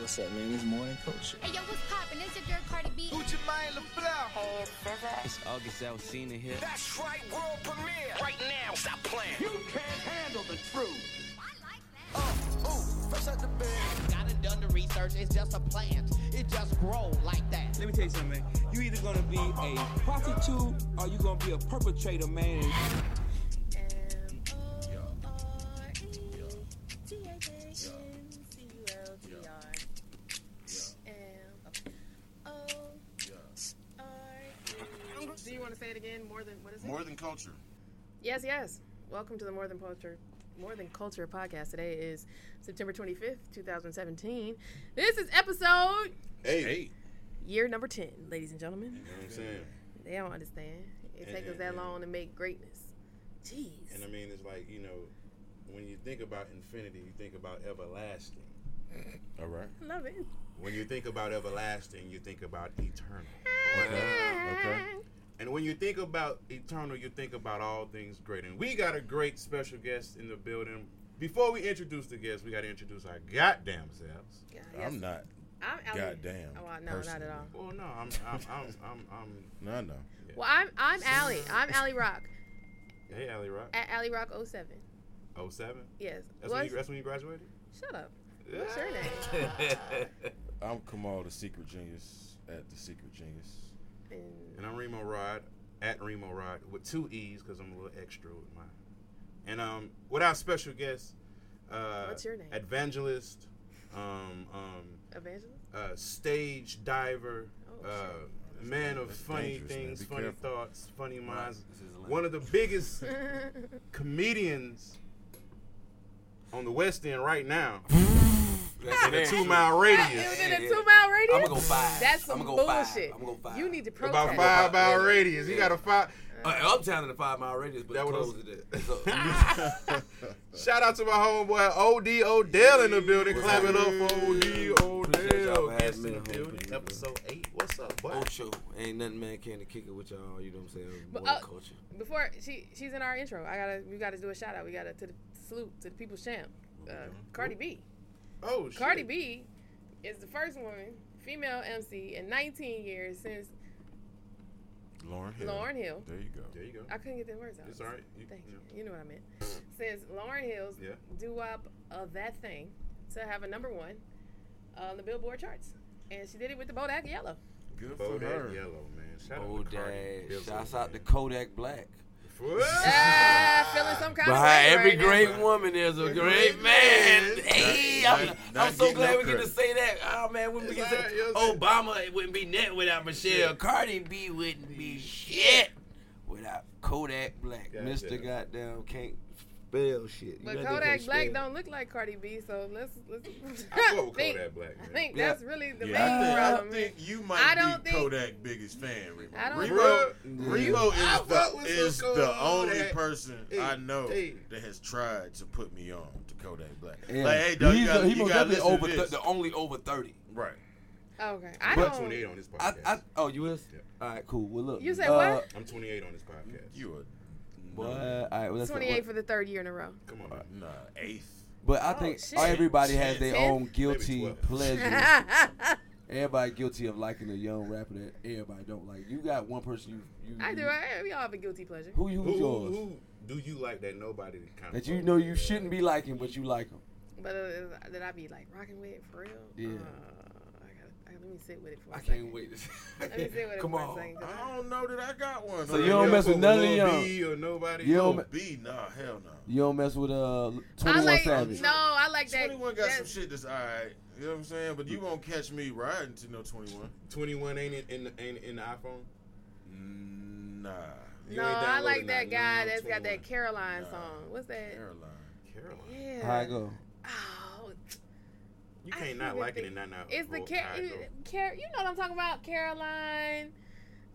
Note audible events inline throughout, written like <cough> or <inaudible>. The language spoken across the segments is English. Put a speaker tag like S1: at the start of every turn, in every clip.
S1: What's up, man? It's morning culture.
S2: Hey, yo, what's poppin'? This is your girl Cardi B.
S3: Gucci Mane LaFleur.
S4: Hey, it's SZA.
S5: It's August Alcina
S6: <laughs>
S5: here.
S3: That's right, world premiere. Right now, stop playing.
S7: You can't handle the truth.
S2: I like that.
S3: Oh, ooh, fresh out the bed.
S8: I done done the research. It's just a plant. It just grow like that.
S5: Let me tell you something, man. You either gonna be a prostitute or you gonna be a perpetrator, man.
S4: M-O-R-E-T-H-N-C-U-L-T-R. M-O-R-E. Do you want to say it again? More than, what is it?
S6: More than culture.
S4: Yes, yes. Welcome to the More Than Culture More Than Culture podcast. Today is September 25th, 2017. This is episode
S6: Hey.
S4: year number 10, ladies and gentlemen.
S6: You know what I'm saying?
S4: They don't understand. It
S6: And-
S4: takes us
S6: and-
S4: that
S6: and-
S4: long to make greatness. Jeez.
S6: And I mean, it's like, you know, when you think about infinity, you think about everlasting. All right.
S4: I love it.
S6: When you think about everlasting, you think about eternal.
S4: Okay.
S6: And when you think about eternal, you think about all things great. And we got a great special guest in the building. Before we introduce the guest, we got to introduce our goddamn selves.
S9: I'm not.
S4: I'm out.
S9: Goddamn,
S4: Oh, uh, no, not at
S9: personally.
S4: all.
S6: Well, no, I'm, I'm, I'm, I'm, I'm.
S9: No, no.
S4: Well, I'm I'm Allie. I'm Allie Rock
S6: Hey, Alley Rock.
S4: at Allie Rock 07.
S6: 07?
S4: Yes.
S6: That's when, you,
S4: Was-
S6: that's when you graduated?
S4: Shut up. What's your name?
S9: I'm Kamal, the secret genius at the secret genius.
S4: And
S6: and I'm Remo Rod at Remo Rod with two E's because I'm a little extra with mine. And um, with our special guest, uh,
S4: What's your name?
S6: Evangelist, um, um,
S4: <laughs> Evangelist.
S6: uh, stage diver,
S4: Oh,
S6: uh, man of funny
S9: dangerous, man.
S6: things,
S9: Be
S6: funny
S9: careful.
S6: thoughts, funny minds.
S5: this is Atlanta.
S6: One of the biggest
S4: <laughs>
S6: comedians on the West End right
S9: <laughs>
S6: now. in a two mile
S4: It was <laughs>
S6: radius.
S4: in a two mile radius.
S5: I'ma go five.
S4: That's some
S5: I'ma go five.
S4: bullshit.
S5: I'ma go five.
S4: You need to protest.
S6: About five mile
S5: Yeah.
S6: radius. He got a five.
S5: Uh, uptown in the five mile radius, but
S6: That
S5: that
S6: what I was-
S5: closed it. at-
S6: <laughs>
S5: So,
S6: Shout out to my homeboy OD Odell in the building.
S5: What's
S6: Clap it up
S5: happening?
S6: for OD
S5: Appreciate y'all
S6: Odell.
S5: for having
S6: Guest
S5: me,
S6: in the
S5: homie.
S6: building. Episode 8. What's up, boy?
S5: Ocho. Oh, Ain't nothing man can to kick it with y'all. You know what I'm saying? More
S4: But,
S5: than
S4: uh,
S5: culture.
S4: Before she she's in our intro. I gotta we gotta do a shout out. We gotta to the salute to the people's champ, uh, Cardi B.
S6: Oh, shit.
S4: Cardi B is the first woman, female MC in 19 years since
S9: Lauren Hill.
S4: Lauren Hill.
S9: There you go.
S6: There you go.
S4: I couldn't get them words out.
S6: It's all right. You-
S4: Thank you.
S6: yeah.
S4: You know what I meant. Since Lauren Hill's
S6: Yeah.
S4: doo wop of that thing to have a number one on the Billboard charts, and she did it with the Bodak
S6: <laughs>
S4: Yellow.
S9: Good
S6: Bodak
S9: for her.
S6: Yellow, man. Shout out to Cardi.
S5: Bodak.
S6: Bizzle,
S5: Shouts out to
S6: man.
S5: Kodak Black.
S4: Ah, feeling some kind
S5: Behind
S4: of
S5: every
S4: way right now.
S5: great woman, there's a great man. Hey,
S9: Not-
S5: I'm,
S9: not-
S5: I'm
S9: not
S5: so
S9: getting
S5: glad
S9: no
S5: we get to
S9: credit.
S5: say that. Oh man, when we
S6: It's
S5: get to
S6: all right, you know what
S5: Obama, it wouldn't be nothing without Michelle. Cardi B wouldn't be shit without Kodak Black.
S6: Goddamn.
S5: Mister Goddamn can't spell shit. You know
S4: But
S5: they
S4: Kodak
S5: can't
S4: Black
S5: spell.
S4: don't look like Cardi B, so let's <laughs> let's.
S6: I fuck with
S4: think-
S6: Kodak Black, man.
S4: I think
S5: Yeah.
S4: that's really the main
S9: Yeah, I think, I
S4: problem.
S9: think you might
S4: I don't
S9: be
S4: think-
S9: Kodak biggest fan, Remo.
S4: I don't
S9: Remo,
S6: think-
S9: Remo is
S6: I fuck
S9: the,
S6: with
S9: is
S6: some
S9: the
S6: Kodak.
S9: only person
S6: Hey,
S9: I know
S6: hey.
S9: that has tried to put me on to Kodak Black.
S5: Yeah.
S9: Like, hey, dog,
S5: He's
S9: you
S5: a-
S9: gotta,
S5: he
S9: you
S5: most
S9: gotta
S5: definitely
S9: listen
S5: over
S9: to
S5: thir-
S9: this.
S5: the only over thirty.
S9: right.
S4: okay, I
S6: I'm
S4: don't.
S6: 28 on this
S5: I,
S6: podcast.
S5: I, oh, you is?
S6: Yeah.
S5: All right, cool. Well, look.
S4: You said
S5: uh,
S4: what?
S6: I'm 28 on this podcast.
S9: You a
S5: But, all right, well, that's not
S4: 28
S5: what-
S4: for the third year in a row.
S6: Come on, man.
S9: nah, eighth.
S5: But I think
S4: oh, shit.
S5: everybody has their
S4: Ten?
S5: own guilty
S6: twelve.
S5: pleasure.
S4: I
S5: Everybody guilty of liking a young rapper that everybody don't like. You got one person you. you
S4: do. <laughs> I, we all have a guilty pleasure.
S5: Who you
S6: Who,
S5: who's
S6: who,
S5: yours?
S6: who do you like that nobody kind
S5: That you know you shouldn't be liking, but you like them.
S4: But uh, that I be like rocking with for real.
S5: Yeah.
S4: Uh, I gotta, I gotta, let me sit with it for a
S5: I
S4: second.
S5: can't wait to see.
S4: <laughs> Let me
S5: <laughs>
S4: sit with it
S5: Come
S4: for a
S5: on.
S4: second. 'cause
S9: I don't know that I got one.
S5: So you don't mess with none of y'all.
S6: B or nobody. Oh,
S5: You don't
S9: Lil B, nah, hell no.
S5: You don't mess with uh
S4: I
S5: Twenty One
S4: like
S5: Savage.
S4: no, I like that.
S9: 21 got some
S4: that's-
S9: shit that's all right. You know what I'm saying?
S5: Mm.
S9: But you won't catch me riding to no 21.
S6: 21 ain't in, in, the- ain't in the iPhone.
S9: Nah.
S4: Uh,
S6: You
S4: No,
S6: ain't
S4: I like that
S6: downloaded nothing.
S4: guy
S6: No,
S4: that's got
S6: 21.
S4: that Caroline
S9: Nah.
S4: song. What's that?
S9: Caroline.
S6: Caroline.
S4: Yeah.
S5: How I go?
S4: Oh,
S6: You
S4: I
S6: can't not
S4: even
S6: like it
S4: think-
S6: and not not.
S4: it's the
S6: vote.
S4: Car-
S6: I go.
S4: Car- You know what I'm talking about? Caroline,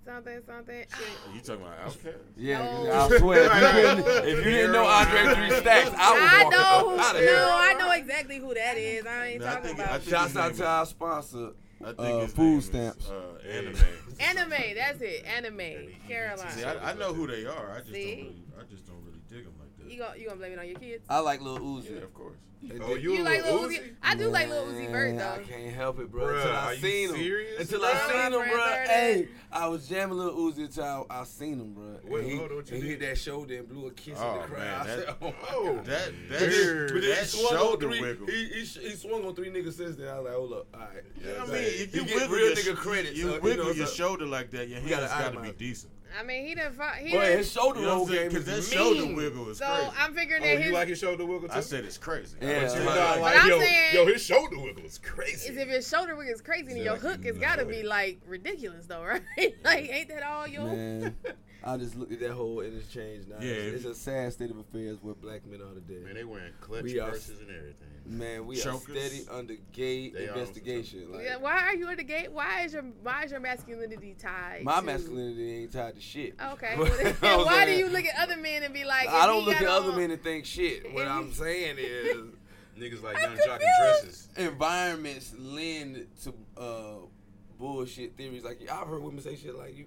S4: something, something.
S9: Are you talking about Outkast?
S5: Yeah,
S4: Oh.
S5: I swear. If you
S4: Right.
S5: didn't, if you didn't know Andre Three Stacks, I was
S4: I
S5: walking
S4: know who.
S5: up out of
S4: no,
S5: here.
S4: I know exactly who that is. I ain't
S9: No, I
S4: talking
S9: think-
S4: about.
S9: I think-
S5: Shouts out to our sponsor.
S9: I think
S5: Uh,
S9: his
S5: food
S9: name is,
S5: stamps.
S9: uh, anime.
S4: <laughs> anime. That's it. Anime. Caroline.
S9: <laughs> See, I, I know who they are. I just
S4: See?
S9: don't really, I just don't really dig them like that.
S4: You gonna you gonna blame it on your kids?
S5: I like Lil Uzi.
S9: Yeah, of course.
S5: And
S6: Oh,
S5: then-
S6: you,
S4: you like Lil Uzi? I do like Lil Uzi Vert
S5: Man, I
S4: though.
S5: can't help it, bro.
S6: Bruh,
S5: until
S6: are
S5: I
S6: you
S5: seen him.
S6: serious,
S5: Until
S6: bruh?
S5: I seen him,
S4: Friends
S5: bro.
S4: are
S5: Hey, I was jamming Lil Uzi until I, I seen him, bro.
S6: Wait,
S5: and he,
S6: hold on, what you
S5: and he hit
S6: did?
S5: that shoulder and blew a kiss in
S9: Oh,
S5: the crowd.
S9: man,
S5: I
S9: that-
S5: said, <laughs> oh, my
S6: Oh,
S5: God.
S9: That that,
S5: But
S9: shoulder-
S5: then he
S9: that
S5: swung on
S9: shoulder
S5: three-
S9: wiggle.
S5: He, he, sh- he swung on three niggas since then. I was like, hold up, all right.
S9: Yeah,
S6: I
S9: that-
S6: mean,
S9: if
S5: you
S9: you,
S5: get
S9: wiggle
S5: real
S9: your
S5: nigga credit,
S9: nigga credit, you
S5: son, you
S9: wiggle
S5: know,
S9: your
S5: son.
S4: <laughs>
S9: shoulder like that, your hands
S5: gotta
S9: got to be
S5: itemize.
S9: decent.
S4: I mean, he done. Fought, he
S5: Boy,
S4: done
S5: his shoulder
S9: You know
S5: roll
S9: what I'm saying?
S5: game is
S9: Because that
S5: mean.
S9: shoulder wiggle is
S4: so
S9: crazy.
S4: I'm figuring
S6: Oh,
S4: that
S6: you
S4: his
S6: like his shoulder wiggle too?
S9: I said it's crazy.
S5: Yeah.
S9: But
S6: You
S9: you
S6: know,
S5: But
S9: know,
S6: like,
S4: I'm
S6: yo,
S4: saying-
S6: yo, his shoulder wiggle is crazy.
S4: is if your shoulder wiggle is crazy, then
S9: Yeah,
S4: your
S9: like,
S4: hook has
S9: no
S4: got to
S9: way.
S4: be like ridiculous though, <laughs> right? like, ain't that all yo?
S5: Man, I just looked at that whole interchange now.
S9: Yeah.
S5: It's, it's a sad state of affairs where black men are today.
S6: Man, they wearing clutch
S5: We are-
S6: purses and everything.
S5: Man, we
S9: Chokers.
S5: are steady under gay
S6: They are on some
S5: investigation. Like,
S4: Yeah, why are you at the gate? Why is your why is your masculinity tied?
S5: my
S4: to-
S5: masculinity ain't tied to shit.
S4: <laughs> Oh,
S6: <laughs>
S4: Okay.
S5: <laughs> You know
S4: <laughs> Well,
S5: what I'm
S4: why do
S5: saying?
S4: you look at other men and be like?
S5: I
S4: if
S5: don't
S4: he
S5: look
S4: got
S5: at other
S4: on-
S5: men and think
S4: <laughs>
S5: shit. What I'm saying is
S6: Niggas like young
S4: confused.
S6: jock and dresses.
S5: environments lend to uh, bullshit theories. Like I've heard women say shit like you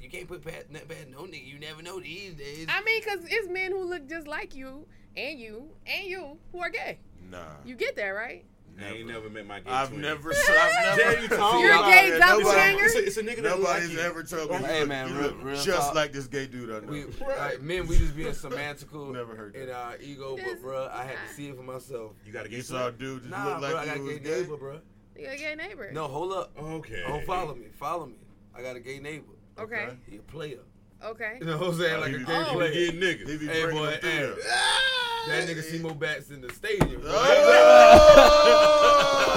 S5: you can't put pat not pat no nigga. You never know these days.
S4: I mean, cause it's men who look just like you and you and you who are gay.
S9: nah,
S4: You get that right?
S6: I ain't
S9: never.
S6: never met my gay
S9: I've
S6: twin. <laughs>
S9: never. seen-
S4: <laughs>
S5: <laughs>
S6: Dare
S9: I've never.
S6: you talk
S4: You're a
S6: about
S4: gay
S6: it.
S4: doppelganger?
S6: It's a, it's a nigga that look like
S9: Nobody's
S6: you.
S9: ever told me.
S5: Hey,
S9: "Look,
S5: man,
S9: you
S5: real-
S9: look
S5: real
S9: just
S5: talk.
S9: like this gay dude I know.
S5: we,
S6: Right.
S5: like, men, we just being
S6: <laughs>
S5: semantical uh,
S9: Never heard
S5: in
S9: that.
S5: our ego, but
S4: This-
S5: bruh, I had to see it for myself.
S6: You got a
S9: you
S6: gay
S9: saw a
S6: twin?
S9: dude that
S5: Nah,
S9: looked
S5: bruh, I
S9: like
S5: got
S9: he
S5: a
S9: was
S5: gay
S9: gay.
S5: neighbor, bruh.
S4: You got a gay neighbor.
S5: No, hold up.
S6: Oh, Okay.
S5: Don't follow me. Follow me. I got a gay neighbor.
S4: Okay.
S9: okay.
S5: He a player.
S4: Okay.
S5: You know what I'm saying? Like a
S9: He be-
S5: gay
S4: Oh.
S6: You be
S5: player.
S6: getting niggas.
S9: He be
S5: Hey,
S9: bringing
S5: boy,
S9: them through
S5: hey.
S9: there.
S5: That nigga Simo Bats in the stadium. bruh. <laughs>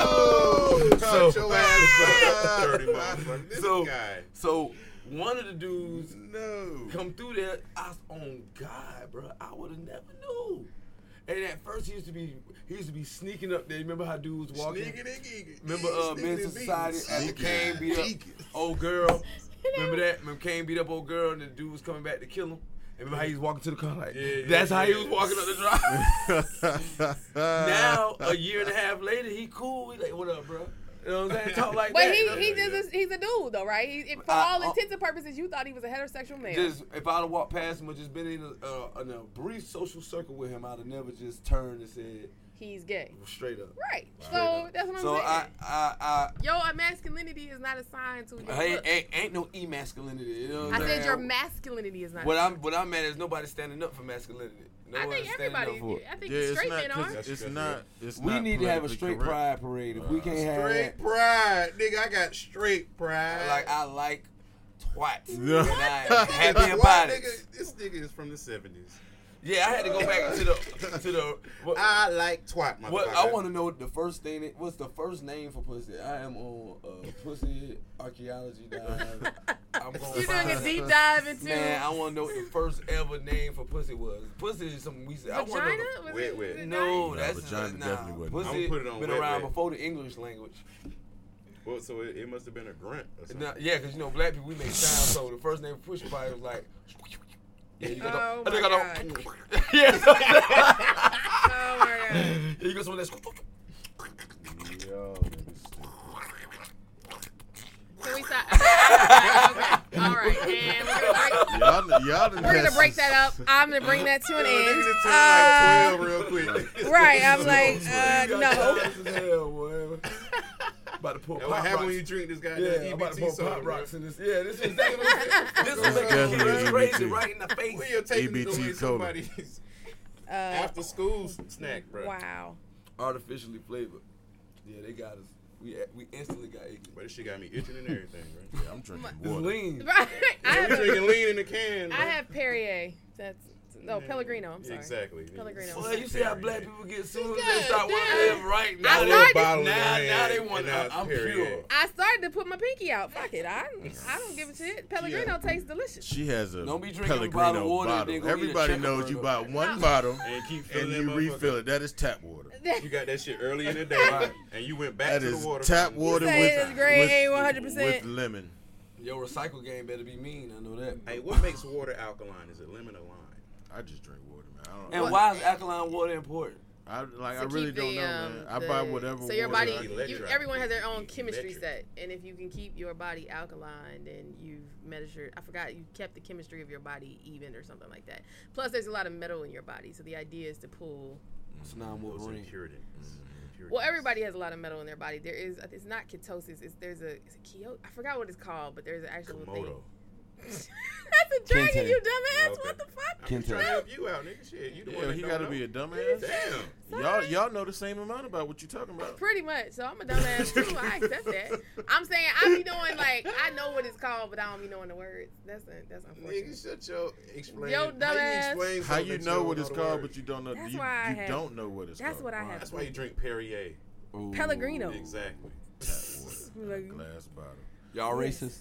S9: Oh!
S6: So-
S9: Cut your ass back.
S6: Dirty motherfucker. This
S5: So-
S6: guy.
S5: So one of the dudes
S9: No.
S5: come through there. I was on God, bro. I would have never knew. And at first he used to be he used to be sneaking up there. Remember how dudes walking?
S6: Sneaking and geeking.
S5: Remember uh,
S6: Sneaking
S5: men's
S6: and
S5: society
S6: beating.
S5: after Kane beat up
S9: Deacon.
S5: old
S4: <laughs>
S5: girl. Remember that? Remember Kane beat up old girl and the dude was coming back to kill him. And remember how he was walking to the car like
S6: Yeah, yeah,
S5: that's how he
S6: yeah.
S5: was walking up the
S6: <laughs>
S5: drive. now
S9: uh,
S5: a year and a half later, he cool. He like, what up, bro? You know what I'm saying? Talk like
S4: But
S5: that.
S4: he
S5: you know?
S4: he just he's a dude though, right? He, for
S5: I-
S4: all
S5: I-
S4: intents and purposes, you thought he was a heterosexual man.
S5: Just if I'd have walked past him or just been in a, uh, in a brief social circle with him, I'd have never just turned and said
S4: he's gay.
S5: straight up.
S4: Right.
S5: Straight
S4: So
S5: up.
S4: that's what I'm
S5: so
S4: saying.
S5: I, I,
S4: Yo, a masculinity is not assigned to your
S5: I, hey,
S4: look.
S5: ain't, ain't no e masculinity. You know what
S4: I
S5: I'm
S4: said
S5: saying?
S4: your masculinity is not.
S5: What I'm, what I'm at is nobody standing up for masculinity. No
S4: I
S5: one is
S4: think
S5: standing up for
S4: everybody.
S5: it.
S4: I think
S9: Yeah,
S4: the
S9: it's
S4: straight
S9: not.
S4: men are.
S9: 'cause
S6: That's
S9: It's
S6: just
S9: not. It's
S5: We
S9: not
S5: need to have a
S9: politically
S5: straight
S9: correct.
S5: pride parade. If we can't have
S6: Straight
S5: that,
S6: pride. Nigga, I got straight pride.
S5: like I like twats,
S9: No.
S5: and I'm happy
S6: Why,
S5: about it.
S6: nigga, This nigga is from the 70s.
S5: Yeah, I had to go back to the to the.
S9: <laughs>
S5: what-
S6: I like twat, motherfucker.
S5: What I want to know the first thing. That, what's the first name for pussy? I am on uh, pussy archaeology
S4: <laughs>
S5: dive. I'm going.
S4: You're doing a deep dive into
S5: Man, I want to know what the first ever name for pussy was. Pussy is something we said. I wanna
S4: vagina.
S5: know
S4: Was
S6: Wait,
S4: it- was
S6: wait.
S5: the-
S4: it
S5: no,
S9: No,
S5: that's
S9: vagina
S5: nah,
S9: definitely wasn't.
S5: Pussy
S6: I'ma put it on
S5: been
S6: wet,
S5: around
S6: wet.
S5: before the English language.
S6: Well, so it, it must have been a grunt or something.
S5: Nah, yeah, because you know black people we make sounds. So the first name for pussy probably was like. Yeah, you got
S4: Oh
S5: the, I
S4: my
S5: think I don't. yeah,
S4: not? Oh my god.
S5: you got some of that.
S9: Yo,
S4: Can we stop? <laughs> Okay. All right. And we're gonna break.
S9: y'all, y'all done
S4: We're
S9: had
S4: gonna break
S9: some-
S4: that up. I'm gonna bring that
S6: <laughs>
S4: to an
S6: Niggas <laughs> just turned
S4: end.
S6: like 12 real quick.
S4: Uh, right.
S6: <laughs>
S4: I'm like, uh,
S5: <laughs> You got
S4: no.
S5: tired as hell, boy. <laughs> About to put
S6: That's
S5: pop
S6: what happened
S5: rocks.
S6: when you drink this goddamn
S5: Yeah, I'm about to
S6: EBT
S5: put
S6: soda.
S5: pop
S6: bro.
S5: rocks in this. Yeah, this is exactly what I'm saying. This is making
S9: Definitely
S5: kids crazy
S9: EBT.
S5: right in the
S6: When
S5: face.
S6: you're taking
S9: EBT
S6: away
S9: cola.
S6: somebody's
S4: <laughs> Uh,
S6: after school snack, bro.
S4: wow.
S5: Artificially flavored. Yeah, they got us. We we instantly got ignorant.
S6: But this shit got me itching and everything, bro.
S9: <laughs> Yeah, I'm drinking
S5: It's
S9: water.
S5: lean.
S4: Right. <laughs> I
S6: Yeah, we
S4: have, a,
S6: drinking lean in the can.
S4: I
S6: bro.
S4: have Perrier. That's no Pellegrino. I'm sorry.
S6: Exactly.
S4: Pellegrino.
S5: Well, you see how black people get soon as they
S4: God
S5: start wanting to
S4: damn.
S5: live right
S4: I
S5: now.
S4: started-
S5: They, now, now they want
S6: to.
S5: to. I'm pure.
S4: I started to put my pinky out. Fuck it. I, I don't give a shit. Pellegrino
S6: Yeah.
S4: tastes <laughs> delicious.
S9: She has a
S5: Don't be drinking
S9: Pellegrino
S5: bottled water and then
S9: bottle.
S5: go eat a
S9: Everybody
S5: chicken
S9: knows you
S5: burger.
S9: buy one bottle
S6: And keep filling
S9: and
S6: that
S9: you
S6: motherfucker.
S9: refill it. That is tap water.
S6: You got that shit early in the day,
S5: Right.
S6: and you went back
S9: That
S6: to the
S9: is
S6: water.
S9: tap
S6: fountain.
S9: water
S4: say
S9: with,
S4: it's grade
S9: with-
S4: A 100%?
S9: with lemon.
S5: Your recycle game better be mean. I know that.
S6: Hey, what makes water alkaline? Is it lemon or lime?
S9: I just drink water, man. I don't
S5: and why is alkaline water important?
S9: I like.
S4: to
S9: I really
S4: keep the,
S9: don't know,
S4: um,
S9: man. I
S4: the-
S9: buy whatever.
S4: So your
S9: works.
S4: body, you,
S6: Electric.
S4: everyone has their own
S6: Electric.
S4: chemistry set, and if you can keep your body alkaline, then you've measured. I forgot you kept the chemistry of your body even or something like that. Plus, there's a lot of metal in your body, so the idea is to pull.
S5: So now I'm
S6: Those
S5: Wolverine.
S6: impurities.
S4: Well, everybody has a lot of metal in their body. There is, it's not ketosis. It's there's a, it's a keto. I forgot what it's called, but there's an actual
S6: Komodo.
S4: thing. <laughs> That's a dragon,
S5: Kente.
S4: you dumbass.
S6: Okay.
S4: What the fuck?
S6: I'm
S5: Kente.
S6: trying to help you out, nigga. Shit, you the one
S9: Yeah,
S6: that
S9: he
S6: don't
S9: got to
S6: know.
S9: be a dumbass.
S6: Damn.
S9: Y'all, y'all know the same amount about what you talking about.
S4: Pretty much. So I'm a dumbass too. I accept that. I'm saying I be knowing like I know what it's called, but I don't be knowing the words. That's that's unfortunate.
S6: Nigga, shut your explain.
S4: Yo,
S6: Yo,
S4: dumbass.
S6: dumbass.
S9: How you know what it's called, but you don't know.
S4: That's
S9: you
S4: why I
S9: you
S4: had-
S9: don't know what it's
S4: That's
S9: called.
S4: what I have.
S6: That's why you drink Perrier.
S5: Ooh.
S4: Pellegrino.
S6: Exactly.
S4: <laughs>
S9: Tap water, in a
S4: Like-
S9: glass bottle.
S5: Y'all
S4: Yes.
S5: racist?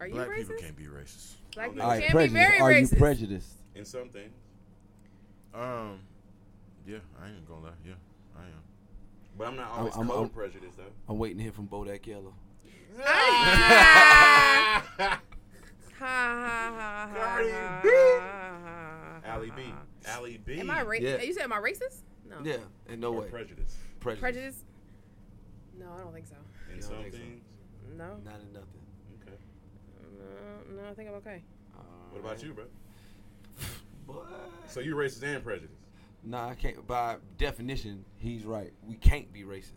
S4: Are you
S9: Black
S4: racist?
S9: people can't be racist.
S4: Black people
S6: All right,
S4: can be very
S5: Are
S4: racist.
S5: you prejudiced?
S6: In something.
S9: Um, yeah, I ain't gonna lie. Yeah, I am.
S6: But I'm not always
S5: I'm-
S6: color
S5: I'm-
S6: prejudiced though.
S5: I'm waiting to hear from Bodak Yellow.
S4: Ah!
S6: Ah!
S4: ha ha ha ha.
S6: Cardi
S4: ha,
S6: B.
S4: ha, ha, ha,
S6: Ally B.
S4: <laughs> ha.
S6: Ally B.
S4: Am I racist?
S5: Yeah.
S4: You said am I racist? No.
S5: Yeah, in no
S6: Or
S5: way.
S6: prejudice.
S5: Prejudice.
S4: Prejudice? No, I don't think so.
S5: Yeah,
S6: In
S5: I
S6: some
S5: think so.
S6: things.
S4: No.
S5: Not in nothing.
S6: Okay.
S4: No, no, I think I'm okay.
S6: What about you, bro?
S5: Boy.
S6: So you racist and prejudiced.
S5: Nah, I can't. By definition, he's right. We can't be racist.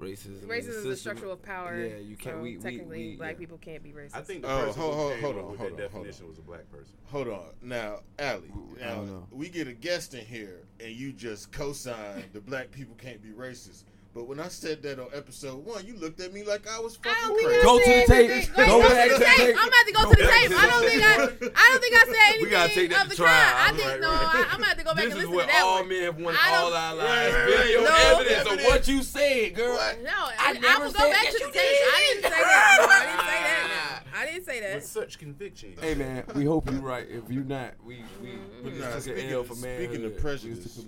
S5: Racism.
S4: Racism is
S5: the
S4: a structure of power.
S5: Yeah, you can't.
S4: so
S5: we, we-
S4: technically,
S5: we-
S4: black
S5: yeah.
S4: people can't be racist.
S6: I think the
S9: Oh,
S6: person
S9: hold-
S6: who
S9: hold-
S6: came
S9: hold
S6: up
S9: on,
S6: with
S9: hold
S6: that
S9: on, hold
S6: definition was a black person.
S9: Hold on now, Allie.
S5: Ooh, I
S9: Now,
S5: don't know.
S9: we get a guest in here, and you just co-sign the black people can't be racist. But when I said that on episode one, you looked at me like I was
S4: I don't
S9: fucking
S4: think
S9: crazy.
S4: I
S5: Go to
S4: said
S5: the tape.
S4: anything.
S5: Go
S4: Wait,
S5: back
S4: to the tape. I'm about to go,
S5: Go
S4: to the
S5: back
S4: tape.
S5: to
S4: I don't
S5: the
S4: think I.
S9: tape.
S4: I don't think I said anything
S5: We gotta take that
S4: of
S5: to
S4: the
S5: trial.
S4: kind. I
S5: Right,
S4: think no.
S6: right.
S4: I, I'm about to go back
S5: This
S4: and
S5: is
S4: listen to
S5: what
S4: that
S5: all
S4: one.
S5: men have won
S4: I don't-
S5: all our lives.
S9: Right, right,
S5: Video
S4: right. No.
S5: evidence of what you said, girl.
S4: No,
S5: I
S4: I, I
S5: never
S4: will go
S5: said
S4: back
S5: that
S4: to the
S5: you
S4: tape. I
S5: did.
S4: didn't say <laughs> that. No, I didn't say that.
S6: With
S4: now.
S6: such conviction.
S5: Hey man, we hope you right. If you not, we we we
S9: But
S5: just took
S9: nah,
S5: an
S9: speaking-
S5: L for
S9: speaking
S5: man.
S9: of prejudice,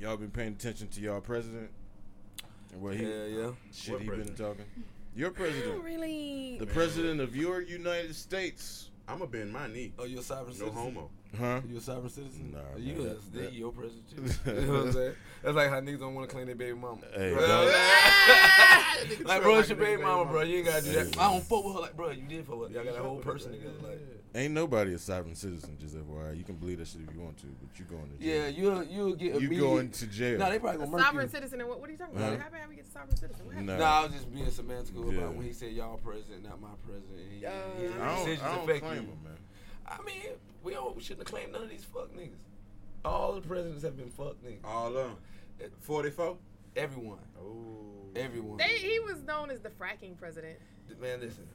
S9: Y'all been paying attention to y'all president and what he
S5: yeah, yeah.
S9: shit
S6: What
S9: he
S6: president?
S9: been talking. Your
S4: I
S9: president,
S4: don't <laughs> really.
S9: the president of your United States,
S6: I'ma bend my knee.
S5: Oh, you a sovereign
S6: No
S5: citizen?
S6: homo.
S9: huh?
S5: You a sovereign citizen?
S9: Nah,
S5: you
S9: man,
S5: a
S9: that- that-
S5: your president.
S9: <laughs>
S5: too. you know what I'm saying? That's like how niggas don't want to claim their baby mama.
S9: Hey,
S5: You know what I'm
S9: dog.
S5: <laughs> saying? like, bro, it's your
S6: Like
S5: baby mama, bro. You ain't gotta do that.
S9: Hey.
S5: I don't fuck with her. Like, bro, you did fuck with her. Y'all got a whole person together. Like,
S9: Ain't nobody a sovereign citizen, just FYI. You can believe that shit if you want to, but you going to
S5: yeah,
S9: jail.
S5: you'll you'll get
S9: you
S5: immediate.
S9: going to jail.
S5: Nah, they probably gonna murder
S4: Sovereign
S5: you.
S4: citizen and what? What are you talking about?
S9: Huh?
S4: How about we get sovereign citizen? What happened?
S9: Nah.
S5: Nah, I was just being semantical
S9: Yeah.
S5: about when he said y'all president, not my president. And
S4: Uh,
S5: his
S9: I don't,
S5: decisions
S9: I don't
S5: affect
S9: claim
S5: you.
S9: him, man.
S5: I mean, we don't we shouldn't have claimed none of these fuck niggas. All the presidents have been fuck niggas.
S6: All of 'em. 44?
S5: Everyone,
S6: Oh.
S5: everyone.
S4: They, he was known as the fracking president.
S5: Man, listen.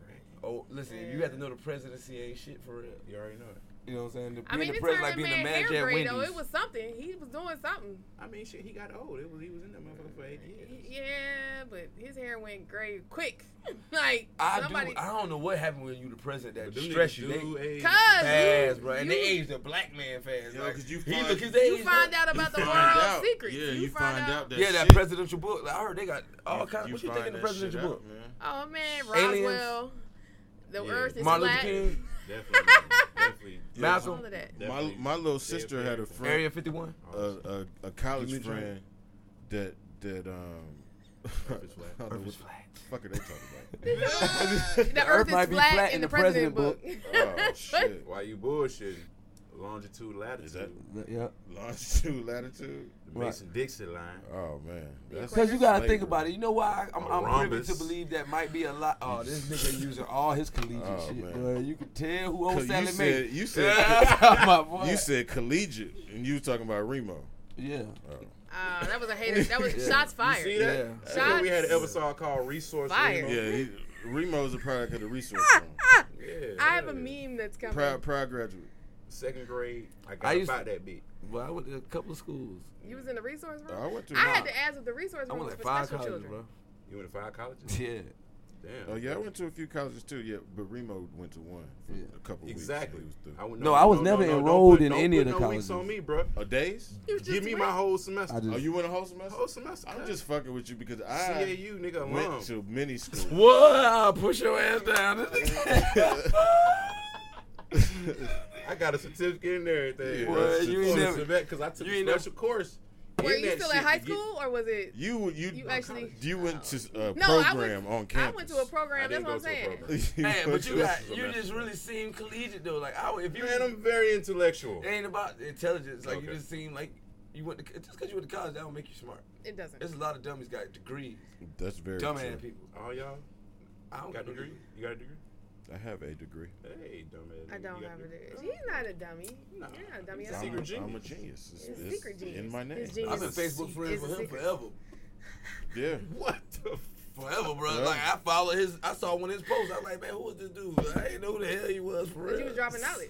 S5: Oh, listen. If you got to know the presidency ain't shit for real.
S6: You already know it.
S5: You know what I'm saying? The, being
S4: I mean,
S5: the
S4: it
S5: president,
S4: turned
S5: like
S4: that
S5: being the
S4: man
S5: manager
S4: hair
S5: at
S4: gray
S5: Wendy's.
S4: though. It was something. He was doing something.
S6: I mean, shit, he got old. It was, he was in that motherfucker for eight years.
S4: Yeah, but his hair went gray quick. <laughs> like
S5: I
S4: somebody,
S5: do. I don't know what happened when you the president that
S6: But them
S5: stress
S6: niggas
S5: you.
S6: do
S5: They
S6: age.
S4: cause
S5: fast,
S4: you,
S5: bro, and
S4: you,
S5: they aged a black man fast.
S9: Yo,
S5: like,
S9: 'cause you
S5: he
S9: find-
S5: look his age.
S4: you find out about the
S9: find
S4: world's
S9: out.
S4: secrets.
S9: Yeah, you find out that
S5: Yeah, that
S9: shit.
S5: presidential book. Like, I heard they got all kinds. what you think in
S9: find
S5: the
S9: that shit
S5: presidential
S9: out,
S5: book?
S9: man.
S4: Oh man,
S5: Aliens.
S4: Roswell, the
S6: Yeah.
S4: Earth is
S5: Martin Luther
S4: flat.
S5: King,
S6: Definitely. definitely.
S9: Yeah.
S5: Malcolm,
S4: All of that.
S9: My,
S6: Definitely.
S9: my little
S6: Dead
S9: sister had a
S6: people.
S9: friend,
S5: Area 51.
S9: a, a, a
S5: Give
S9: college
S5: me a drink.
S9: friend that that um. <laughs>
S6: Earth is flat.
S9: I don't know
S5: Earth is
S9: what
S5: flat.
S9: <laughs> the fuck are they talking
S4: The, Earth, is
S5: might
S4: flat,
S5: be flat
S4: in
S5: in
S4: the
S5: the president
S4: president book. <laughs>
S9: about? oh shit!
S6: Why you bullshitting? Longitude, latitude.
S9: Is that
S5: Yeah.
S9: longitude, latitude?
S6: the Mason Dixon line.
S9: Oh man, that's
S5: Because you gotta think
S9: slavery.
S5: about it. You know why I- I'm, I'm privy to
S6: Rhombus.
S5: believe that might be a lot. Oh, this nigga using all his collegiate
S9: Oh,
S5: shit,
S9: man.
S5: bro. You can tell who old
S9: Cause you
S5: Sally
S9: said
S5: Mae.
S9: you
S5: <laughs>
S9: said
S5: Yeah, my boy.
S9: you said collegiate, and you was talking about Remo.
S5: yeah,
S4: Uh, that was a hater. That
S9: <laughs>
S4: was
S5: Yeah.
S4: shots
S6: You see
S4: fired.
S6: that?
S5: Yeah.
S6: That's why we had an
S4: Shots
S6: episode called Resource
S4: fired.
S6: Remo.
S9: Yeah, he, Remo is a product of the resource.
S6: Ah.
S9: room.
S6: Yeah,
S4: I have
S6: yeah.
S4: a meme that's coming.
S9: Proud, proud graduate.
S6: Second grade, I got
S5: I used
S6: about
S5: to-
S6: that bit.
S5: well, I went to a couple of schools.
S4: You was in the resource room.
S9: Oh, I went to.
S4: I had
S6: Ah.
S9: nah.
S4: to ask if the resource
S5: I went
S4: room was
S5: like
S4: for
S5: five
S4: special
S5: colleges,
S4: children.
S5: bro.
S6: You went to five colleges?
S5: Yeah,
S6: Damn.
S9: Oh yeah, I went to a few colleges too. Yeah, but Remo went to one for
S5: Yeah.
S9: a couple
S6: Exactly.
S9: weeks. Exactly.
S6: I would-
S5: No, I was never
S6: don't
S5: enrolled
S6: put-
S5: in
S6: don't
S5: any
S6: put
S5: of the
S6: no weeks
S5: colleges.
S6: on me, bro.
S9: A days?
S4: You just
S6: Give me my
S4: went.
S6: whole semester.
S5: I just-
S9: Oh, you went a whole semester?
S6: whole semester.
S9: I'm just fucking with you because I
S6: CAU nigga alum.
S9: went to
S6: <laughs>
S9: many schools.
S5: Whoa, push your ass down. <laughs> This
S6: I got a certificate and everything.
S9: <laughs> Yeah, Boy,
S5: you ain't never-
S6: because I took
S5: you
S6: a
S5: ain't never-
S6: special course
S4: Were
S5: in
S4: you
S5: that
S4: still
S5: shit
S4: at high
S5: to get-
S4: school or was it?
S9: You would- you
S4: You actually-
S9: you went to a
S4: No, I
S9: program
S4: went,
S9: on
S4: I
S9: campus.
S4: went to a
S6: I
S4: program. That's
S6: didn't
S4: what
S6: go
S4: I'm
S6: to
S4: saying.
S6: a program.
S5: Man, but you
S6: This
S5: got
S6: is a
S5: you
S6: mess.
S5: just really seem collegiate though. Like I would- if you
S6: Man, I'm very intellectual.
S5: it ain't about intelligence. Like you
S6: Okay.
S5: just seem like you went to just because you went to college that don't make you smart.
S4: It doesn't.
S5: There's a lot of dummies got degrees.
S9: That's very true.
S5: Dumbass people.
S6: All y'all
S5: I don't
S6: got a
S5: know.
S6: degree? You got a degree?
S9: I have a degree.
S6: Hey, dumbass.
S4: I
S6: nigga,
S4: don't
S6: you got
S4: have a degree.
S6: Oh.
S4: He's not a dummy.
S6: Nah.
S4: You're not a dummy at
S6: He's a
S4: all.
S9: I'm,
S6: Secret
S9: a,
S6: genius.
S9: I'm a genius. It's,
S4: It's
S9: it's
S4: secret genius.
S9: in my name.
S4: It's genius.
S5: I've been Facebook friends
S4: It's a
S5: with him
S4: secret.
S5: forever.
S9: Yeah.
S6: What the? F-
S5: Forever, bro.
S9: Well.
S5: Like I follow his. I saw one of his posts. I was like, man, who was this dude? I didn't know who the hell he was for real.
S4: But you was dropping knowledge.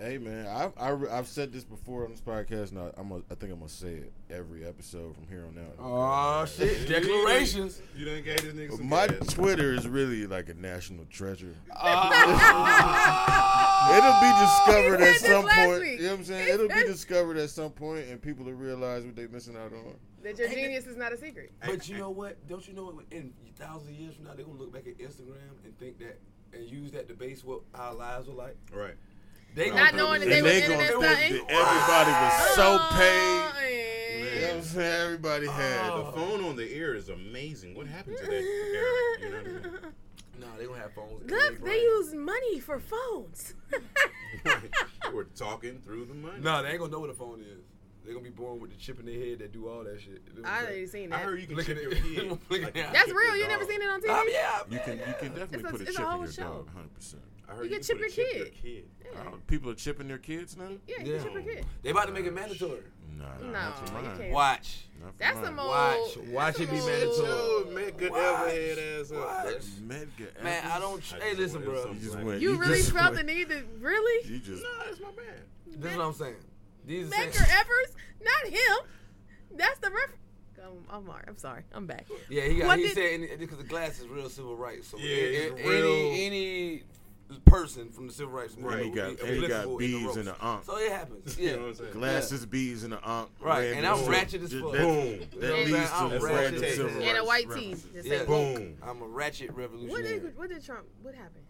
S9: Hey man, I've I, re- I've said this before on this podcast, and I, I'm a, I think I'm gonna say it every episode from here on out.
S5: Oh shit! Declarations.
S6: You done gave this nigga some
S9: My
S6: gas.
S9: Twitter is really like a national
S4: <laughs>
S9: treasure.
S5: Oh. Ah.
S9: It'll be discovered
S4: He
S9: at
S4: said
S9: some
S4: this last
S9: point.
S4: week.
S9: You know what I'm saying?
S4: He
S9: It'll be
S4: said-
S9: discovered at some point, and people will realize what they're missing out on.
S4: That your genius is not a secret.
S5: But you know what? Don't you know what? In a thousand years from now, they're gonna look back at Instagram and think that and use that to base what our lives were like.
S6: Right.
S5: They
S6: Not
S5: gonna do
S4: knowing
S5: this.
S4: that
S9: and
S4: they
S9: they
S4: was
S9: gonna
S4: internet
S9: think
S4: stunting?
S9: that everybody was so
S4: Oh,
S9: paid. You know what
S4: eh.
S9: I'm saying? Everybody had.
S5: Oh.
S6: The phone on the ear is amazing. What
S5: <laughs>
S6: happened to that? era? You know what I mean?
S5: No, they gonna have phones. in their
S4: Look, they
S5: brain.
S4: use money for phones. <laughs>
S6: we were talking through the money.
S5: No, they ain't gonna know what a phone is. They're gonna be born with the chip in their head that do all that shit.
S4: I ain't seen
S6: I
S4: that.
S6: heard you can
S5: Look
S6: chip
S5: at
S6: your
S5: it.
S6: kid.
S5: Look <laughs>
S6: like
S5: at it.
S6: you can
S4: That's
S6: chip
S4: real.
S6: your
S4: You never
S6: dog. Oh,
S4: seen it on TV?
S5: Um, yeah,
S9: You can you can definitely
S4: It's a-
S9: put a
S4: it's a
S9: chip in
S4: whole
S9: your
S4: show.
S9: dog, 100. percent
S6: I
S4: You
S6: heard you,
S4: can
S6: can
S4: chip
S6: put a
S4: your
S6: chip
S4: kid.
S6: in your kid.
S9: People are chipping their kids now.
S4: Yeah, you should forget.
S5: <laughs> They about to make it mandatory.
S9: Nah,
S4: No,
S9: not for
S4: you
S9: mine.
S4: can't.
S5: Watch.
S9: Not for
S4: That's
S9: mine.
S4: some old.
S5: Watch.
S4: that's
S5: Watch
S4: some
S5: it be
S4: old-
S5: mandatory.
S6: Oh, man, good
S5: Watch.
S6: elderhead ass up.
S5: Watch.
S9: Medgar
S5: Man, I
S9: Evans?
S5: don't. hey,
S6: I just
S5: listen,
S6: wanted
S5: bro.
S6: some-
S9: You just
S6: Like,
S9: went.
S4: You really
S9: just
S4: felt the
S9: went-
S4: need to really
S9: You just.
S6: No, that's my man.
S5: This is what I'm saying. These are
S4: Baker
S5: saying-
S4: Evers, not him. That's the ref. Um, Omar, I'm sorry, I'm back.
S5: Yeah, he got.
S4: What
S5: he
S4: did-
S5: said because the glass is real civil rights. So
S6: Yeah,
S5: a-
S6: it's
S5: a-
S6: real-
S5: any any person from the civil rights movement
S6: Right.
S5: would
S6: He
S9: got-
S5: be
S9: and he got
S5: applicable
S9: bees
S5: in
S9: in
S5: the
S9: the
S5: roast.
S9: ump.
S5: So it
S6: <laughs>
S5: happens.
S6: You
S5: Yeah.
S6: know what I'm saying?
S9: Glasses, bees, and an aunt.
S5: Right, and I'm ratchet as fuck.
S6: Boom.
S9: That
S4: Yeah.
S9: leads
S5: I'm
S9: to
S5: ratchet.
S9: random civil
S5: And
S4: In a
S9: rights
S4: white tee.
S9: references.
S4: Just
S5: Yeah.
S4: say,
S6: Boom.
S5: I'm a ratchet
S4: What
S5: revolutionary.
S4: did what did Trump? What happened?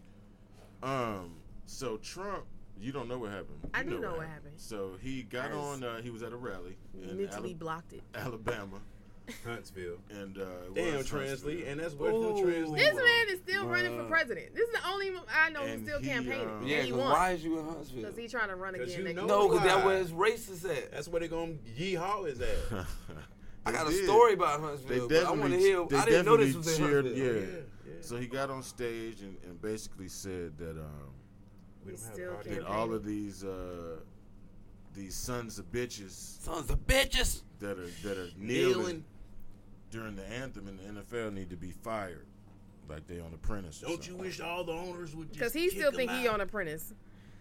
S9: Um, so Trump, you don't know what happened.
S4: I
S9: You
S4: do know what happened.
S9: So he got
S4: I was
S9: on. Uh, he was at a rally in
S4: Mentally
S9: Ala-
S4: blocked it.
S9: Alabama,
S6: Huntsville.
S9: and uh, it
S6: Damn,
S9: was
S6: trans
S9: Huntsville.
S6: Lee,
S9: <laughs>
S6: and that's Westfield trans Lee.
S4: This man is still running for president. This is the only mo- I know who's
S9: Uh, And
S4: still
S9: he,
S4: campaigning.
S9: uh,
S4: and
S5: Yeah,
S4: he
S5: 'cause
S4: won.
S5: why is you in Huntsville?
S4: Because he's trying to run
S6: 'Cause
S4: again
S6: you
S4: next
S6: know-
S4: year.
S5: no, because that
S6: Why?
S5: where his racist at.
S6: That's where they gonna yeehaw <laughs> his ass.
S5: I
S9: They
S5: got a
S9: did.
S5: story about
S9: They
S5: Huntsville, but I want to
S9: definitely.
S5: hear.
S9: they
S5: I didn't know this
S9: definitely
S5: was in
S9: cheered,
S5: Huntsville.
S9: Yeah.
S6: Yeah, yeah.
S9: So he got on stage and, and basically said that um,
S6: we don't have
S4: Still
S6: an
S4: can't-
S9: that
S6: audience.
S9: all of these uh, these sons of bitches
S5: Sons of bitches.
S9: that are that are kneeling,
S5: Kneeling.
S9: during the anthem in the NFL need to be fired, like they on Apprentice. or
S6: Don't you
S9: something.
S6: wish all the owners would just?
S4: Because he
S6: kick
S4: still
S6: him
S4: think he
S6: out?
S4: on apprentice.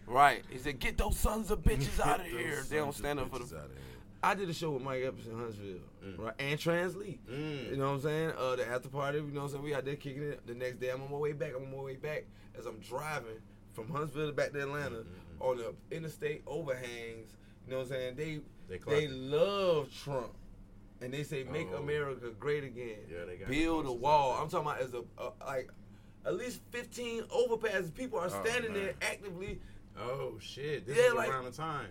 S5: Right. He said, "Get those sons of bitches out of
S9: <laughs> Get those
S5: here.
S9: sons
S5: They don't
S9: of
S5: stand up for
S9: bitches
S5: the."
S9: outta here.
S5: I did a show with Mike Epps in Huntsville, right? And Trans Lee.
S6: Mm.
S5: You know what I'm saying? Uh, the after party, you know what I'm saying? We out there kicking it. The next day, I'm on my way back. I'm on my way back as I'm driving from Huntsville back to Atlanta on the interstate overhangs. You know what I'm saying? They they,
S6: They clocking.
S5: love Trump. And they say, make
S6: Oh.
S5: America great again.
S6: Yeah, they got
S5: Build a
S6: posters
S5: wall.
S6: out there.
S5: I'm talking about as a, uh, like, at least 15 overpasses. People are
S9: Oh,
S5: standing there
S9: man.
S5: actively.
S6: Oh shit! This
S5: Yeah,
S6: is
S5: like-
S6: around the time.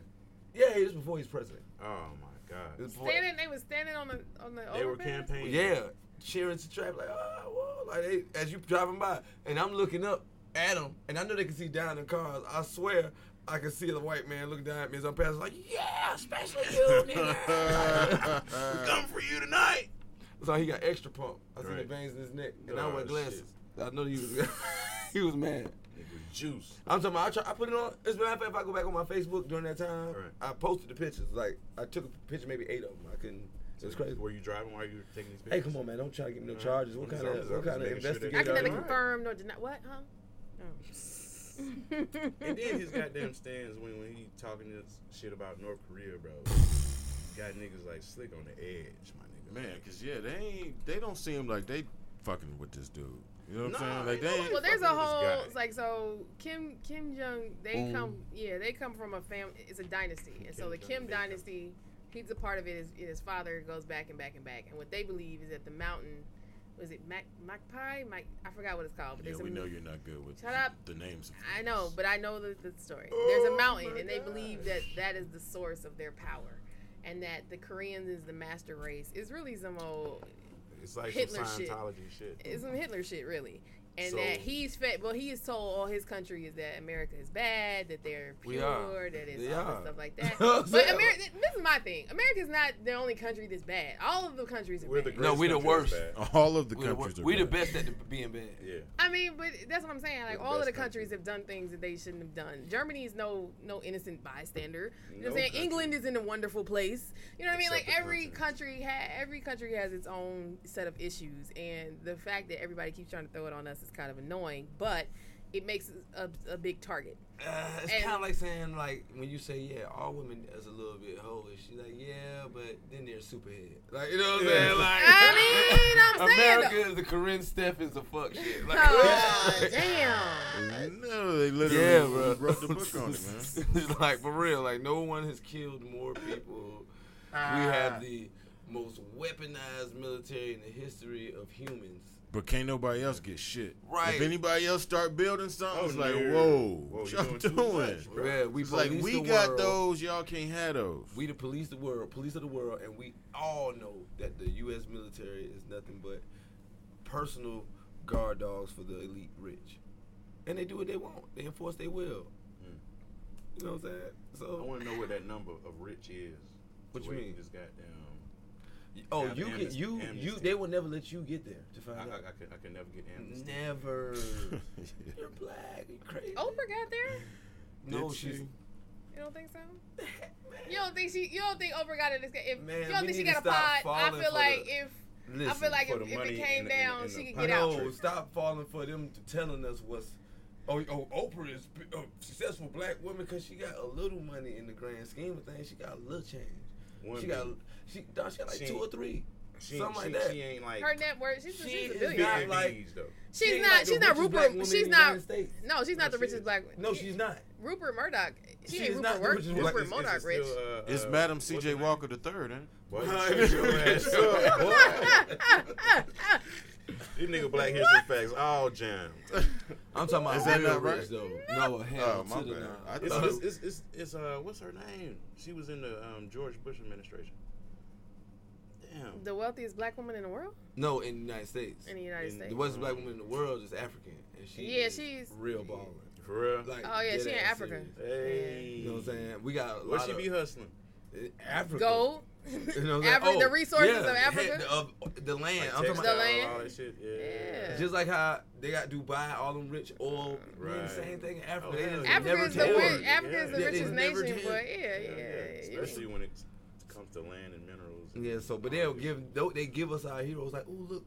S5: Yeah, it was before he's president.
S6: Oh my
S5: It
S6: god.
S5: was before-
S4: Standing, they was standing on the on the.
S6: They were
S4: overpass?
S6: campaigning.
S5: Yeah, cheering to traffic like, oh, whoa, like they, as you driving by, and I'm looking up at them, and I know they can see down in cars. I swear, I can see the white man looking down at me as I'm passing, like, yeah, especially you, <laughs> nigga.
S6: <laughs> We come for you tonight.
S5: so he got extra pump. I see the
S6: Right.
S5: veins in his neck, and I
S6: Oh,
S5: wear
S6: shit.
S5: glasses. I know he was, <laughs> he was mad.
S6: It was juice.
S5: I'm talking about, I, try, I put it on. As a matter of fact, if I go back on my Facebook during that time,
S6: Right.
S5: I posted the pictures. Like, I took a picture, maybe eight of them. I couldn't. It was crazy.
S6: Were you driving while you were taking these
S5: Hey,
S6: pictures?
S5: come on, man! Don't try to get me no
S9: Mm-hmm.
S5: charges. What
S6: I'm
S5: kind
S6: sorry,
S5: of what
S6: I'm just
S5: kind of
S6: making sure that-
S5: investigator?
S4: I can neither
S5: are you?
S4: confirm nor deny. What? Huh?
S6: <laughs> And then
S4: <laughs>
S6: his goddamn stands when, when he talking this shit about North Korea, bro. Got niggas like slick on the edge, my nigga.
S9: Man, cause yeah, they ain't, they don't seem like they fucking with this dude. You know what I'm
S6: Nah,
S9: saying? Like
S6: ain't
S9: they
S6: no
S9: ain't.
S4: Well, there's a
S6: fucking with this
S4: whole
S6: guy.
S4: it's like so Kim Kim Jong. They come yeah they come from a fam. It's a dynasty, and so
S6: Kim
S4: the Kim
S6: Jong, they come-
S4: dynasty. He's a part of it. His, his father goes back and back and back, and what they believe is that the mountain was it Mac Magpie? Mike I forgot what it's called. But
S9: yeah,
S4: there's
S9: we
S4: a,
S9: know you're not good with
S4: Shut up.
S9: the names. Of
S4: I
S9: things.
S6: Oh
S4: know, but I know the, the story. There's a mountain, and they believe that that is the source of their power. and that the Koreans is the master race is really some old
S6: It's like
S4: Hitler
S6: some
S4: shit.
S6: Scientology shit.
S4: it's some Hitler shit really. And
S6: So-
S4: that he's fed, well, he is told all his country is that America is bad, that they're
S10: We
S4: pure,
S10: are.
S4: that it's
S10: They
S4: all this
S10: are.
S4: stuff
S6: <laughs>
S4: like that.
S10: Yeah.
S4: but America, this is my thing. America's not the only country that's bad. All of the countries are
S6: We're the
S4: bad.
S6: greatest
S10: No, we the
S6: country that's
S10: worst.
S6: bad.
S9: <laughs> All of the
S10: We the, wor-
S9: countries are
S10: we the
S9: bad.
S10: best at the, being bad.
S6: Yeah.
S4: I mean, but that's what I'm saying. Like
S6: We're the
S4: all of the
S6: best
S4: countries
S6: country.
S4: have done things that they shouldn't have done. Germany is no no innocent bystander. You know what I'm
S6: No
S4: saying?
S6: country.
S4: England is in a wonderful place. You know what I mean?
S6: Except
S4: Like
S6: the
S4: every
S6: continent.
S4: country ha- every country has its own set of issues, and the fact that everybody keeps trying to throw it on us is kind of annoying. But it makes us a, a big
S10: <laughs>
S4: target.
S10: Uh, it's
S4: And-
S10: kind of like saying like when you say yeah, all women is a little bit hoish. She's like yeah, but then they're superhead. Like you know what I'm
S6: Yeah.
S10: saying? Like
S4: I mean, I'm saying,
S10: America is the Corinne Stephens of fuck shit. Like,
S4: Oh, damn.
S9: <laughs> No, they literally
S10: yeah, bro.
S9: wrote the book on it, man.
S5: <laughs>
S10: It's <laughs> like for real, like no one has killed more people. we
S4: Ah.
S10: have the most weaponized military in the history of humans.
S9: But can't nobody else get shit.
S10: Right.
S9: If anybody else start building something,
S6: Oh,
S9: it's like,
S6: nerd.
S9: whoa,
S6: Whoa,
S9: what
S6: you're
S9: y'all
S6: doing too
S9: doing?
S6: much, bro.
S10: Yeah, we
S9: It's like
S10: police
S9: we
S10: the
S9: got
S10: world.
S9: those, y'all can't have those. <laughs>
S10: We the police the world, police of the world, and we all know that the U.S. military is nothing but personal guard dogs for the elite rich, and they do what they want. They enforce their will. You know what I'm saying?
S6: Hmm. I
S10: So,
S6: want to know what that number of rich is.
S10: What you
S6: The way
S10: mean?
S6: This goddamn.
S10: oh,
S6: have
S10: you can
S6: amnesty-
S10: you you
S6: amnesty.
S10: they will never let you get there to find
S6: I, I,
S10: out.
S6: I, can, I can never get amnesty.
S10: <laughs> Never. You're black. You crazy.
S4: Oprah got there.
S10: no,
S9: Did
S10: she's
S9: she?
S4: You don't think so? You don't think she? You don't think Oprah got it? If
S10: Man,
S4: you
S10: we
S4: don't think she
S10: need to
S4: got a
S10: stop
S4: pod? I
S10: falling
S4: feel
S10: for
S4: like
S10: the-
S4: if I
S10: Listen,
S4: feel like
S6: for
S4: if,
S6: the
S4: if
S6: money
S4: it came
S6: and the-
S4: down,
S6: and the-
S4: she could
S6: I
S10: No,
S4: get out.
S10: stop falling for them to telling us what's. Oh, oh Oprah is b- a successful black woman because she got a little money in the grand scheme of things. She got a little change.
S6: One
S10: she got
S6: million.
S10: she, dog, she got like
S6: She-
S10: two or three,
S6: She,
S10: something
S6: she,
S10: like that.
S6: she ain't like.
S4: Her net worth, she's,
S10: She
S4: she's a
S10: is
S4: billionaire.
S10: not like-
S6: these, though.
S4: She's
S10: She ain't
S4: not.
S10: like the
S4: she's not
S10: richest black
S4: Rupert.
S10: woman
S4: She's
S10: in the
S4: not.
S10: United States.
S4: No, she's not
S6: No,
S4: the
S6: she
S4: richest
S6: is.
S4: black.
S10: No, she's not.
S4: Rupert Murdoch. She,
S10: She
S4: ain't
S10: is not
S4: Rupert,
S10: the
S4: Mur-
S10: richest
S6: It's-
S10: black-
S4: Rupert
S6: it's-
S4: Murdoch
S6: it's
S4: rich.
S6: still, uh,
S9: It's
S6: uh,
S9: Madam
S6: what's
S9: C.J.
S6: her name?
S9: Walker the third,
S6: <laughs>
S9: ain't
S6: Boy, you shut your ass up, boy.
S4: <laughs>
S6: These nigga black history facts all <laughs> jammed.
S10: I'm talking about
S9: Is that
S10: real
S9: not right?
S10: rich though. No, hell
S9: Oh, my
S10: to the
S9: bad.
S10: no.
S9: I
S6: It's,
S9: thought-
S6: it's, it's, it's, it's uh, what's her name? She was in the um, George Bush administration. Damn.
S4: The wealthiest black woman in the world
S10: No, in the United States,
S4: in the United
S6: In-
S4: States.
S10: the worst black woman in the world is African, and she
S4: Yeah,
S10: is
S4: she's-
S10: real baller.
S6: For real?
S10: Like,
S4: Oh, yeah,
S10: dead
S4: she in
S10: ass
S4: Africa.
S10: serious.
S6: hey.
S10: You know what I'm saying? We got a
S6: What
S10: lot
S6: she
S10: of
S6: be hustling?
S10: Africa. <laughs>
S4: Gold.
S10: You know what I'm
S4: Afri-
S10: saying?
S4: the
S10: Oh,
S4: resources
S10: yeah, uh,
S4: of Africa.
S10: the- of- the land. I'm talking
S6: Textiles,
S10: about
S4: The land.
S6: All that shit. Yeah.
S4: Yeah.
S10: just like how they got Dubai, all them rich oil. Right. The
S6: Right.
S10: same thing in Africa.
S6: Oh,
S10: They
S6: hell
S10: just
S6: yeah.
S4: Africa
S10: never
S4: is the
S10: tell
S4: wi-
S10: you.
S6: Yeah.
S4: Africa is the
S10: Yeah, they
S4: richest
S10: never
S4: nation,
S10: did.
S4: but yeah,
S6: Yeah, yeah.
S4: yeah, yeah.
S6: Especially when it comes to land and minerals.
S10: Yeah, so but they'll give they'll- they give us our heroes like, oh look,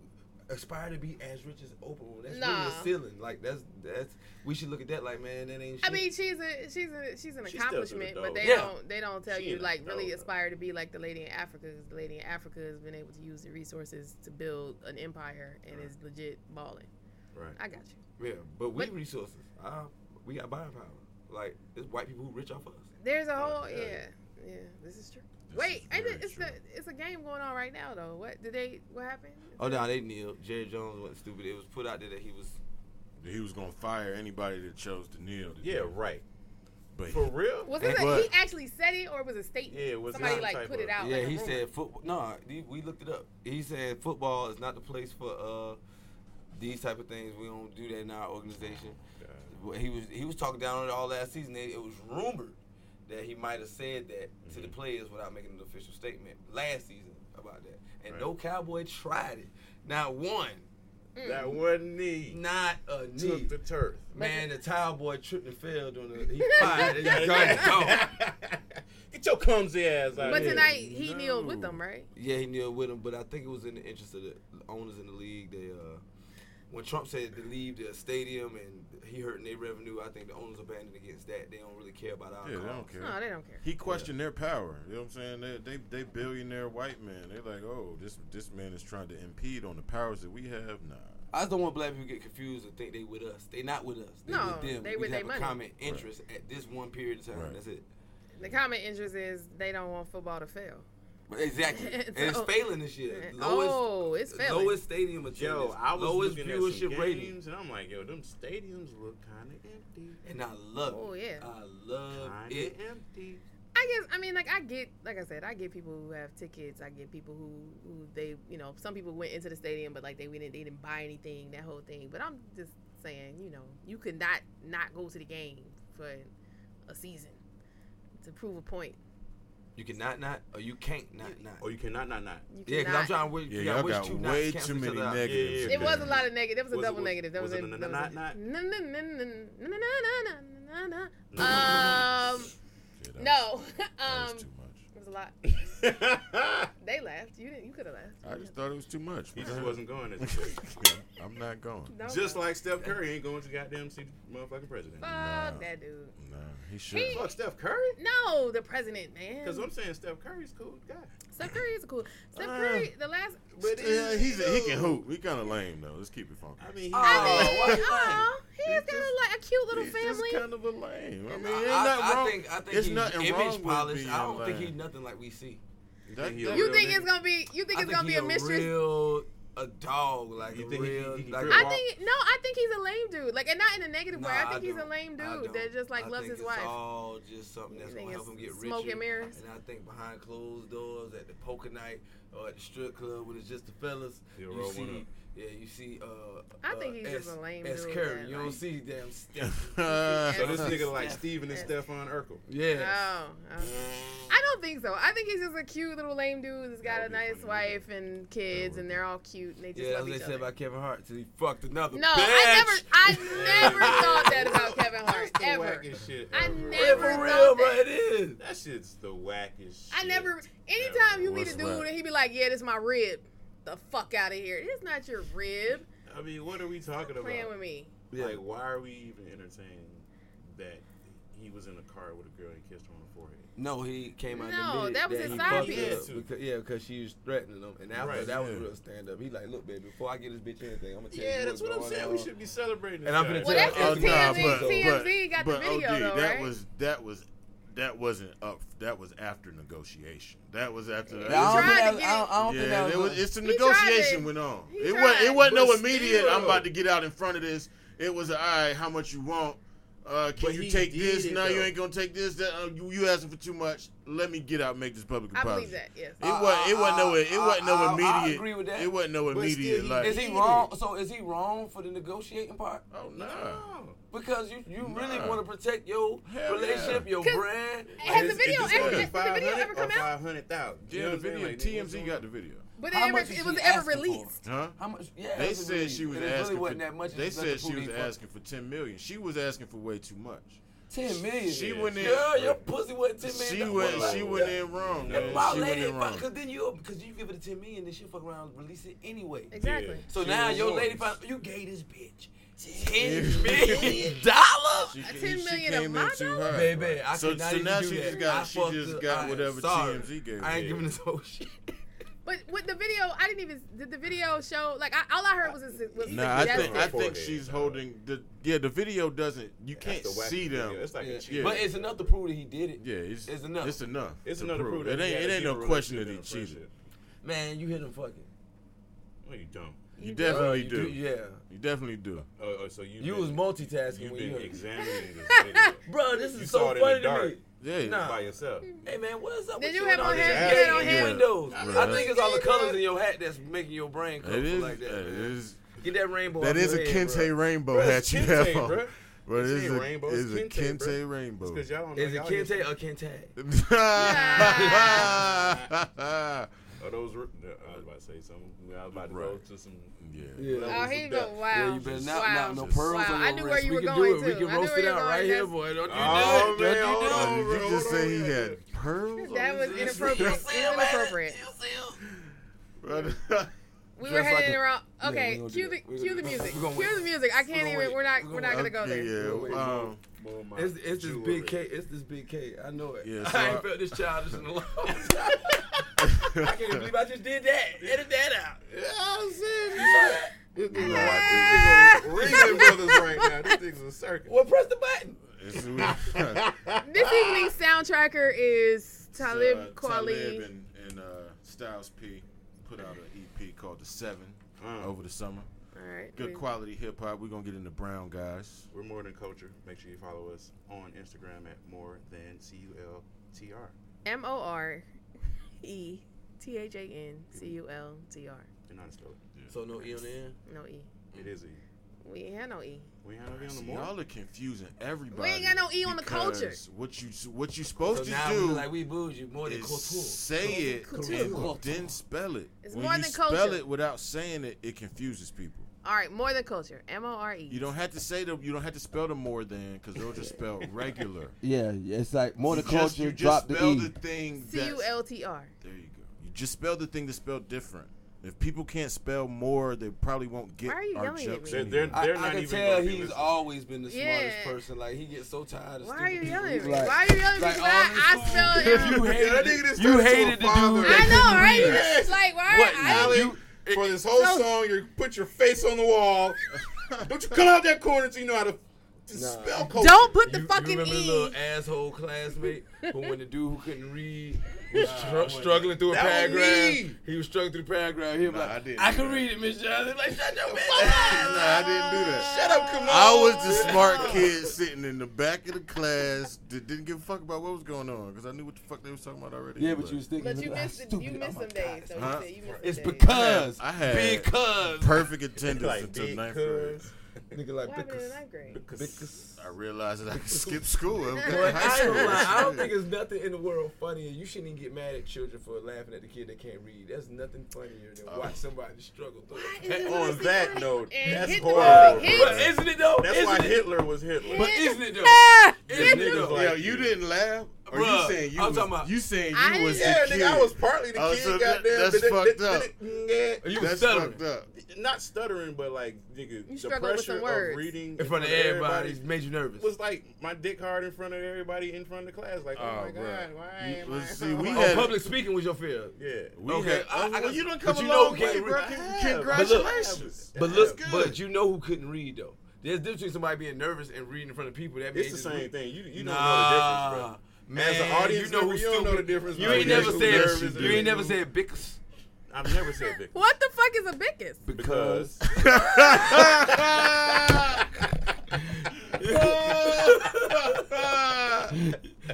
S10: aspire to be as rich as Oprah. That's
S4: Nah.
S10: really a ceiling. Like that's that's we should look at that like man, that ain't. Shit.
S4: I mean, she's a she's a she's an
S6: She still through the
S4: accomplishment, but
S6: dough.
S4: they
S10: Yeah.
S4: don't they don't tell
S6: She
S4: you
S6: in the
S4: like really
S6: dough, though.
S4: aspire to be like the lady in Africa. 'cause the lady in Africa has been able to use the resources to build an empire and is legit balling.
S6: Right.
S4: I got you.
S10: yeah, but we
S4: but-
S10: resources. Uh, we got buying power. Like it's white people who rich off us.
S4: There's a whole
S6: yeah.
S4: yeah yeah. This is true. Wait,
S6: is
S4: ain't
S6: very
S4: it, it's
S6: true.
S4: the it's a game going on right now though. What did they? What happened?
S10: Oh no, they kneeled. Jerry Jones wasn't stupid. It was put out there that he was.
S9: it? He was gonna fire anybody that chose to kneel. To
S6: Yeah,
S9: do it.
S6: right.
S9: but
S6: For real?
S4: Was this a,
S9: What?
S4: he actually said it or was it a statement?
S6: Yeah, it was
S4: somebody
S6: some
S4: like
S6: type
S4: put
S6: of-
S4: it out.
S10: yeah,
S4: like a
S10: he
S4: rumor.
S10: said football. No, he- we looked it up. He said football is not the place for uh these type of things. We don't do that in our organization. Well, He was he was talking down on it all last season. It, it was rumored that he might have said that to the players without making an official statement last season about that. And
S6: Right.
S10: no cowboy tried it. Not one,
S6: That
S4: Mm.
S6: one knee
S10: not a knee.
S6: took the turf.
S10: Man, the cowboy tripped and fell during the. He <laughs> fired. and his gun gone.
S6: <laughs> Get your clumsy ass out
S4: But
S6: here.
S4: tonight he
S9: No.
S4: kneeled with them, right?
S10: Yeah, he kneeled with him, but I think it was in the interest of the owners in the league. They, uh, when Trump said to leave the stadium and he hurting their revenue, I think the owners abandoned against that. They don't really care about our
S9: yeah, they
S10: cause.
S9: don't care.
S4: No, Oh, they don't care.
S9: He questioned their power. You know what I'm saying? They, they they billionaire white men. They're like, oh, this this man is trying to impede on the powers that we have. Nah.
S10: I just don't want black people to get confused and think they with us. They not with us. They
S4: No,
S10: with them.
S4: they
S10: we
S4: with
S10: have
S4: they
S10: a
S4: money.
S10: common interest at this one period of time.
S9: Right.
S10: That's it.
S4: The common interest is they don't want football to fail.
S10: But exactly.
S4: <laughs>
S10: and it's
S4: So-
S10: failing this year.
S4: <laughs>
S10: Lowest,
S4: oh, it's failing.
S10: lowest stadium attendance.
S6: Yo, I was
S10: lowest
S6: looking at some
S10: viewership
S6: games,
S10: rating.
S6: and I'm like, yo, them stadiums look kind of empty.
S10: And I love
S4: Oh,
S10: it.
S4: yeah.
S6: Uh,
S10: I love
S6: Kind
S10: it.
S6: of empty.
S4: I guess I mean like I get like I said I get people who have tickets I get people who who they you know some people went into the stadium but like they didn't they didn't buy anything that whole thing but I'm just saying you know you could not not go to the game for a season to prove a point
S5: You can not not, or you can't not not.
S6: Or Oh, you cannot not <laughs> not.
S4: you
S5: Yeah, because I'm
S4: cannot-
S5: trying to wish,
S9: Yeah,
S5: yeah, I
S9: y'all
S5: wish
S9: got
S5: two
S9: way
S5: nots
S9: too
S5: cancel
S9: many
S5: each other out.
S9: negatives.
S6: Yeah, yeah,
S4: It
S9: there.
S4: was a lot of negative. There was a
S6: Was it-
S4: double
S6: was-
S4: negative. There
S6: was
S4: was,
S6: it
S4: a
S6: a
S4: there
S6: not-
S4: was
S6: not?
S4: a- na- na- na- na- na- na- na- na- na- na. Um,
S9: Yeah, that
S4: no.
S9: was- that
S4: Um,
S9: was too much.
S4: it was a lot. They laughed. You didn't. You could have laughed.
S9: I just thought it was too much.
S6: he
S9: What
S6: just
S9: the
S6: wasn't going as
S9: hell? <laughs> Yeah, I'm not going.
S4: No,
S6: Just
S4: no.
S6: like Steph Curry ain't going to goddamn see the motherfucking president.
S4: fuck
S9: Nah.
S4: that dude.
S9: Nah, he should.
S6: Fuck Steph Curry?
S4: Mm. No, the president, man.
S6: Because I'm saying Steph Curry's cool guy.
S4: Steph Curry is cool. Steph
S9: Uh,
S4: Curry, the last.
S6: But
S9: Yeah, he's a, he can
S6: hoop.
S9: hoop. He kind of lame though. Let's keep it funky.
S6: I mean,
S5: Oh,
S4: I
S5: why you
S4: mean,
S5: lame?
S4: oh, he has
S9: He's
S4: got
S9: just-
S4: a, like a cute little
S9: he's
S4: family.
S9: just kind of a lame. I
S5: I-
S9: mean, ain't
S5: I-
S9: nothing wrong.
S5: I think I think
S9: it's
S5: he's
S9: nothing
S5: image
S9: wrong with
S5: polished.
S9: being
S5: I don't think
S9: lame.
S5: he's nothing like we see.
S9: That-
S6: think he
S9: that-
S6: a
S4: you
S6: real
S4: think
S6: nigga.
S4: it's gonna be? You think
S5: I
S4: it's gonna be
S5: he
S4: a mistress?
S5: real a dog like
S6: You
S5: a
S6: think he-
S5: real
S6: he- he
S5: like
S6: real
S4: I
S6: walk-
S4: think no. I think he's a lame dude. Like, and not in a negative way. I
S5: Nah,
S4: think he's a
S5: don't.
S4: lame
S5: I
S4: dude that
S5: don't.
S4: just like
S5: I
S4: loves
S5: think
S4: his
S5: it's
S4: wife.
S5: all just something
S4: You
S5: that's
S4: think
S5: gonna help
S4: it's
S5: him get richer.
S4: smoke and mirrors?
S5: And I think behind closed doors at the poker night or at the strip club when it's just the fellas,
S6: He'll
S5: you
S6: roll one
S5: see.
S6: up.
S5: Yeah, you see. Uh,
S4: I
S5: uh,
S4: think he's just
S5: S-
S4: a lame
S5: S.
S4: dude
S5: Curry.
S4: that,
S5: You don't
S4: like-
S5: see damn. Steph.
S9: <laughs>
S6: So this
S4: Yeah. <laughs>
S6: nigga like
S5: Steph.
S6: Steven and
S4: Yeah.
S6: Stefan Urkel.
S5: yeah.
S4: Oh, okay. I don't think so. I think he's just a cute little lame dude that's got
S6: That
S4: a
S6: would be
S4: nice
S6: funny.
S4: wife and kids, and they're all cute and they just
S5: Yeah, that's what
S4: love
S5: they
S4: each
S5: said
S4: other.
S5: about Kevin Hart till he fucked another
S4: no,
S5: bitch.
S4: I never, I never thought that about Kevin Hart
S6: That's the
S4: ever.
S6: wackest shit
S4: I
S6: ever.
S4: never
S5: For
S4: thought
S5: real, bro,
S4: that.
S5: it is.
S6: That shit's the wackest.
S4: I
S6: shit.
S4: never. Anytime you meet
S9: What's
S4: a dude
S9: that?
S4: and he be like, "Yeah, this my rib," the fuck out of here. It's not your rib.
S6: I mean, what are we talking about?
S4: Playing with me.
S6: Like, why are we even entertaining that he was in a car with a girl and kissed her on the forehead?
S5: No, he came out. and
S4: No,
S5: admitted
S4: that was his
S5: he
S4: side
S5: fucked
S4: piece.
S5: up Because, yeah, because she was threatening him, and after
S6: Right,
S5: that was
S9: yeah.
S5: real stand up. He like, look, baby, before I get this bitch anything, I'm gonna tell you.
S6: Yeah,
S5: what's
S6: that's what I'm
S5: going
S6: saying.
S5: on.
S6: We should be celebrating.
S5: And I'm finna
S6: this
S5: tell
S6: guy.
S4: Well, that's
S9: Oh,
S4: just
S9: nah,
S4: TMZ. TMZ got the
S9: but
S4: video
S9: OD,
S4: though,
S9: that
S4: right?
S9: was that was that wasn't up. That was after negotiation. That was after.
S4: Yeah,
S9: that.
S4: he
S9: Yeah,
S4: tried to
S9: yeah,
S4: get it.
S9: there was, it's some
S4: He tried
S9: negotiation
S4: to-
S9: went on.
S4: he
S9: It was.
S4: tried.
S9: It wasn't no
S6: But
S9: immediate. I'm
S6: still.
S9: about to get out in front of this. It was all right. How much you want? Uh, can
S6: But
S9: you
S6: he
S9: take
S6: did
S9: this?
S6: it,
S9: No, you
S6: though.
S9: ain't gonna take this. That, uh, you, you asking for too much. Let me get out. and Make this public
S4: I
S9: apology.
S4: believe that. Yes.
S9: It wasn't. It wasn't no. It wasn't
S5: I- I-
S9: no
S5: I- I
S9: immediate.
S5: agree with that.
S9: It wasn't no
S6: But still,
S9: immediate.
S6: he-
S9: Like,
S5: Is he wrong? So is he wrong for the negotiating part?
S9: oh no.
S6: No.
S5: Because you, you really
S9: Nah.
S5: want to protect your
S9: Hell
S5: relationship, your
S4: 'Cause
S5: brand.
S4: Has the
S5: It's-
S4: video
S9: it's
S4: ever?
S9: only
S4: Did the video ever come out?
S6: Five hundred thousand.
S9: Yeah, the video. TMZ got the video.
S4: But it,
S5: How
S4: ever,
S5: much is
S4: it was
S5: he
S4: ever
S5: asking for?
S4: released.
S9: Huh?
S5: How much? Yeah,
S9: They
S5: it's a
S9: said
S5: relief.
S9: she was
S5: And it really
S9: asking.
S5: wasn't
S9: for,
S5: that much.
S9: They
S5: It's nothing
S9: said she
S5: for
S9: was
S5: me, fuck.
S9: asking for ten million. She was asking for way too much.
S5: ten million.
S9: She
S5: Yeah.
S9: went in-
S5: Girl, your pussy wasn't ten million.
S9: She went.
S5: Like,
S9: She went in wrong,
S5: That's
S9: man.
S5: why
S9: She went
S5: lady,
S9: in wrong.
S5: because then you because you give it a ten million, then she fuck around and release it anyway.
S4: Exactly.
S5: So
S9: She
S5: now
S9: was
S5: your
S9: wrong.
S5: lady found you gave this bitch ten
S9: <laughs>
S5: million dollars.
S9: She,
S4: $10
S9: she
S4: million
S9: came
S4: of
S9: in
S4: my
S9: too
S4: dollars?
S9: high.
S5: Baby, I
S9: so
S5: could not
S9: so
S5: even
S9: now
S5: do
S9: she
S5: that.
S9: just got
S5: I
S9: she
S5: fucked
S9: just
S5: up.
S9: got
S5: I-
S9: whatever
S5: sorry.
S9: TMZ gave.
S5: I
S9: her.
S5: ain't giving this whole <laughs> shit.
S4: But with the video, I didn't even. Did the video show? Like, I, all I heard was his. Was
S9: Nah, I think I
S4: suggested.
S9: think she's holding the yeah. The video doesn't. You can't see them.
S6: It's like
S5: Yeah.
S6: a cheat.
S5: But it's enough to prove that he did it.
S9: Yeah, it's,
S5: It's enough.
S9: It's enough.
S6: It's
S9: to
S6: another proof.
S9: It
S6: that he
S9: ain't.
S6: had
S9: It
S6: a
S9: ain't no
S6: deeper
S9: question that he
S6: relationship than a
S9: cheated.
S6: friendship.
S5: Man, you hit him fucking.
S6: No, you don't.
S9: Oh, You definitely
S5: You
S9: do.
S5: Yeah.
S9: You definitely do.
S6: Oh, oh, so you
S5: You
S6: been-
S5: was multitasking
S6: You've
S5: when you
S6: been
S5: heard it.
S6: examining
S4: <laughs>
S6: this video
S5: Bro, this
S6: You
S5: is
S6: saw
S5: so
S6: it in
S5: funny
S6: the
S5: to me.
S6: dark.
S9: Yeah.
S5: Nah.
S6: by yourself.
S5: Hey man, what is up
S4: Did
S5: with
S4: you
S5: you
S4: have
S5: and all
S4: on
S5: these
S4: hair?
S6: You had
S5: gay
S6: on hair?
S5: windows?
S9: Yeah.
S5: I think it's all the
S4: Bro.
S5: colors in your hat that's making your brain colorful
S9: It is.
S5: like that.
S9: it
S5: man.
S9: is.
S5: Get that rainbow.
S9: That
S5: off
S9: is a
S5: your head,
S9: kente
S5: bro.
S9: rainbow
S6: Bruh,
S9: hat
S6: it's
S9: you
S6: kente,
S9: have on.
S6: bruh.
S9: Bro, it
S6: This
S9: is
S6: ain't
S9: a,
S6: rainbow,
S9: is a
S6: it's kente,
S9: kente,
S6: bruh.
S9: rainbow.
S6: Because y'all don't know.
S5: Is it
S6: y'all
S5: kente
S6: just-
S5: or kente?
S9: yeah.
S6: Are Oh, those? r- no, I was about to say something. I was about to go
S9: Right.
S6: to some.
S4: Oh, he go
S5: Yeah,
S4: wow.
S5: you better not,
S4: wow.
S5: not no pearls
S4: wow.
S5: on your
S4: I knew where
S5: wrist.
S4: you
S5: we
S4: were
S5: can
S4: going
S5: do it.
S4: to.
S5: We
S4: I
S5: can
S4: knew
S5: roast
S4: where
S5: it
S4: you were
S5: out right
S4: going.
S5: here,
S4: That's-
S5: boy. Don't you
S6: Oh,
S5: do it?
S6: man,
S5: Don't you do
S6: hold
S5: it?
S6: on.
S9: Did you just
S6: Hold on,
S9: say he
S6: hold on.
S9: had pearls? on
S4: That
S9: his
S4: was
S9: <laughs>
S4: <laughs> inappropriate. It was inappropriate.
S9: Brother.
S4: We
S5: Just
S4: were
S5: like
S4: headed in
S5: a-
S4: the wrong.
S5: Yeah, we
S4: Okay,
S5: gonna do
S4: cue the
S5: that. We
S4: cue the
S5: gonna-
S4: music.
S5: we gonna
S4: Cue
S5: wait.
S4: the music. I
S5: We
S4: can't
S5: gonna
S4: even.
S5: wait.
S4: We're not.
S5: We
S4: We're
S5: gonna
S4: not gonna go
S9: Okay,
S4: there.
S9: yeah. <laughs> Um,
S6: Move my
S5: It's, it's this
S6: jewelry.
S5: big K. It's this big K. I know it.
S9: Yeah, so
S5: I ain't
S9: I-
S5: felt this childish in a long time. I can't believe I just did that. Edit that out.
S9: yeah, I'm saying,
S6: This nigga
S9: No, I
S6: like this
S4: <laughs>
S6: nigga Ringling Brothers right now. This nigga's a circus.
S5: Well, press the button.
S9: It's- uh,
S5: <laughs>
S4: This evening's soundtracker is
S5: uh,
S4: Talib
S9: uh, Talib
S4: Kweli.
S9: and, and uh, Styles P put out an EP called The Seven
S6: Mm.
S9: over the summer.
S4: All right.
S9: Good
S4: we-
S9: quality hip hop. We're gonna get into Brown guys.
S6: We're More Than Culture. Make sure you follow us on Instagram at More Than C U L T R.
S4: M O R E T H A N C U L T R.
S6: You know how to spell it.
S5: So no E on the end.
S4: No E.
S6: It is E.
S4: We ain't had no E.
S6: We ain't having no
S9: See,
S6: more.
S9: y'all are confusing everybody.
S4: got no E on the culture.
S9: because What you what you supposed
S5: so
S9: to
S5: now
S9: do
S5: we look like we bougie more than
S9: is
S5: couture.
S9: say it
S4: Couture.
S9: and then spell it.
S4: It's
S9: when
S4: more
S9: you
S4: than
S9: spell
S4: culture.
S9: it without saying it, it confuses people.
S4: All right, more than culture. M O R E.
S9: You don't have to say the you don't have to spell the more than because they'll just
S4: <laughs>
S9: spell regular.
S11: Yeah, yeah, it's like more the
S9: you just,
S11: culture.
S9: you
S11: Drop
S9: just
S11: the
S9: spell
S11: E.
S9: the thing.
S4: C U
S9: that's-
S4: L T R.
S9: There you go. You just spell the thing that's spelled different. If people can't spell more, they probably won't get
S4: Why are you
S9: our
S4: yelling at
S9: jokes.
S4: me?
S6: They're,
S9: <laughs>
S6: they're,
S5: I,
S6: they're
S5: I
S6: not
S5: can
S6: even.
S5: tell
S6: gonna be
S5: he's
S6: listening.
S5: always been the smartest
S4: Yeah.
S5: person. Like he gets so tired of
S4: Why are you
S5: stupid
S4: yelling at me?
S11: people. Like-
S4: Why are you yelling at me?
S5: like
S4: 'Cause
S5: all these
S4: I, I
S5: fools. If
S4: spelled it.
S5: you
S4: wrong. <laughs>
S5: hated,
S12: That nigga just
S5: you
S12: turned to
S5: hated
S12: a
S5: the
S12: father.
S5: dude.
S12: I
S5: That
S4: I know, right?
S5: couldn't read.
S4: <laughs> It's like, why?
S5: What,
S4: I,
S5: Alec?
S6: You, for this whole
S4: No.
S6: song, you
S5: <laughs>
S6: put your face on the
S9: <laughs>
S6: wall. Don't you come out that corner so you know how to, to
S5: Nah.
S6: spell culture.
S4: don't put the
S5: you, you
S4: fucking
S5: remember
S4: E.
S5: the little asshole classmate who, when the dude who couldn't read was str- struggling through a
S6: That was E.
S5: paragraph?
S6: me.
S5: He was struggling through the paragraph. He was
S12: Nah,
S5: like,
S12: I
S5: I,
S12: didn't do
S5: can
S12: that.
S5: read it, Miss Johnson. Like, shut your
S12: Nah,
S5: mouth.
S12: I didn't do that.
S6: Shut up, come on.
S9: I was the smart kid sitting in the back of the class that didn't give a fuck about what was going on because I knew what the fuck they was talking about already.
S11: Yeah,
S9: anyway.
S11: but you was thinking.
S4: But you
S11: like, ah,
S4: missed, it.
S11: stupid.
S4: you
S11: Oh
S4: missed
S11: my
S4: some
S11: God.
S4: days. So
S9: Huh?
S4: you said you missed
S5: It's
S4: some days.
S5: because.
S9: I had
S5: Because.
S9: perfect attendance
S6: Like,
S9: until
S6: big
S9: ninth grade.
S6: cuz.
S5: Nigga like
S4: What happened in
S5: because.
S4: ninth grade?
S5: Because.
S9: I realized that I could skip school. I
S5: Boy,
S9: was
S5: I, ain't gonna lie. I don't
S9: Shit.
S5: think there's nothing in the world funnier. You shouldn't even get mad at children for laughing at the kid that can't read. That's nothing funnier than watch somebody struggle through.
S4: Why
S5: it.
S4: is it
S6: On
S4: honestly <laughs>
S6: that
S4: funny?
S6: note,
S4: And
S6: that's
S4: hit the
S6: horrible,
S4: ball,
S6: bro.
S4: hit-
S5: But isn't it though?
S6: That's
S5: isn't
S6: why
S5: it?
S6: Hitler was Hitler.
S5: But isn't it though?
S4: Ah!
S5: Isn't it
S6: Hitler.
S5: though?
S12: Yo, you didn't laugh. Or
S5: Bruh,
S12: you saying you
S5: I'm
S12: was,
S5: talking about-
S12: you saying you
S4: I
S12: was
S4: didn't-
S6: yeah,
S12: the kid.
S6: nigga, I was partly the
S9: Oh,
S6: kid.
S9: so that-
S6: goddamn,
S9: that's
S6: but
S9: fucked
S6: but
S9: up.
S6: it- yeah.
S5: You
S12: That's
S5: stuttering.
S12: fucked up.
S6: not stuttering, but like nigga,
S4: You
S6: the
S4: struggle with
S6: pressure
S4: some words.
S6: of reading
S5: in front of everybody made you nervous.
S6: was like my dick hard in front of everybody in front of the class. Like, oh,
S9: Oh,
S6: my
S9: bruh.
S6: god, why
S9: You-
S6: am
S9: let's
S6: I?
S9: see, we
S5: oh,
S9: had-
S5: public speaking was your fear.
S6: yeah.
S9: We
S5: Okay,
S9: had,
S5: I- I
S9: well,
S5: got-
S9: you done
S5: but
S9: come a
S5: you know
S9: long
S5: Gary
S9: way, bro.
S5: Rick-
S9: Con-
S5: But look-
S9: Congratulations.
S5: But look,
S9: That's good.
S5: but you know who couldn't read though. There's a difference between somebody being nervous and reading in front of people. That
S6: It's the
S5: just
S6: same
S5: read.
S6: thing. You you
S5: nah,
S6: don't know the difference,
S5: Man,
S6: As an audience
S5: you know
S6: member,
S5: who's
S6: you don't know
S5: stupid.
S6: the difference
S5: You
S6: between
S5: ain't never
S6: who's
S5: said.
S6: nervous
S5: You,
S6: and
S5: ain't
S6: who's-
S5: never said Bickers
S6: bro. I've never said that
S4: <laughs> What the fuck is a bickus?
S6: because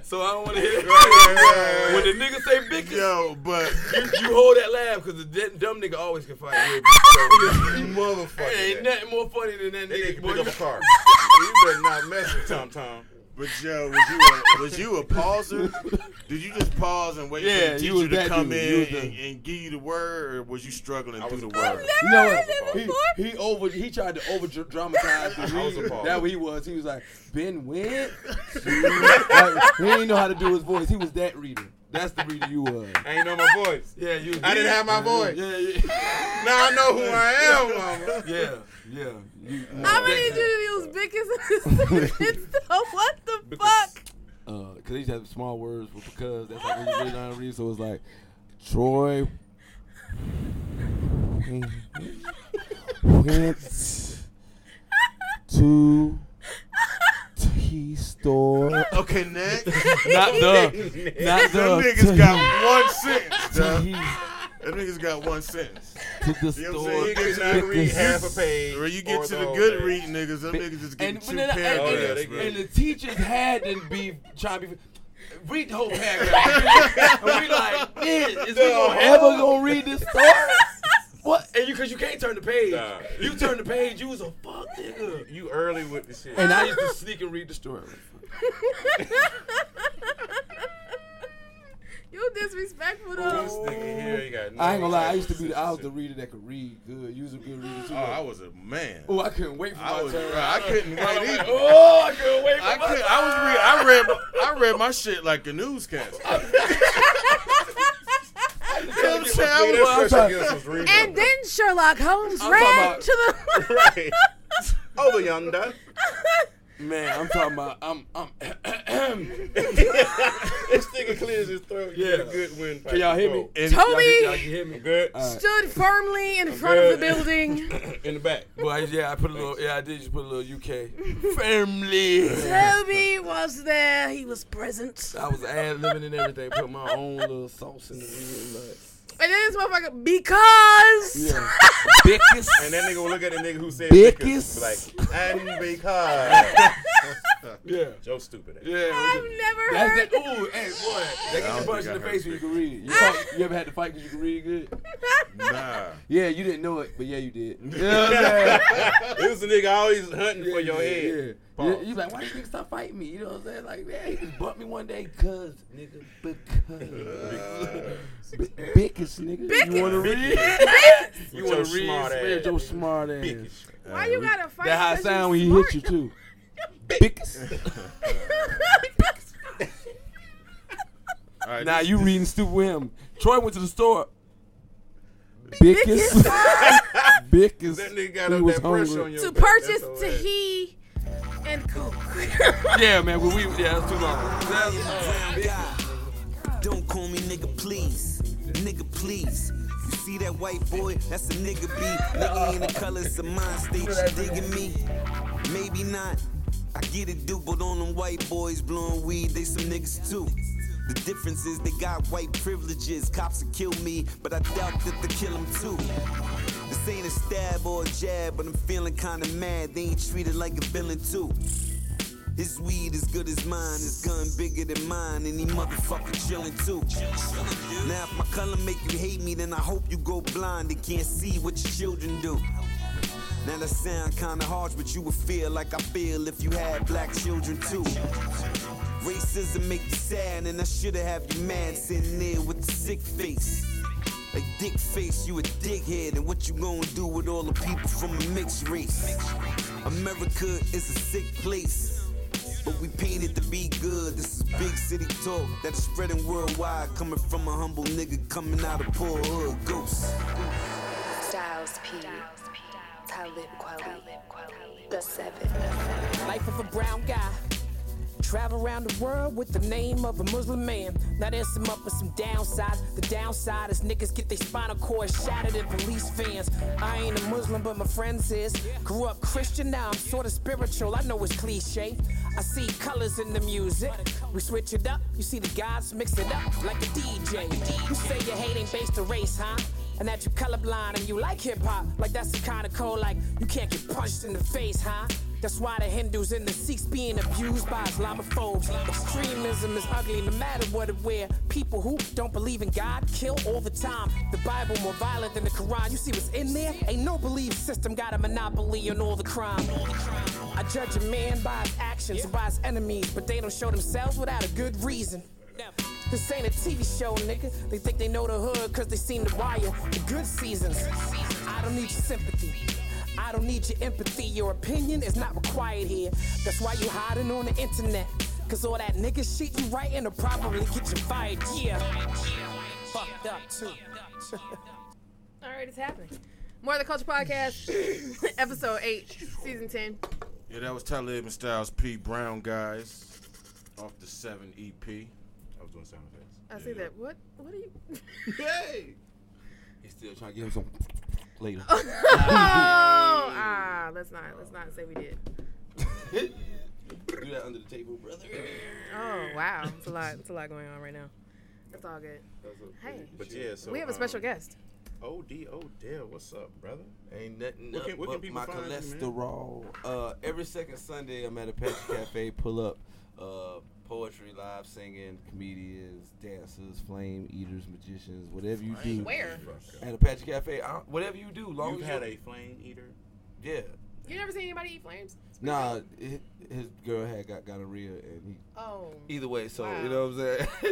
S5: so I don't
S6: <laughs>
S5: want to hear it.
S9: Right,
S5: when the nigga say Bickers,
S9: <laughs> Yo, but
S5: you hold that laugh because the d- dumb nigga always can fight. you.
S6: you <laughs> motherfucker.
S5: <laughs> ain't nothing more funny than that
S6: That nigga
S5: nigga.
S6: can
S5: boy,
S6: pick up
S5: you-
S6: a car. you better not mess with Tom Tom.
S9: but yo, was you a, was you a pauser? Did you just pause and wait
S11: Yeah,
S9: for the
S11: you was
S9: teacher to
S11: that
S9: come
S11: dude. You
S9: in
S11: was the-
S9: and, and give you the word, or was you struggling
S6: I
S9: through
S6: was
S9: the
S6: a
S9: word?
S6: pauser.
S11: You know
S4: heard that
S11: what? He,
S4: before.
S11: he over he tried to over dr- dramatize the
S6: <laughs> I was
S11: read.
S6: appalled.
S11: That what he was. He was like Ben went. like, he didn't know how to do his voice. He was that reader. That's the reader you was.
S6: I ain't know my voice.
S5: yeah, you.
S6: I didn't have my voice.
S11: Yeah, yeah,
S6: Now I know who I am, mama.
S5: Yeah, yeah. You,
S4: I'm gonna need you to use bickus <laughs> in a sentence. though. What the fuck?
S11: Uh, Cause they used to have small words for because that's like when you really learn to read. So it's like Troy went to T store. <laughs>
S9: Okay, next.
S11: Not the, not
S9: Them
S11: the.
S9: niggas got
S11: <laughs>
S9: one sentence.
S11: to,
S9: <laughs> Them
S11: he,
S9: niggas got one sentence.
S11: to the
S9: You know what
S11: store.
S6: He
S9: I'm saying?
S6: could
S11: Get
S6: not read
S11: this.
S6: half a page.
S9: Where you
S6: or
S9: get to the
S6: whole
S9: good
S6: page.
S9: reading niggas, them niggas just
S11: and,
S9: get
S11: but
S9: two
S11: then, I- and, and,
S9: paragraphs,
S6: yeah,
S9: bro.
S6: they
S11: and the teachers had to be trying to be. Read the whole paragraph.
S5: <laughs>
S11: and we like, man, is we gonna ever gonna read this story? What?
S5: and you, cause you can't turn the page.
S6: Nah.
S5: You turn the page, you was a fuck nigga.
S6: You early with the shit.
S5: And I used to sneak and read the story.
S4: You disrespectful
S6: this
S4: though.
S9: Oh,
S6: nigga here, he got no
S11: I ain't gonna lie, I
S6: type
S11: used to
S6: of
S11: be the, I was the
S6: sensitivity.
S11: reader that could read good. You was a good reader too.
S9: Oh, I was a man.
S11: Oh, I couldn't wait for
S9: I
S11: my
S9: was,
S11: turn.
S9: bro, I couldn't wait
S5: I'm like,
S9: either.
S5: oh, I couldn't wait for
S9: I
S5: my
S9: could. I was. Read, I read. my- I read my shit like a <laughs> newscaster. You know what I'm saying? I was-
S6: Yeah,
S11: I'm
S6: that
S11: trying-
S6: pressure against was reading.
S4: And then Sherlock Holmes
S11: I'm
S4: ran
S11: talking about-
S4: <laughs> to the.
S6: right. Over yonder.
S11: Man, I'm talking about I'm I'm
S6: this nigga clears his throat. Yeah.
S5: Yeah.
S6: a good wind.
S5: Can y'all hear me?
S9: and-
S5: Y'all can
S4: Toby
S5: hear me?
S6: Good.
S4: stood firmly in front of the <laughs> building.
S6: In the back.
S5: Well, I, yeah, I put a little. Yeah, I did just put a little UK. Firmly.
S4: Toby was there. He was present.
S5: I was ad libbing and everything. Put my own little sauce in the reading. Like,
S4: And then this motherfucker, because
S11: yeah.
S5: Bickers.
S6: And that nigga will look at the nigga who said
S11: Biggest.
S6: Like, and because.
S5: Yeah.
S6: Joe stupid. ass.
S5: Yeah.
S4: I've never
S10: That's
S4: heard.
S10: the, ooh, hey, boy.
S1: I
S10: They get
S1: don't
S10: you punched in
S1: think
S10: the
S1: I heard
S10: face when you can read it. You, fuck- you ever had to fight because you can read good?
S1: Nah.
S10: Yeah, you didn't know it, but yeah, you
S5: <laughs>
S10: did. You know what I'm saying?
S6: It was a nigga always hunting for your
S10: yeah,
S6: head.
S10: Yeah.
S6: Pause.
S10: You, you like, why you niggas stop fighting me? You know what I'm saying? Like, man, he just bumped me one day, cuz, nigga,
S6: <laughs>
S10: because. Bickest, nigga. You want to read? You
S6: With
S10: want
S6: your
S10: to read?
S6: smart
S10: Smear
S6: ass.
S10: your smart ass.
S6: Bickest.
S4: Why you gotta fight?
S10: That high
S4: because
S10: sound when
S4: you
S10: he hit
S4: <laughs>
S10: you, too. <laughs> Bickest.
S1: All right,
S10: Now
S1: this-
S10: you reading stupid with him. Troy went to the store. Bickest.
S4: <laughs>
S10: Bickest.
S6: That nigga got
S10: He
S6: up
S10: was
S6: that pressure
S10: hungry.
S6: on your
S4: to
S6: back. That's
S4: purchase
S6: all that.
S4: tahini and coke. <laughs>
S10: Yeah, man. When we, yeah, that's too long. That's,
S3: Don't call me nigga, please. Nigga, please. You see that white boy? That's a nigga B. Nigga in the colors of my state. You digging me? Maybe not. I get it, dude, but on them white boys blowing weed, they some niggas too. The difference is they got white privileges. Cops will kill me, but I doubt that they kill them too. This ain't a stab or a jab, but I'm feeling kinda mad. They ain't treated like a villain too. His weed as good as mine, his gun bigger than mine, and he motherfucker chillin' too. Now if my color make you hate me, then I hope you go blind and can't see what your children do. Now that sound kinda harsh, but you would feel like I feel if you had black children too. Racism make you sad, and I shoulda have you mad sitting there with the sick face. Like dick face, you a dickhead, and what you gonna do with all the people from a mixed race? America is a sick place. But we painted to be good. This is big city talk that is spreading worldwide. Coming from a humble nigga coming out of poor hood ghosts.
S13: Styles P. Talib Kweli. The Seven.
S14: Life of a brown guy. Travel around the world with the name of a Muslim man. Now there's some up and some downsides. The downside is niggas get their spinal cord shattered in police fans. I ain't a Muslim, but my friends is. Grew up Christian, now I'm sort of spiritual. I know it's cliche. I see colors in the music. We switch it up. You see the guys mix it up like a DJ. You say you're hating based on race, huh? and that you colorblind and you like hip hop, like that's the kind of code like you can't get punched in the face, huh? That's why the Hindus and the Sikhs being abused by Islamophobes. Extremism is ugly no matter what it wear. People who don't believe in God kill all the time. The Bible more violent than the Quran. You see what's in there? Ain't no belief system got a monopoly on all the crime. I judge a man by his actions and by his enemies, but they don't show themselves without a good reason. This ain't a TV show, nigga. They think they know the hood cause they seen the wire. The good seasons. I don't need your sympathy. I don't need your empathy. Your opinion is not required here. That's why you hiding on the internet. Cause all that nigga shit you writing will probably get you fired. Yeah. Fucked up too. <laughs>
S4: All right, it's happening. More of the Culture Podcast, <laughs> episode eight, season ten.
S1: Yeah, that was Talib and Styles P. Brown guys off the seven E EP.
S6: I was doing sound effects.
S4: I see that. What? What
S10: <laughs>
S4: are you?
S10: He's still trying to get him some later.
S4: oh, ah, let's not. Let's not say we did.
S10: Do that under the table, brother.
S4: Oh wow, it's a lot. It's a lot going on right now. That's all good. Hey,
S6: But yeah, so
S4: we have a special
S6: um,
S4: guest.
S6: Od Odell, what's up, brother?
S5: Ain't nothing
S6: What
S5: up
S6: can- what
S5: but
S6: can people
S5: my
S6: find you, man?
S5: cholesterol. uh, every second Sunday, I'm at a Apache Cafe. Pull up. Uh, poetry, live singing, comedians, dancers, flame eaters, magicians, whatever you do.
S4: Where?
S5: At Apache Cafe, I, whatever you do, long
S6: You've
S5: as
S6: had
S5: you-
S6: a flame eater.
S5: yeah.
S4: You never seen anybody eat flames?
S5: Nah, hi- his girl had got gonorrhea, and
S4: Oh,
S5: he. Either way, so
S4: Wow.
S5: you know what I'm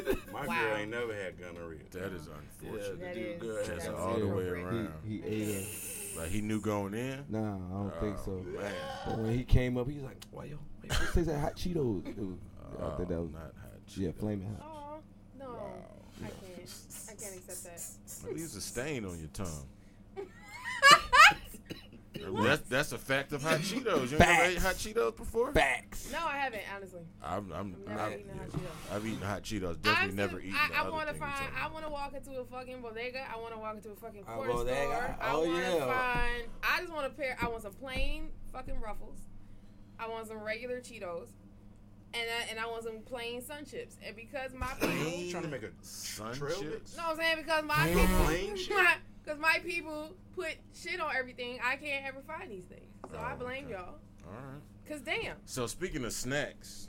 S5: saying. <laughs>
S6: My
S4: Wow.
S6: girl ain't never had gonorrhea.
S1: That is
S5: yeah,
S1: unfortunate.
S4: That
S5: the dude
S4: is-
S5: girl had
S1: That's
S5: gonorrhea.
S1: all the way
S4: inappropriate.
S1: around.
S5: He, he ate her.
S1: Like he knew going in.
S5: Nah, I don't think so.
S1: Man,
S5: But when he came up, he was like, "Why yo? Why yo tastes like hot Cheetos?"
S1: <laughs>
S5: It was, I think that was
S1: Oh, not hot.
S5: yeah,
S1: Cheetos.
S5: flaming hot.
S4: oh no, I can't. I can't accept
S1: <laughs>
S4: that.
S1: At least a stain on your tongue. that's that's a fact of hot Cheetos. You ain't never ate hot Cheetos before?
S10: Facts.
S4: No, I haven't. Honestly,
S1: I'm, I'm,
S4: I've
S1: i
S4: never eaten a hot Cheeto.
S1: I've eaten hot Cheetos. Definitely
S4: I'm
S1: never
S4: still-
S1: eaten. the
S4: I, I
S1: other
S4: want to
S1: thing you
S4: find.
S1: told me.
S4: I want to walk into a fucking bodega. I want to walk into a fucking
S5: A
S4: corner
S5: bodega.
S4: store. I
S5: Oh,
S4: want to
S5: yeah.
S4: find. I just want a pair. I want some plain fucking ruffles. I want some regular Cheetos, and I, and I want some plain sun chips. And because
S1: <clears throat>
S4: my
S6: You
S4: people,
S6: trying to make a
S1: Sun
S6: trail
S1: chips?
S4: no, I'm saying because my <laughs>
S6: plain
S4: people,
S6: shit?
S4: my
S6: Oh,
S4: because my people put shit on everything. I can't ever find these things, so I blame y'all.
S9: All right.
S4: Cause damn.
S9: So speaking of snacks,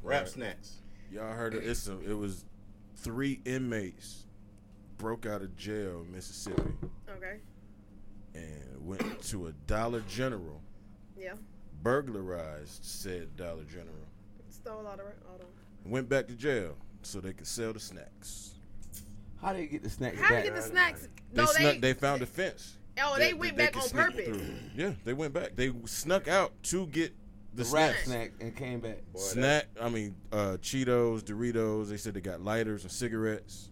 S6: Rap snacks.
S9: Y'all heard it. It's a, it was three inmates broke out of jail in Mississippi
S4: Okay.
S9: and went to a Dollar General,
S4: Yeah.
S9: burglarized said Dollar General,
S4: Stole all the all the.
S9: and went back to jail so they could sell the snacks.
S5: How do you get the snacks
S4: How did you get the snacks?
S9: They
S4: No, they.
S9: snuck, they found a fence.
S4: oh,
S9: that-
S4: they
S9: that
S4: went back
S9: could
S4: on
S9: sneak
S4: purpose.
S9: through. Yeah, they went back. They snuck out to get the,
S5: The rat
S9: snacks.
S5: snack and came back.
S9: Snack. I mean, uh, Cheetos, Doritos. They said they got lighters and cigarettes.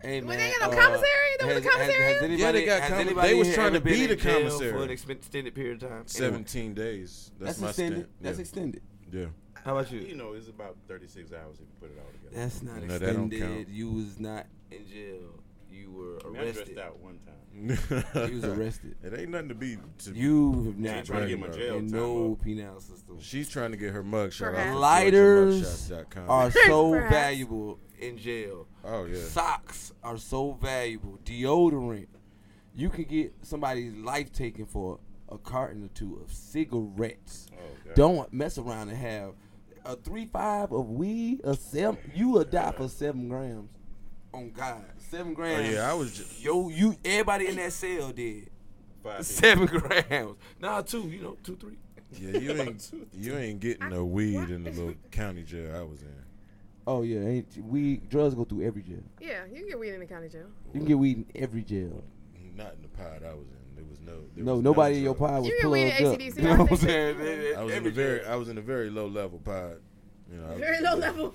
S5: Hey,
S4: man, they in a uh, commissary? They was a
S5: has- has-
S4: commissary?
S5: has
S9: yeah, they
S5: anybody-
S9: got
S5: has
S9: commi-
S5: anybody
S9: They was
S5: here
S9: trying to
S5: ever been
S9: be
S5: in
S9: the
S5: jail
S9: commissary
S5: for an expen- extended period of time? Anyway.
S9: Seventeen days. That's,
S5: That's
S9: my
S5: extended.
S9: stint.
S5: That's
S9: Yeah.
S5: extended.
S9: Yeah.
S5: How about you?
S6: You know, it's about 36 hours if you put it all together.
S5: That's not
S9: No, that don't
S5: extended.
S9: count.
S5: You was not in jail. You were
S6: Man, I dressed
S5: arrested.
S6: out one time.
S1: <laughs>
S5: he
S9: <laughs>
S5: was arrested.
S9: It ain't nothing to be. To
S5: You have
S9: to
S5: not
S9: brag
S5: been
S9: about.
S5: in no penal system.
S9: She's trying to get her mug shot. off of
S5: Lighters
S9: georgiamugshot.com.
S5: are so
S9: Perhaps.
S5: valuable in jail.
S9: Oh, yeah.
S5: Socks are so valuable. Deodorant. You can get somebody's life taken for a carton or two of cigarettes.
S6: Oh, God.
S5: Don't mess around and have a three five of weed. A seven. You will die for seven grams. On God, seven grams.
S9: Oh, yeah, I was ju-
S5: yo. You everybody in that cell did. <laughs>
S6: Five
S5: seven grams. Nah, two. You know, two, three.
S4: <laughs>
S9: Yeah, you ain't you ain't getting no weed in the little county jail I was in.
S5: Oh yeah, ain't we drugs go through every jail.
S4: Yeah, you get weed in the county jail.
S5: You can get weed in every jail.
S9: Not in the pod I was in. There was no. There
S5: No,
S9: was
S5: nobody in your
S9: drugs.
S5: pod was
S4: You get weed
S5: plugged
S4: at
S5: up. <laughs>
S4: ACDC,
S5: You know what I'm
S4: right?
S5: saying? They- they-
S9: I was in a
S5: every jail.
S9: very I was in a very low level pod. You know, I
S4: <laughs>
S9: was-
S4: Very low level.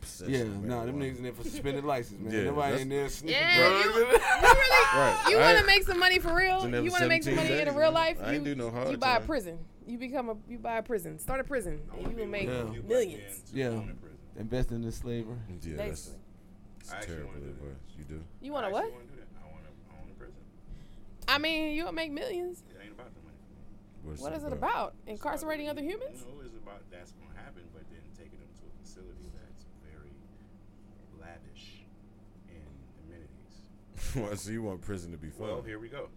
S9: Possession
S5: Yeah,
S9: of
S5: nah, them
S9: marijuana.
S5: niggas in there for suspended license, man.
S9: Yeah,
S5: Nobody
S9: that's-
S5: in there sneaking
S4: Yeah, you,
S5: drugs.
S4: you really
S9: Right.
S4: you
S9: I-
S4: want to make some money for real?
S9: It's never
S4: You want to make some
S9: 17
S4: money in a
S9: days,
S4: real
S9: man.
S4: life?
S9: I
S4: you,
S9: ain't do no hard
S4: You buy a
S9: time.
S4: prison. You become a you buy a prison. Start a prison. And you will make
S5: Yeah.
S4: millions.
S5: Yeah, invest in the slavery.
S9: Yeah, that's,
S4: Basically.
S9: that's
S6: I actually
S9: terrible
S6: wanna do
S9: advice. You do.
S4: You want to what?
S6: I wanna do that. I want to own a prison.
S4: I mean, you'll make millions.
S6: It ain't about the money.
S9: What's
S4: What is it about? Incarcerating other humans?
S6: No, it's about that's going to happen, but then taking them to a facility that's very lavish in amenities.
S9: <laughs> Well, so you want prison to be fun?
S6: Well, here we go.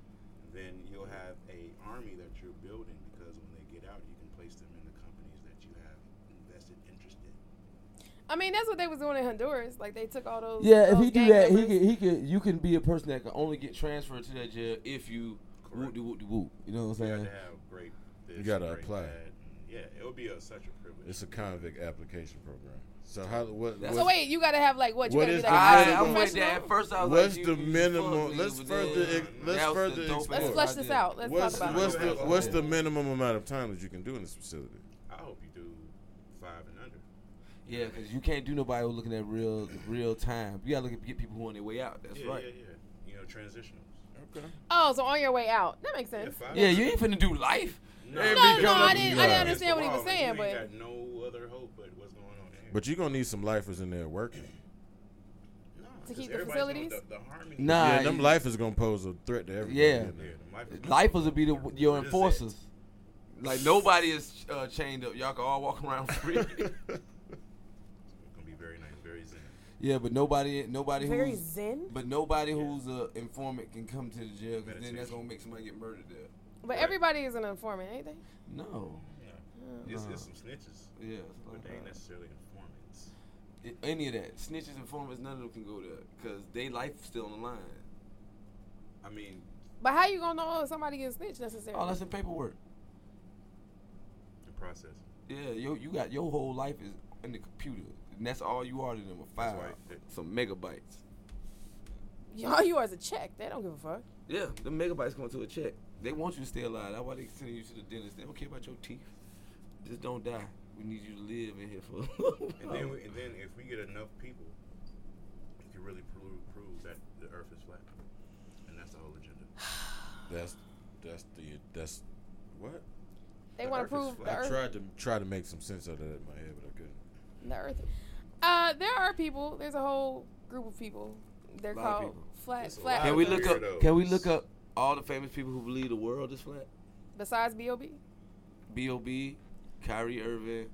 S6: Then you'll have a army that you're building because when they get out, you can place them in the companies that you have invested interest in.
S4: I mean, that's what they was doing in Honduras. Like they took all those.
S5: Yeah, if
S4: those
S5: he do
S4: gang
S5: that, he
S4: members.
S5: can, he can. You can be a person that can only get transferred to that jail if you whoop de whoop de whoop. You know what I'm
S6: You
S5: saying?
S6: have to have great. This,
S9: You gotta
S6: great
S9: apply.
S6: that, and Yeah, it would be a, such a privilege.
S9: It's a convict application program. So how what?
S4: So wait, you gotta have like what? You
S9: What
S4: gotta
S9: is
S4: be
S9: the
S4: like a
S9: minimum-
S5: I'm with
S4: professional?
S5: that. At first, I was
S9: what's
S5: like,
S9: the
S5: you, you
S9: minimum?
S5: fuck
S9: Let's
S5: niggas,
S9: further
S5: man.
S9: let's
S5: That was
S9: further
S5: the dope
S9: explore.
S4: Let's flush this out. Let's
S9: What's
S4: talk about
S9: what's
S4: it.
S9: the what's the minimum amount of time that you can do in this facility?
S6: I hope you do five and under.
S5: Yeah, because you can't do nobody who's looking at real real time. You gotta look at, get people who on their way out. That's
S6: yeah,
S5: right.
S6: Yeah, yeah. You know, transitionals. Okay.
S4: Oh, so on your way out. That makes sense.
S6: five.
S5: Yeah, you ain't finna do life.
S6: No,
S5: Every
S4: No, no,
S5: coming
S4: I
S5: up-
S4: didn't. I didn't
S9: Yeah.
S4: understand what he was
S6: Wow, man,
S4: saying,
S6: you ain't
S4: but
S6: got no other hope but what's going on there.
S9: But you're gonna need some lifers in there working.
S6: No,
S4: to keep the
S6: everybody's gonna-
S4: facilities.
S6: The, the harmony.
S5: Nah,
S9: yeah, them
S5: you-
S9: lifers gonna pose a threat to everybody.
S5: Yeah.
S9: in there.
S5: Lifers will be the, your
S6: What is
S5: enforcers. Like nobody is uh, chained up. Y'all can all walk around <laughs> free.
S6: <laughs> It's gonna be very nice, very zen.
S5: yeah, but nobody, nobody
S4: Very
S5: who's
S4: zen?
S5: But nobody who's a informant can come to the jail because then that's gonna make somebody get murdered there.
S4: but everybody is an informant, ain't they?
S5: No.
S6: It's,
S9: Uh-huh.
S5: Nah.
S6: it's some snitches.
S5: Yeah, it's
S6: But
S5: like
S6: they ain't
S5: that.
S6: necessarily informants.
S5: I- Any of that, snitches, informants, none of them can go there because they life still on the line. I mean,
S4: But how you gonna know if somebody getting snitched necessarily?
S5: all Oh, that's in paperwork.
S6: The process.
S5: Yeah, yo, you got your whole life is in the computer, and that's all you are to them a file, some megabytes.
S4: Yeah, all you are is a check. They don't give a fuck.
S5: Yeah, the megabytes going to a check. They want you to stay alive. That's why they sending you to the dentist. They don't care about your teeth. Just don't die. We need you to live in here for.
S6: And then, we, and then if we get enough people, we can really prove, prove that the Earth is flat, and that's the whole agenda.
S9: That's that's the that's what
S4: They want to prove the
S9: I
S4: earth.
S9: tried to try to make some sense out of that in my head, but I couldn't.
S4: The earth. Uh, there are people. There's a whole group of people. They're
S5: Lot of
S4: called
S5: people.
S4: flat. Flat.
S5: Can we look
S4: earthers.
S5: up? Can we look up all the famous people who believe the world is flat?
S4: Besides Bob.
S5: B.O.B., Kyrie Irving,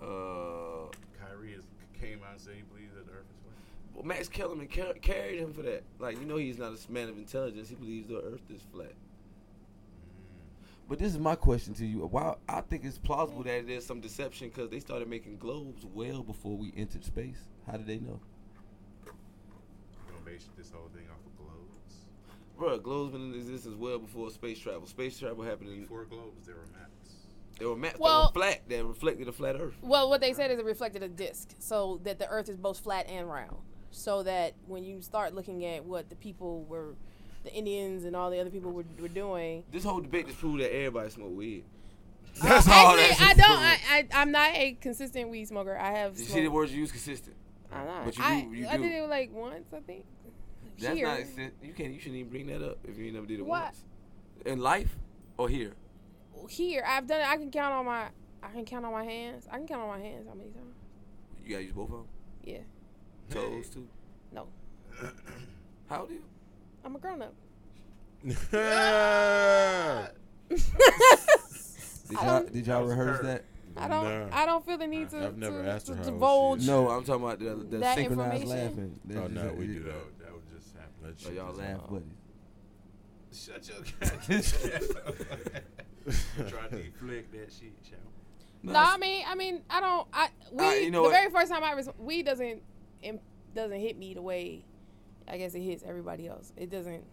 S5: uh,
S6: Kyrie is, came out and said he believes that the Earth is flat.
S5: well, Max Kellerman car- carried him for that. Like, you know, he's not a man of intelligence. He believes the earth is flat. But this is my question to you. Why I think it's plausible that there's some deception because they started making globes well before we entered space. How did they know?
S6: Gonna base this whole thing off of globes.
S5: Bruh, globes been in existence well before space travel. Space travel happened in
S6: Before globes, there were maps.
S5: there were maps
S4: Well-
S5: that were flat that reflected a flat Earth.
S4: Well, what they said is it reflected a disc, so that the Earth is both flat and round. So that when you start looking at what the people were, the Indians and all the other people were, were doing.
S5: This whole debate just proved that everybody smoked weed.
S4: That's
S5: all that
S4: Actually, I
S5: shit
S4: don't.
S5: proved.
S4: I, I I'm not a consistent weed smoker. I have.
S5: You
S4: Smoked.
S5: see the words you use consistent.
S4: I'm not.
S5: But you do.
S4: I,
S5: you do.
S4: I did it like once, I think.
S5: That's
S4: here.
S5: not exist. You can't. You shouldn't even bring that up if you ain't never did it
S4: What?
S5: once. In life or here?
S4: Here, I've done it. I can count on my. I can count on my hands. I can count on my hands how many times.
S5: You gotta use both of them.
S4: Yeah.
S5: Toes too.
S4: No.
S5: How do you?
S4: I'm a
S15: <laughs>
S4: grown up. <laughs>
S5: Did
S4: I
S5: y'all,
S4: don't-
S5: did y'all rehearse that?
S4: I don't. I don't feel the need to.
S15: I've never
S4: to,
S15: asked her
S4: to
S15: how old she
S4: divulge.
S15: is.
S5: No, I'm talking about the, the
S4: That
S5: synchronized
S4: information?
S5: laughing.
S15: Oh, no, we do
S6: No, that would just happen.
S5: Oh, y'all laugh buddies.
S6: Shut your goddamn <laughs>
S9: <laughs>
S6: shit. Try to deflect that shit, child.
S4: No, I mean, I mean, I don't. I we
S6: Alright, you know
S4: the
S6: what?
S4: very first time I res- we doesn't im doesn't hit me the way I guess it hits everybody else. It doesn't.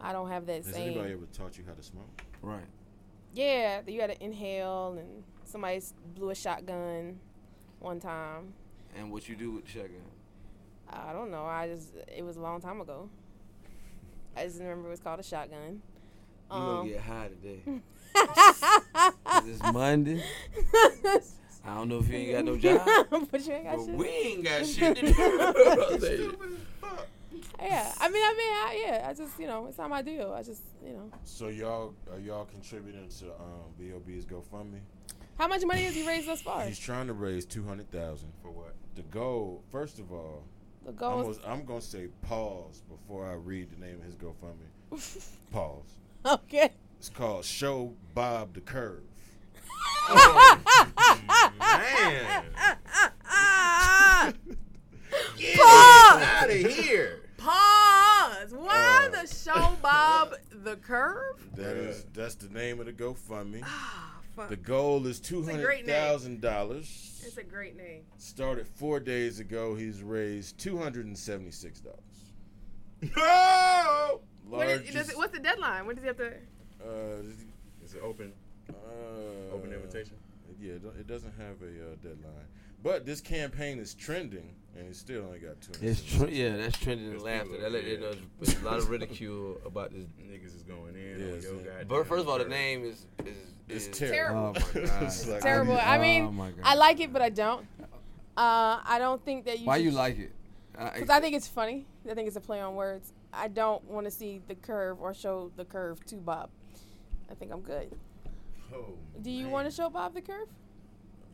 S4: I don't have that
S9: Has
S4: same.
S9: anybody ever taught you how to smoke?
S5: Right.
S4: Yeah, you had to inhale, and somebody s- blew a shotgun one time.
S5: And what you do with the shotgun?
S4: I don't know. I just it was a long time ago. I just remember it was called a shotgun. Um,
S5: You
S4: Uh-huh.
S5: gonna get high today.
S4: it's
S5: it's Monday. I don't know if you ain't got no job.
S4: <laughs> but you ain't got
S5: But
S4: shit.
S5: we ain't
S4: <laughs>
S5: got shit to <laughs> do.
S4: yeah, I mean, I mean, I, yeah. I just you know, it's not my deal. I just you know,
S9: So y'all are y'all contributing to um, Bob's GoFundMe?
S4: how much money has he raised thus far?
S9: He's trying to raise two hundred thousand
S6: for what?
S9: The goal, first of all,
S4: The goal
S9: I'm
S4: is-
S9: gonna- I'm gonna say pause before I read the name of his GoFundMe. pause.
S4: <laughs> Okay.
S9: It's called Show Bob the Curve.
S6: man.
S16: Pause.
S6: Outta here.
S16: Pause. Why
S5: Uh,
S16: the show
S5: <laughs>
S16: Bob the curve?
S9: That is that's the name of the GoFundMe.
S16: fuck.
S9: the goal is two
S16: a
S9: hundred
S16: great name.
S9: thousand dollars.
S16: It's a great name.
S9: Started four days ago. He's raised two hundred and seventy-six dollars.
S16: No.
S9: Largest,
S16: does it, what's the deadline? When does he have to?
S9: uh,
S6: is it open?
S9: Uh,
S6: Open invitation?
S9: Yeah, it don't- it doesn't have a uh, deadline. But this campaign is trending, and it still only got two.
S5: It's tr- yeah, that's trending in
S9: It's
S5: laughter.
S9: people,
S5: That let you
S9: yeah.
S5: know there's a lot of ridicule about <laughs> this.
S6: Niggas is going in.
S9: on Yes, your man. goddamn
S5: But first of all, the
S9: curve.
S5: name is is
S9: It's
S5: is-
S9: terrible.
S5: Oh my God.
S9: It's like-
S4: Terrible. I mean,
S5: oh my God.
S4: I like it, but I don't. Uh, I don't think that you.
S5: Why
S4: should-
S5: you like it?
S4: <laughs> Because I think it's funny. I think it's a play on words. I don't want to see the curve or show the curve to Bob. I think I'm good.
S6: <laughs> Oh,
S4: Do you want to show Bob the curve?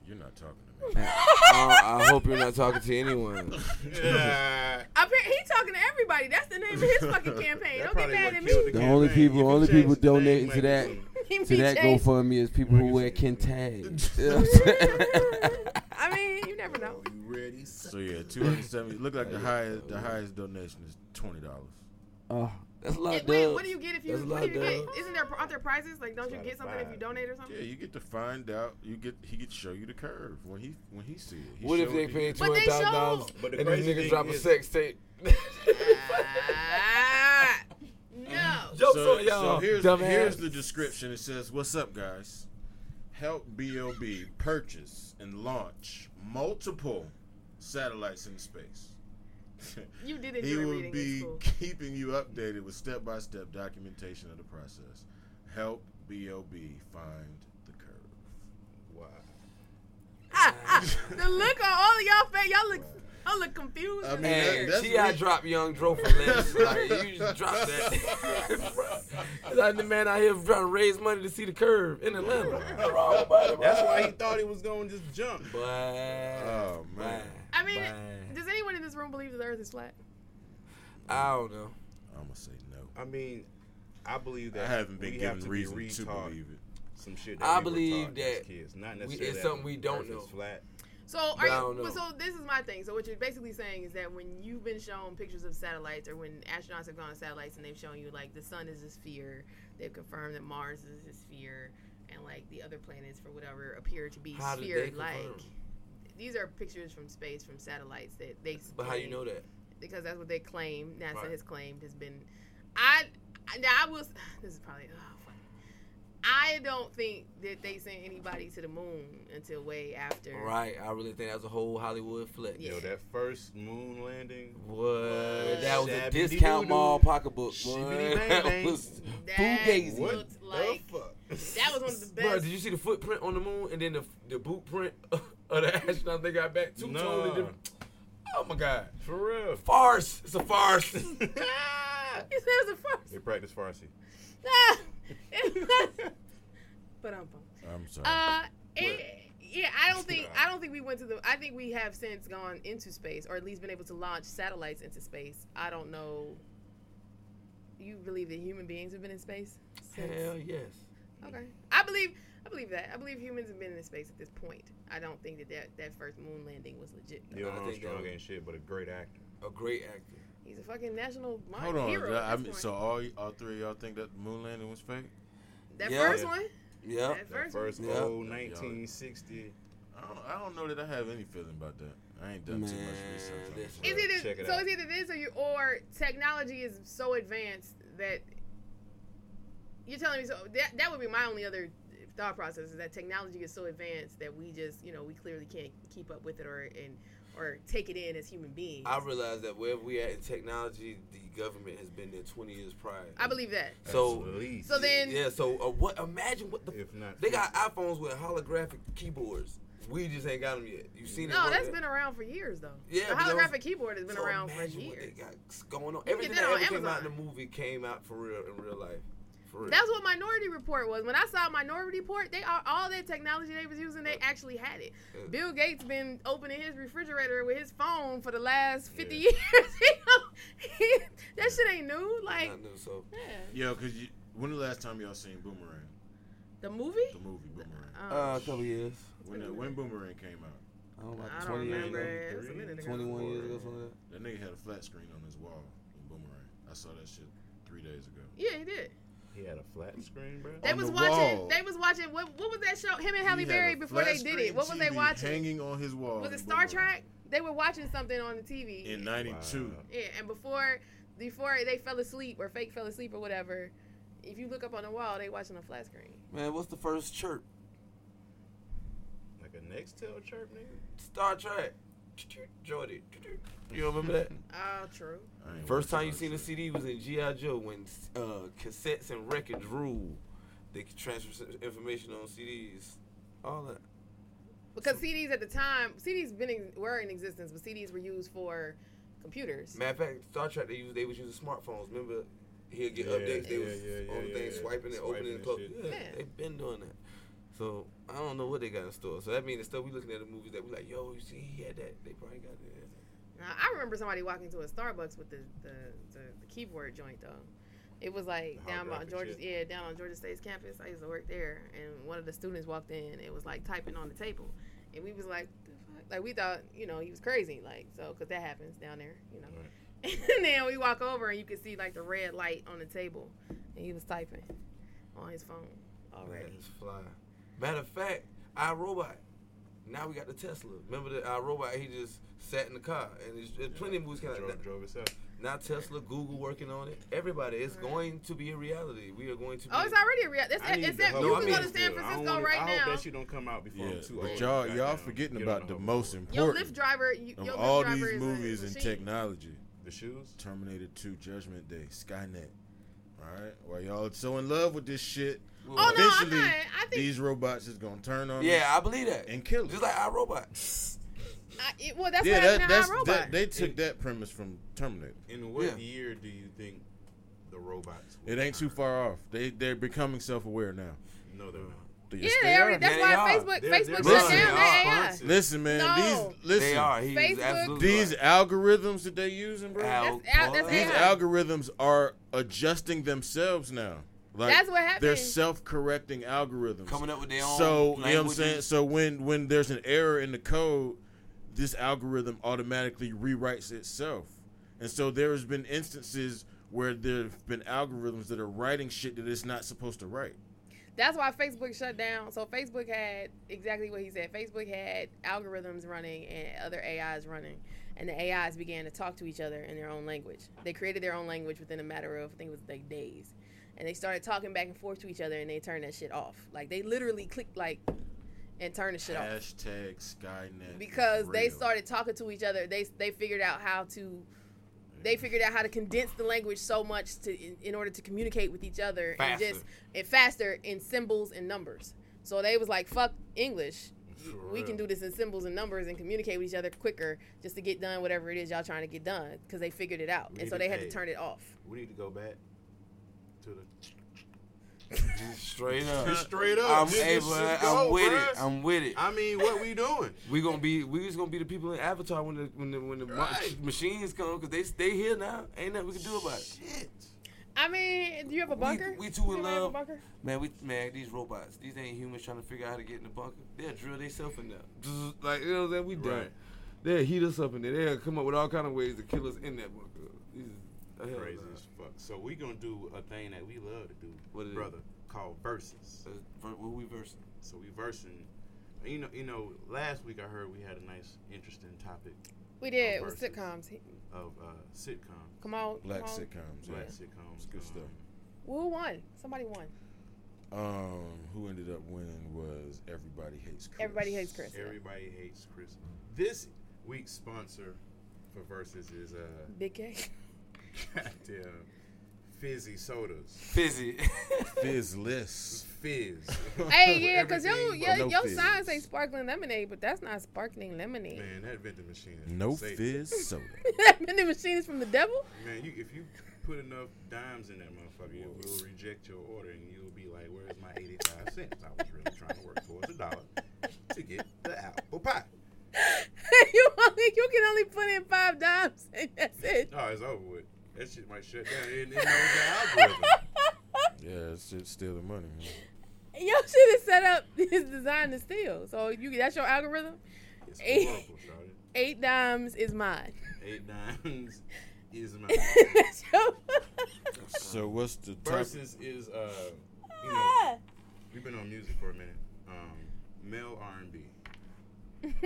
S9: You're not talking to me.
S5: I, I hope you're not talking to anyone.
S9: <laughs>
S16: Up here, he talking to everybody. That's the name of
S4: <laughs>
S16: his fucking campaign. Don't get mad at me.
S5: The only people, only people donating to that
S16: <laughs> He
S5: to
S16: be
S5: that
S16: changed. <laughs>
S5: GoFundMe is people who wear Ken
S9: <laughs>
S5: tags. You know what I'm saying?
S16: I mean, you never
S5: <laughs>
S16: know.
S9: So yeah, two hundred seventy. Look like the highest. The highest donation is twenty dollars.
S5: Oh, that's a lot.
S16: Wait,
S5: of
S16: what do
S5: dubs.
S16: you get if you?
S9: That's a
S16: What do
S9: lot
S16: you get?
S9: of-
S16: Isn't there aren't there prizes? Like, don't
S9: It's
S16: you
S9: a lot
S16: get
S9: of
S16: something if
S9: vibes.
S16: you donate or something?
S9: Yeah, you get to find out. You get he could show you the curve when he when he see it. He
S5: What if
S9: showed
S5: they
S9: me.
S5: pay two hundred thousand dollars
S9: But the
S5: and these
S9: crazy
S5: niggas
S9: thing
S5: drop a
S9: is-
S5: sex tape? <laughs>
S16: <laughs> No.
S9: so, so
S5: y'all,
S9: here's,
S5: dumbass.
S9: here's the description. It says, "What's up, guys? Help BOB purchase and launch multiple satellites in space."
S16: You did
S9: he
S16: enjoy
S9: will
S16: reading in
S9: be <laughs>
S16: school.
S9: keeping you updated with step-by-step documentation of the process. Help BOB find the curve.
S6: Wow.
S4: Ah,
S16: the look on all of y'all face, y'all look, I look confused.
S9: I mean,
S16: and
S5: Man,
S9: that- that's
S5: see, I
S9: rich.
S5: drop Young Dro from Lance. Like, you just dropped that. <laughs> like the man out here trying to raise money to see the curve in Atlanta. <laughs> What's wrong about it,
S6: That's
S5: bro?
S6: why he thought he was going to just jump.
S5: But oh
S9: man,
S16: I mean, does anyone in this room believe that the Earth is flat?
S5: I don't know.
S9: I'm gonna say no.
S6: I mean, I believe that
S9: I haven't been
S6: we
S9: given
S6: have to
S9: reason
S6: be
S9: to
S6: retaught
S9: believe it.
S6: Some shit. That
S5: I
S6: we were
S5: believe
S6: taught as
S5: that
S6: kids,
S5: we-
S6: not
S5: it's
S6: necessarily that
S5: something we
S6: the
S5: don't
S6: earth is
S5: know.
S6: Flat,
S4: So are
S10: But I don't
S4: you,
S10: know.
S4: well, so this is my thing. So what you're basically saying is that when you've been shown pictures of satellites, or when astronauts have gone to satellites and they've shown you like the sun is a sphere, they've confirmed that Mars is a sphere, and like the other planets for whatever appear to be
S10: How did they
S4: sphere-like.
S10: confirm?
S4: These are pictures from space from satellites that they.
S10: But how you
S4: claim-
S10: know that?
S4: Because that's what they claim. NASA
S10: Right.
S4: has claimed has been. I I- now I was. <sighs> This is probably. Oh, fuck. I don't think that they sent anybody to the moon until way after.
S10: Right, I really think that's a whole Hollywood flick.
S4: Yeah. Yo,
S6: that first moon landing.
S10: What? That was a
S6: Shabby
S10: discount
S6: doo-doo.
S10: mall pocketbook.
S6: Shibbity
S10: What? <laughs>
S6: bang
S10: That
S6: bang.
S10: was
S4: That
S10: fugazi.
S4: What looked the
S5: <laughs>
S4: like- fuck? that was one of the best-
S10: Bro, did
S4: <laughs>
S10: you see the footprint on the moon and then the the boot print <laughs> of the astronaut they got back? Two
S6: No.
S10: totally <laughs> different. Oh my
S5: <laughs>
S10: god.
S6: For real.
S10: Farce. It's a farce.
S4: It says a first.
S6: They practice Farsi.
S4: <laughs> but um, I'm bummed.
S9: I'm sorry.
S4: Uh, it, yeah, I don't think I don't think we went to the. I think we have since gone into space, or at least been able to launch satellites into space. I don't know. You believe that human beings have been in space? Since?
S10: Hell yes.
S4: Okay. I believe I believe that. I believe humans have been in space at this point. I don't think that that, that first moon landing was legit. though.
S6: Neil
S10: I think that
S6: Armstrong
S10: was-
S6: ain't shit, but a great actor.
S10: A great actor.
S4: He's a fucking national mon-
S9: Hold on.
S4: hero. at
S9: that- I
S4: this
S9: mean,
S4: point.
S9: so all y- all three of y'all think that the moon landing was fake?
S4: that first one.
S10: Yeah.
S4: That first,
S6: First
S10: Yeah.
S6: old 1960.
S9: I don't, I don't know that I have any feeling about that. I ain't done too much
S10: Man,
S9: research. On
S10: this-
S9: this.
S4: Is either,
S6: Check it
S4: so
S6: out.
S4: it's either this or you or technology is so advanced that you're telling me so that that would be my only other thought process is that technology is so advanced that we just you know we clearly can't keep up with it or and or take it in as human beings.
S10: I realize that wherever we at in technology, the government has been there 20 years prior.
S4: I believe that.
S10: So,
S6: At least.
S4: So then-
S10: yeah. So, uh, what? Imagine what the
S6: If not.
S10: They got iPhones with holographic keyboards. We just ain't got them yet. You seen it?
S4: No,
S10: work?
S4: that's been around for years though.
S10: Yeah,
S4: the
S10: but that was-
S4: holographic keyboard has been
S10: So
S4: around for
S10: imagine what they
S4: years.
S10: got going on.
S4: You can get
S10: Everything
S4: that
S10: that
S4: on
S10: ever came out in
S4: Amazon.
S10: the movie came out for real in real life. For real.
S4: That's what Minority Report was. When I saw Minority Report, they all, all that technology they was using, they actually had it.
S10: Yeah.
S4: Bill Gates been opening his refrigerator with his phone for the last fifty
S6: Yeah.
S4: years. <laughs> You know? that shit ain't new. Like
S10: I knew so.
S4: yeah.
S9: Yo, cause you, when the last time y'all seen Boomerang?
S4: the movie.
S9: The movie Boomerang.
S4: Um,
S10: Uh, a couple years.
S9: When the, when Boomerang came out,
S10: I don't
S4: I
S10: like
S4: don't
S10: 20 years
S4: remember.
S10: ago.
S4: It was a minute ago.
S10: 21 years ago, something like
S9: that nigga had a flat screen on his wall in Boomerang. I saw that shit three days ago.
S4: Yeah, he did.
S6: He had a flat screen, bro.
S4: They
S9: On
S4: was
S9: the
S4: watching.
S9: wall.
S4: They was watching. What, what was that show? Him and Halle
S9: He had
S4: Berry
S9: a
S4: before they
S9: flat
S4: did
S9: screen
S4: it. What was they
S9: TV
S4: watching?
S9: Hanging on his wall.
S4: was
S9: in
S4: it Star
S9: Boomerang.
S4: Trek? They were watching something on the TV.
S9: In '92,
S6: Wow.
S4: Yeah, and before before they fell asleep or fake fell asleep or whatever, if you look up on the wall, they watching a flat screen.
S10: that. Man, what's the first chirp?
S6: Like a Nextel chirp, nigga.
S10: Star Trek. Jordy. You remember that?
S4: Ah, true.
S9: I ain't
S10: First
S9: watched
S10: time you
S9: Star
S10: seen a
S9: Trek.
S10: CD was in G.I. Joe when uh, cassettes and records ruled. They could transfer s- information on CDs. All that.
S4: Because CDs at the time, CDs been in, were in existence, but CDs were used for computers.
S10: Matter of fact, Star Trek they use they was using smartphones. Remember, he'll get
S6: Yeah,
S10: updates. They
S6: yeah,
S10: was
S6: yeah, yeah,
S10: on the thing
S6: yeah, yeah.
S10: swiping and opening
S6: Swiping
S10: and
S6: and
S10: closing.
S6: shit.
S10: Yeah,
S4: Yeah.
S10: they've been doing that. So I don't know what they got in store. So that means the stuff we looking at the movies that we like, yo, you see, he had that. They probably got that.
S4: Now, I remember somebody walking to a Starbucks with the the, the, the keyboard joint though. It was like
S6: The
S4: down by
S6: holographic
S4: Georgia,
S6: shit.
S4: yeah, down on Georgia State's campus. I used to work there, and one of the students walked in. It was like typing on the table, and we was like, the fuck? like we thought, you know, he was crazy, like so, because that happens down there, you know. <laughs> and then we walk over, and you can see like the red light on the table, and he was typing on his phone
S10: Man,
S4: already.
S10: it's fly. Matter of fact, our robot. Now we got the Tesla. Remember the our robot? He just sat in the car, and there's, there's plenty of movies kind of
S6: Drove, drove itself.
S10: Now Tesla, Google working on it. Everybody, it's going to be a reality. We are going to.
S4: Oh,
S10: be
S4: it's already a reality.
S6: I need
S4: It's, it's that,
S6: to hope-
S4: you
S10: No, I
S4: can
S10: mean,
S4: go to San
S6: still, I don't
S4: Francisco
S6: wanna-
S4: right
S6: I
S4: now.
S6: hope that shit don't come out before I'm too
S9: Yeah,
S6: old.
S9: but y'all
S6: Goddamn.
S9: y'all forgetting
S6: Get on
S9: about the
S6: hoverboard.
S9: most
S4: Your lift
S9: important
S4: driver, you,
S9: of
S4: your Lyft
S9: all
S4: driver
S9: these
S4: is a
S9: movies and
S4: machine.
S9: technology.
S6: The shoes.
S9: Terminator 2, Judgment Day, Skynet. All right, while y'all so in love with this shit,
S10: Oh, no, I'm
S9: eventually
S4: not. I think-
S9: these robots is gonna turn on
S10: Yeah, I
S9: us
S10: believe that.
S9: and kill us.
S10: Just like our robot.
S6: <laughs>
S4: I, it, well, that's
S9: yeah,
S4: what happened
S9: that,
S4: to
S9: that's
S4: our robot.
S9: that. They took that premise from Terminator.
S6: In what
S10: Yeah.
S6: year do you think the robots?
S9: It ain't too Uh, far off. They they're becoming self aware now.
S6: No, they're not.
S4: yeah,
S9: Yes,
S4: they already. That's
S10: They
S4: why
S10: are.
S4: Facebook Facebook
S6: They're- they're
S4: shut
S10: Listen,
S4: down
S10: they
S4: their
S10: are.
S4: AI.
S6: Honestly.
S9: Listen, man,
S4: No.
S9: these listen.
S10: They are. He's
S4: Facebook-
S10: absolutely
S9: These
S10: right.
S9: algorithms that they using, bro.
S10: Al-
S4: That's al- that's
S9: these
S4: AI.
S9: algorithms are adjusting themselves now. Like
S4: That's what happened.
S9: They're self-correcting algorithms.
S5: Coming up with their own
S9: So you know what I'm
S5: languages.
S9: saying. So when when there's an error in the code, this algorithm automatically rewrites itself. And so there has been instances where there have been algorithms that are writing shit that it's not supposed to write.
S4: That's why Facebook shut down. So Facebook had exactly what he said. Facebook had algorithms running and other AIs running, and the AIs began to talk to each other in their own language. They created their own language within a matter of I think it was like days, and they started talking back and forth to each other, and they turned that shit off. Like they literally clicked like and turned the shit off
S9: Hashtag Skynet.
S4: because they
S9: real.
S4: started talking to each other. They they figured out how to. They figured out how to condense the language so much to in, in order to communicate with each other
S17: Faster.
S4: and just and faster in symbols and numbers. So they was like, "Fuck English, we can do this in symbols and numbers and communicate with each other quicker just to get done whatever it is y'all trying to get done." Because they figured it out,
S6: We
S4: and so
S6: need
S4: they had to
S6: hey,
S4: turn it off.
S6: We need to go back to the.
S5: <laughs> Straight up.
S6: Straight up.
S5: I'm
S6: This- this
S5: able.
S6: is
S5: I'm
S6: gold,
S5: with it.
S6: bruh.
S5: I'm with it.
S6: I mean, what we doing?
S5: We gonna be. We just gonna be the people in Avatar when the when the when the mo-
S6: Right.
S5: machines come because they stay here now. Ain't nothing we can do about it.
S4: I mean, do you have a bunker?
S5: We too in
S4: Anybody have a
S5: love.
S4: bunker?
S5: Man, we man, these robots, these ain't humans trying to figure out how to get in the bunker. They'll drill themselves in there. Zzz, Like you know what I'm saying? We done.
S6: Right.
S5: They'll heat us up in there. They'll come up with all kind of ways to kill us in that bunker. These is- hell
S6: Crazy
S5: nah.
S6: as fuck. So we gonna do a thing that we love to do,
S5: is it?
S6: brother, called verses.
S5: what we versing?
S6: So we versing. You know, you know. Last week I heard we had a nice, interesting topic.
S4: We did
S6: of
S4: with
S6: verses,
S4: sitcoms. He-
S6: Of uh, sitcoms.
S4: Come on,
S9: Black
S4: come on.
S9: sitcoms.
S6: Black
S9: yeah.
S6: sitcoms.
S9: It's good stuff.
S4: Who won? Somebody won.
S9: Um, who ended up winning was Everybody Hates Chris.
S4: Everybody hates Chris. yeah.
S6: Everybody hates Chris. This week's sponsor for verses is uh,
S4: Big K.
S6: goddamn fizzy sodas.
S5: <laughs> Fizzy.
S9: Fizzless.
S6: Fizz. <laughs>
S4: Hey, yeah, because your,
S6: Everything
S4: your,
S6: but no
S4: your
S6: fizz.
S4: sign say sparkling lemonade, but that's not sparkling lemonade.
S6: Man, that vending machine. is
S9: No
S6: safe.
S9: fizz soda.
S4: <laughs> that vending machine is from the devil? <laughs>
S6: Man, you if you put enough dimes in that motherfucker, it will reject your order, and you'll be like, "Where's my eighty-five cents? I was really trying to work towards a dollar to get the apple pie."
S4: you only you can only put in five dimes and that's it.
S6: Oh, it's over with. That shit might shut down. It, it knows the algorithm.
S9: <laughs> Yeah, that shit's stealing money. Man.
S4: <laughs> Your shit is set up <laughs> is designed to steal. So you that's your algorithm?
S6: It's
S4: Eight,
S6: horrible, Charlie.
S4: eight dimes is mine. <laughs>
S6: Eight dimes is my.
S4: That's your-
S9: So what's the topic?
S6: Versus is uh, <laughs>
S4: <laughs>
S6: you know, we've been on music for a minute. Um, male R and B.
S5: Male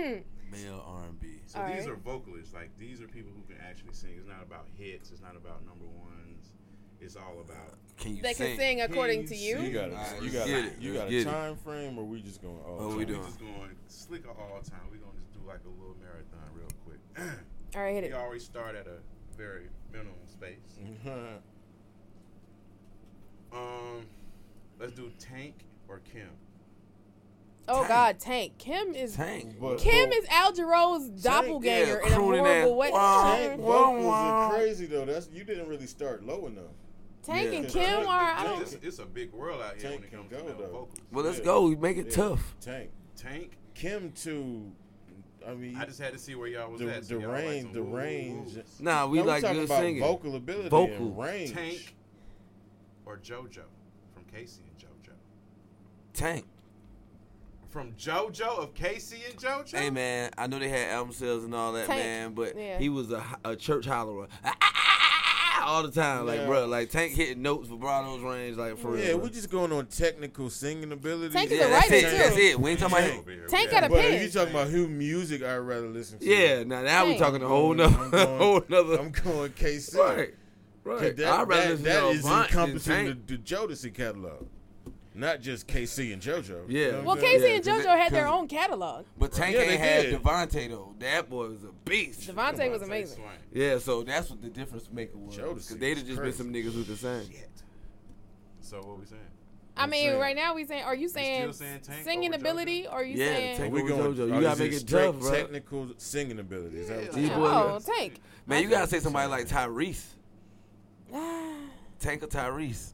S5: R&B.
S6: So
S5: All
S6: these
S5: right.
S6: are vocalists. Like these are people who can actually sing. It's not about hits. It's not about number ones. It's all about
S5: can
S4: you They can sing? sing according to you?
S9: You got a,
S6: Alright,
S9: you
S6: let's
S9: got
S6: get
S9: a,
S6: it,
S9: you
S6: let's
S9: got
S6: get
S9: a
S6: it. Oh,
S9: time frame, or we just oh, going all time?
S6: We just going slick or all time. We gonna just do like a little marathon real quick. <clears throat>
S4: All right, hit it.
S6: We always start at a very minimum space.
S9: <laughs>
S4: Mm.
S6: Um, let's do Tank or Kim.
S4: Oh God, Tank. Kim is
S6: Tank, but-
S4: Kim
S6: but-
S4: is Al Jarreau's doppelganger in a
S5: crooning ass.
S4: horrible way.
S5: Wow,
S4: Mhm.
S9: Tank vocals are crazy though. That's you didn't really start low enough.
S4: Tank and
S9: Cause
S4: Kim
S9: Tank-
S4: are I don't
S6: It's, it's a big world out here when it comes to male vocals.
S5: Well, let's go. Make it tough.
S9: Tank.
S6: Tank.
S9: Kim too. I mean,
S6: I just had to see where y'all was
S9: the,
S6: at. so
S9: the
S6: y'all like
S9: range,
S6: some
S9: the
S6: woo-woo
S9: range.
S6: moves.
S5: Nah, we
S9: No,
S5: like
S9: talking
S5: good
S9: about
S5: singing.
S9: Vocal ability,
S5: Vocal.
S9: and range.
S6: Tank or JoJo from Casey and JoJo.
S5: Tank.
S6: From JoJo of Casey and JoJo.
S5: Hey man, I know they had album sales and all that,
S6: Tank.
S5: man, but
S6: Yeah.
S5: he was a, a church hollerer Ah, ah, ah, ah, all the time, like
S9: Yeah.
S5: bro, like Tank hitting notes, vibratos, range, like for
S9: yeah,
S5: real.
S9: we're
S5: bruh.
S9: just going on technical singing ability.
S5: Tank is a Yeah, that's writer, it, too. that's it. We ain't talking about him. Tank got a
S9: But
S5: pen.
S9: if you talking about who music I'd rather listen to.
S5: Yeah, now- now we Tank. talking <laughs> a whole
S9: I'm
S5: nother-
S9: going-
S5: whole nother-
S9: I'm going KC.
S5: oh, Right, right.
S9: 'Cause That,
S5: I'd rather
S9: that-
S5: listen
S9: that
S5: to
S9: is
S5: Avant than
S9: encompassing the,
S5: Tank.
S9: the Jodeci catalog, not just KC and JoJo.
S5: Yeah.
S9: You know what
S4: Well,
S9: I'm
S4: Casey
S9: saying?
S4: and JoJo had their own catalog.
S5: But Tank
S9: Yeah, they
S5: ain't had
S9: did.
S5: Devontae though. That boy was a beast.
S4: Devontae was amazing.
S5: Yeah, so that's what the difference maker was.
S6: Jodeci
S5: 'Cause they'd
S6: was
S5: have just
S6: crazy.
S5: been some niggas who the same.
S6: So what we saying?
S4: I mean,
S5: saying.
S4: right now we saying, are you saying,
S6: saying Tank
S4: singing
S6: over JoJo?
S4: ability? Or are you saying
S5: Tank
S9: we
S5: over
S9: going.
S5: JoJo. You
S9: oh,
S5: gotta
S9: is
S5: make
S9: it
S5: it tough,
S9: straight
S5: bro.
S9: Technical singing ability. Is that what
S5: These
S9: you're
S5: boys-
S4: Oh, Tank.
S5: Man, you gotta say somebody like Tyrese. Tank or Tyrese.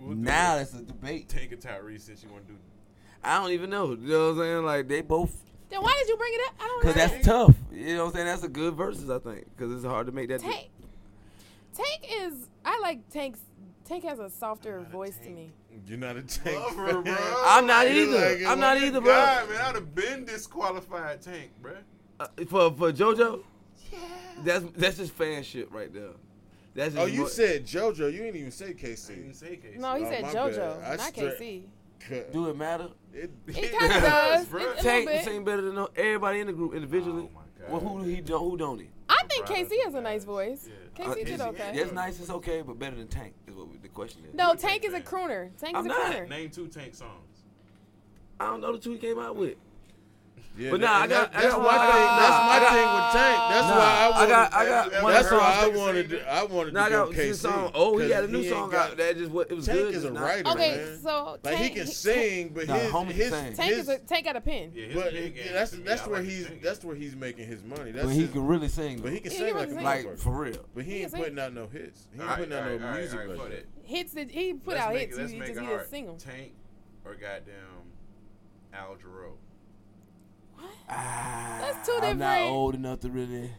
S5: Now that's a debate.
S6: Tank or Tyrese since you want to do.
S5: I don't even know. You know what I'm saying? Like they both,
S4: Then why did you bring it up? I
S5: cause
S4: don't know.
S5: that's tough. You know what I'm saying? That's a good versus, I think, cause it's hard to make that.
S4: Tank. Tank is I like Tank's Tank has a softer voice to me.
S9: You're not a tank.
S6: Lover,
S9: fan.
S6: bro.
S18: I'm not
S6: You're
S18: either.
S6: like,
S18: I'm not
S6: well,
S18: either,
S6: good
S18: bro.
S6: God, man, I'd have been disqualified tank, bro.
S5: Uh, for for JoJo. Yeah. That's that's just fan shit right there. That's just
S9: Oh, you
S5: what-
S9: said JoJo. You didn't even say KC. I didn't
S6: say KC.
S4: No, he
S9: Oh,
S4: said
S9: my
S4: JoJo,
S9: bad. I
S4: not
S9: stra-
S4: KC.
S5: Do it matter?
S9: It,
S4: It kinda does. It's a little
S5: Tank
S4: bit.
S5: sing better than no- everybody in the group
S9: Oh
S5: individually. Well, who do he don't? Who don't he?
S4: I think KC has a nice voice.
S5: Uh,
S4: KC did
S5: it's-
S4: okay.
S5: That's nice. It's okay, but better than Tank is what we, the question is.
S4: No, Tank is a crooner. Tank is
S5: I'm
S4: a
S5: not.
S4: crooner.
S6: Name two tank songs.
S5: I don't know the two he came out with.
S9: Yeah,
S5: but
S9: that-
S5: nah, I
S9: and
S5: got.
S9: that-
S5: I
S9: that's
S5: got
S9: my
S5: I got-
S9: thing- that's my
S5: I got-
S9: thing with Tank. That's
S5: Nah,
S9: why I
S5: I got. I
S9: wanted-
S5: got.
S9: that's
S5: one
S9: why
S5: song-
S9: I wanted to- I wanted to
S5: Nah, I
S9: go
S5: got two
S9: KC,
S5: song. Oh, he
S9: 'cause
S5: had a new
S9: he ain't
S5: song
S9: got-
S5: out. That just what it was
S9: Tank
S5: good.
S9: is a
S5: It's
S9: writer,
S4: Okay,
S9: man.
S4: so
S9: like he
S4: Tank-
S9: can
S4: he-
S9: sing, but
S5: Nah,
S9: his
S5: homie
S9: his,
S5: sing.
S4: Tank
S9: his
S4: is a Tank got a pen.
S9: but yeah, that's that's where he's that's where he's making his money. That's
S5: But he
S9: his-
S5: can really sing,
S9: But he can
S4: though.
S9: sing
S4: He can
S9: like a
S4: really
S5: sing. Like,
S9: motherfucker.
S5: for real.
S9: But
S4: He
S9: he
S4: can
S9: ain't
S4: sing.
S9: putting out no hits. He ain't
S6: Alright,
S9: putting out
S6: alright,
S9: no
S6: alright,
S9: music
S6: alright,
S9: like
S6: fuck
S9: that.
S4: Hits that he put
S6: Let's
S4: out
S6: make
S4: hits.
S6: it- let's
S4: he
S6: make
S4: just
S6: it
S4: he
S6: hard.
S4: just sing them.
S6: Tank or goddamn Al Jarreau.
S4: That's two
S5: Ah, I'm not
S4: different.
S5: old enough to really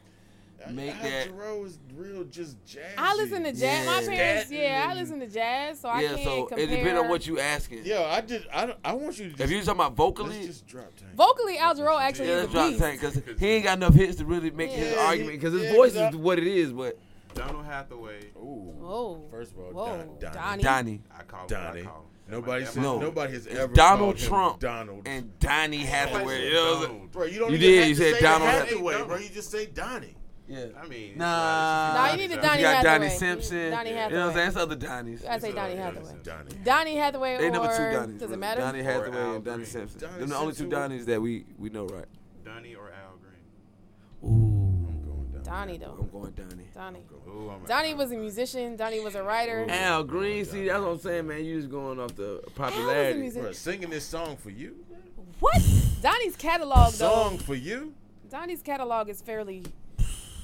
S5: make
S9: Al
S5: that.
S9: Jarreau is real just jazz.
S4: I listen to jazz. My
S5: Yeah.
S4: parents,
S5: Statin
S4: yeah, I
S5: and-
S4: listen to jazz, so I
S5: yeah,
S4: can't
S5: so
S4: compare.
S5: it depends on what you asking.
S9: Yo, I did. I, don't- I want you to. Just,
S5: If you talking about vocally,
S9: let's just drop Tank.
S4: Vocally, Al Jarreau actually
S5: yeah,
S4: is a
S5: let's drop
S4: beast.
S5: Tank because he ain't got enough hits to really make his
S9: Yeah, he-
S5: argument because his
S9: yeah,
S5: voice
S9: 'cause
S5: is what it is. But
S6: Donald Hathaway.
S4: Whoa.
S9: First of all,
S4: Whoa.
S9: Don, Donnie.
S4: Donnie.
S5: Donnie,
S6: I call him.
S9: Donnie.
S6: I call him.
S9: Nobody says,
S5: No.
S9: nobody has
S5: It's
S9: ever
S5: Donald
S9: called him
S5: Trump
S9: Donald.
S5: and Donnie Hathaway. You know what I'm saying?
S9: Bro, you don't
S5: You
S9: even
S5: did,
S9: have
S5: you
S9: to
S5: said
S9: say
S5: Donald
S9: Hathaway,
S6: Hathaway.
S9: bro. You just say Donnie.
S5: Yeah.
S6: I mean,
S5: Nah.
S4: Nah, you need a Donny
S5: You got
S4: Hathaway.
S5: Donnie Simpson.
S4: Donny
S5: You know what I'm
S4: Hathaway.
S5: saying? That's other Donnies.
S4: I say Donny Hathaway.
S9: Donnie.
S4: Donny Hathaway
S5: They
S4: or
S5: number two Donnies.
S4: does
S5: really.
S4: it matter?
S5: Donnie
S6: Or
S5: Hathaway
S6: Al
S5: and Donnie
S6: Green.
S5: Simpson.
S9: Donnie
S5: They're the only two
S9: Simpson was-
S5: Donnies that we we know right.
S6: Donnie or Al Green.
S5: Ooh.
S4: Donnie
S5: I'm
S4: though.
S5: going Donnie.
S4: Donnie.
S6: Ooh, I'm
S4: Donnie was a musician. Donnie was a writer.
S5: Al Green, see, that's what I'm saying, man. You just going off the popularity.
S4: musician.
S9: Bro, singing this song for you?
S4: What? Donnie's catalog though.
S9: Song for you?
S4: Donnie's catalog is fairly,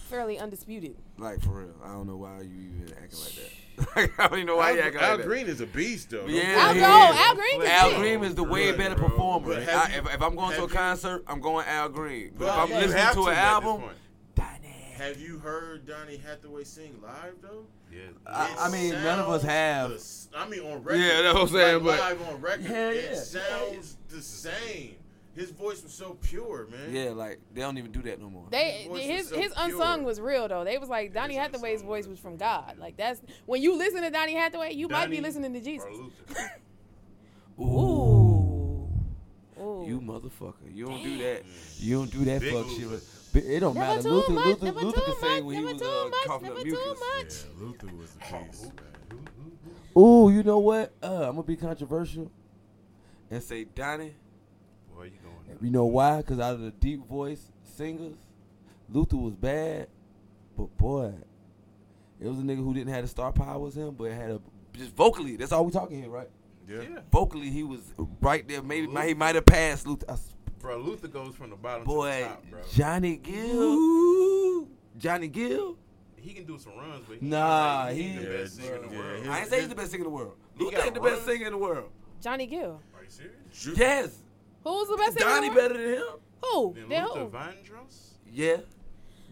S4: fairly undisputed.
S5: Like for real, I don't know why you even acting like that. <laughs> I don't even know why you
S9: Al,
S5: acting
S9: Al
S5: like
S9: Green is a beast, though.
S5: that. Yeah,
S4: Al,
S5: he
S4: Go-
S5: is.
S4: Al Green is
S5: Al
S4: it.
S5: Green is the way
S6: Good,
S5: better
S6: bro.
S5: performer.
S9: But
S5: I,
S9: have you-
S5: if, if I'm going to a
S9: have you-
S5: concert, I'm going Al Green. But if
S9: Well,
S5: I'm
S9: you
S5: listening
S6: have
S5: to
S6: to
S5: an
S6: at this
S5: album,
S6: point.
S9: Have you heard Donnie Hathaway sing live, though?
S6: Yeah.
S5: I, I
S9: It
S5: mean, none of us
S9: sounds
S5: have.
S9: the s- I mean, on record.
S5: Yeah, that's what I'm saying,
S9: Like,
S5: but-
S9: live on record.
S5: Yeah, yeah.
S9: It sounds the same. His voice was so pure, man.
S5: Yeah, like they don't even do that no more.
S4: They
S9: His voice
S4: his
S9: was so
S4: his unsung
S9: pure.
S4: was real though. They was like Donny Hathaway's voice was from God. Like that's when you listen to Donny Hathaway, you might be
S6: Donnie
S4: listening to Jesus.
S6: Or Luther.
S4: <laughs>
S5: Ooh.
S4: Ooh.
S5: You motherfucker. You don't do that. You don't do that
S6: Big
S5: fuck
S6: Luther.
S5: shit. But it don't
S4: Never
S5: matter.
S4: too
S5: Luther,
S4: much,
S5: Luther,
S4: never
S5: Luther
S4: too
S5: could sing
S4: much,
S5: when he
S4: never
S5: was
S4: too
S5: uh,
S4: much,
S5: coughing
S4: never
S5: up
S4: too
S5: mucus.
S4: much.
S9: Luther was a beast.
S5: Ooh, you know what? Uh, I'm gonna be controversial and say Donnie.
S6: Where you going?
S5: You know why? Because out of the deep voice singers, Luther was bad, but boy, it was a nigga who didn't have the star power as him, but had a just vocally. That's all we talking here, right?
S9: Yeah.
S5: Vocally, he was right there. Maybe he might have passed Luther. I s-
S6: Bro, Luther goes from the bottom to
S5: Boy,
S6: the top, bro.
S5: Johnny Gill. Johnny Gill.
S6: He can do some runs, but he
S5: Nah,
S6: he,
S5: he-
S6: ain't the best singer in the
S9: yeah,
S6: world.
S9: he-
S5: I ain't say he's the best singer in the world.
S6: He
S5: Luther
S6: got
S5: ain't the best
S6: runs.
S5: singer in the world.
S4: Johnny Gill.
S6: Are you serious?
S9: Ju-
S5: Yes,
S4: Who's the best? singer in
S5: Donnie
S4: the world?
S5: better than him.
S4: Who?
S6: Then
S4: Then
S6: Luther
S4: who?
S6: Vandross?
S5: Yeah.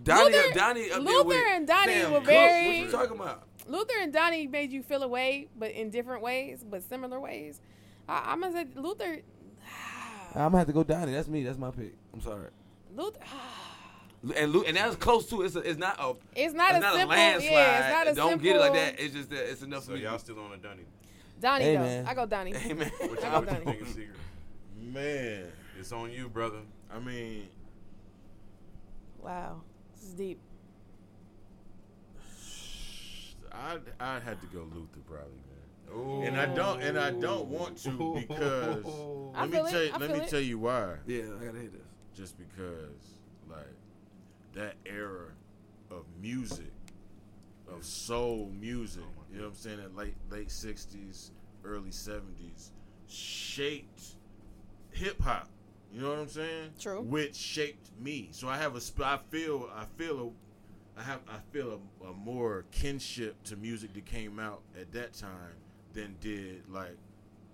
S5: Donnie, uh,
S4: Luther-
S5: Donnie up there
S4: Luther
S5: with
S4: and Donnie
S5: Sam
S4: were
S5: Cooke. What
S4: very-
S5: you talking about?
S4: Luther and Donnie made you feel away, but in different ways, but similar ways. I, I'm gonna say Luther.
S5: I'm gonna have to go Donnie. That's me. That's my pick. I'm sorry.
S19: <sighs>
S4: Luther.
S5: And Lu- and that was close to. It's a, it's not a.
S4: It's not
S5: it's
S4: a
S5: not
S4: simple.
S5: a landslide.
S4: yeah, it's not a
S5: Don't
S4: simple.
S5: get it like that. It's just that it's enough
S6: So
S5: for me. <laughs>
S6: y'all still on a Dunny.
S4: Donnie
S5: Hey,
S4: though.
S5: man.
S4: I
S5: <laughs>
S4: go Donnie.
S5: Hey man.
S6: What
S4: I
S6: you,
S4: go
S6: what you
S4: Donnie.
S6: think of Secret?
S9: Man,
S6: It's on you, brother.
S9: I mean,
S4: Wow, this is deep.
S9: I'd, I'd have to go Luther probably, man.
S6: Ooh.
S9: And I don't and I don't want to because
S4: <laughs> I
S9: let me
S4: feel it,
S9: tell you,
S4: I
S9: let
S4: feel
S9: me
S4: it.
S9: tell you why.
S5: Yeah, I gotta hit this.
S9: Just because like that era of music of soul music, you know what I'm saying, that late late 60s, early 70s shaped hip hop. You know what I'm saying?
S4: True.
S9: Which shaped me. So I have a sp- I feel I feel a I have I feel a, a more kinship to music that came out at that time than did like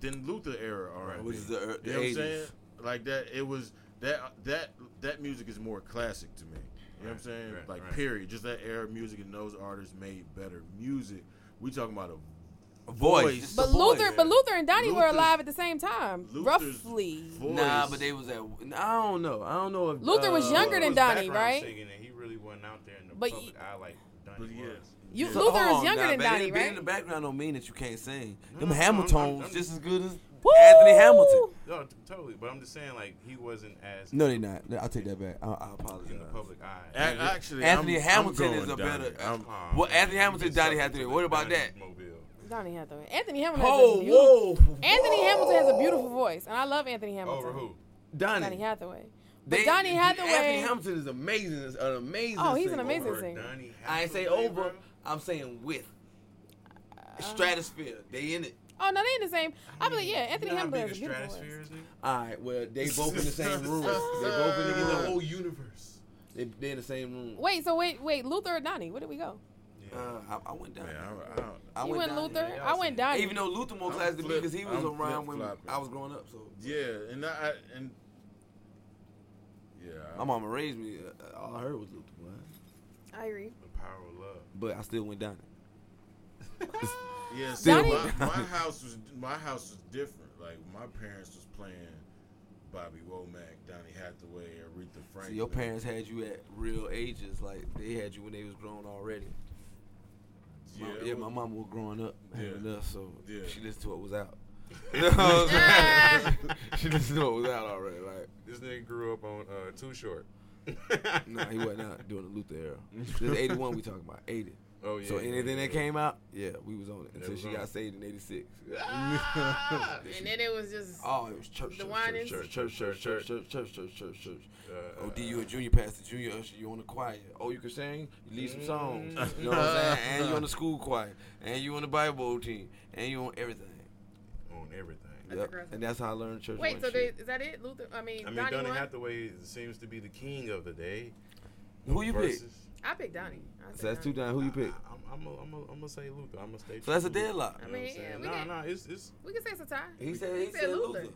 S9: than Luther era or
S5: Which is the, uh, the
S9: you know what I'm
S5: 80s.
S9: saying? Like that it was that that that music is more classic to me. You know what I'm saying?
S6: Right,
S9: like
S6: right.
S9: period. Just that era of music and those artists made better music. We talking about a
S5: Voice.
S19: But Luther, but Luther and Donnie were alive at the same time, roughly.
S5: Nah, but they was at. I don't know. I don't know if uh,
S19: Luther was younger than Donnie, right?
S6: And he really wasn't out there in the
S19: But
S6: public eye like Donnie was.
S19: You-
S5: So,
S19: Luther
S5: hold
S19: is
S5: on,
S19: younger
S5: nah,
S19: than
S5: being-
S19: Donnie,
S5: being
S19: right?
S5: in the background don't mean that you can't sing. Them
S6: no, no, I'm-
S5: Hamiltones
S6: I'm-
S5: just as good as Anthony Hamilton.
S6: No, t- totally. But I'm just saying, like, he wasn't as.
S5: No, they not. I'll take that back. I, I apologize.
S6: In the public eye. um,
S5: A- actually, Anthony I'm- I'm Hamilton going is a Donnie. better- I'm-
S6: Aw,
S5: well, Anthony
S6: man,
S5: Hamilton,
S6: you just
S5: Donnie
S6: sucked
S5: Hathaway.
S6: into
S5: What
S6: the
S5: about
S6: Donnie
S5: that?
S6: Mobile.
S19: Donnie Hathaway. Anthony Hamilton.
S5: Oh,
S19: has a beautiful,
S5: whoa.
S19: Anthony Hamilton has a beautiful voice, and I love Anthony Hamilton.
S6: Over who?
S5: Donnie.
S19: Donnie Hathaway. But
S5: They-
S19: Donnie
S5: Anthony
S19: Hathaway.
S5: Hamilton is amazing. Is an amazing.
S19: Oh, he's an
S5: singer.
S19: amazing Over singer. Donny
S5: I ain't say over. I'm saying with. Uh, Stratosphere. They in it.
S19: Oh no, they in the same. I believe yeah. Anthony
S5: you know how
S19: Hamilton has
S5: big
S19: a
S5: a
S19: beautiful voice.
S6: Stratosphere is nigga?
S5: All right. Well, they <laughs> both in the same room. they both in the,
S6: In the
S5: room.
S6: whole universe.
S5: They they in the same room.
S19: Wait, so wait, wait, Luther or Donnie? Where did we go?
S5: Uh, I, I went down.
S19: You went
S5: down
S19: Luther?
S5: there.
S19: I went Donnie.
S5: Even though Luther more
S19: I'm
S5: class than me
S9: flip-
S5: because he was
S9: I'm
S5: around when
S9: flip-flopping.
S5: I was growing up. So
S9: Yeah, and I, I and yeah,
S5: my mama raised me. uh, All I heard was Luther. boy.
S19: I agree.
S6: The power of love.
S5: But I still went down.
S9: Yeah, so
S5: Still
S9: my,
S5: went
S9: my
S5: down.
S9: house was my house was different. Like my parents was playing Bobby Womack, Donnie Hathaway, Aretha
S5: So
S9: Franklin.
S5: your parents had you at real ages, like they had you when they was grown already. Yeah, my,
S9: Yeah.
S5: yeah, my mama was growing up, having us, so she listened to what was out. You know what I'm saying? she listened to what was out already. Like
S6: This nigga grew up on uh, Too Short.
S5: no, he wasn't out during the Luther era. This is 81 we talking about, 80.
S6: Oh, yeah,
S5: So
S6: yeah,
S5: anything
S6: yeah.
S5: that came out, yeah, we was on it
S6: That
S5: until
S6: was
S5: she
S6: on
S5: got
S6: it.
S5: saved in 86.
S4: And then it was just
S5: Oh, it was church,
S4: the
S5: church,
S4: whinings.
S5: church, church, church, church, church, church, church, church, church. OD, you a junior pastor, junior usher, you on the choir. Oh, you can sing, you lead some songs. You know what I'm saying? And you <laughs> on the school choir, and you on the Bible team, and you on everything.
S6: On everything.
S4: That's
S5: Yep.
S4: aggressive.
S5: And that's how I learned church.
S4: Wait,
S5: went
S4: so
S5: shit.
S4: they, is that it, Luther? I mean,
S6: I mean,
S4: Donnie
S6: Donnie
S4: won?
S6: Hathaway seems to be the king of the day.
S5: Who you pick?
S6: Versus-
S4: I picked Donnie. I
S5: So that's two down. Who you pick?
S6: I'm, I'm, a, I'm, a, I'm gonna say Luther. I'm gonna stay.
S5: So that's
S6: true
S5: a
S6: to Luther.
S5: deadlock.
S6: You
S4: I
S6: know what I'm
S4: mean, yeah,
S6: saying?
S4: we
S6: Nah,
S4: can-
S6: nah, it's, it's.
S4: We can say it's a tie.
S5: He said
S4: he
S5: he said Luther.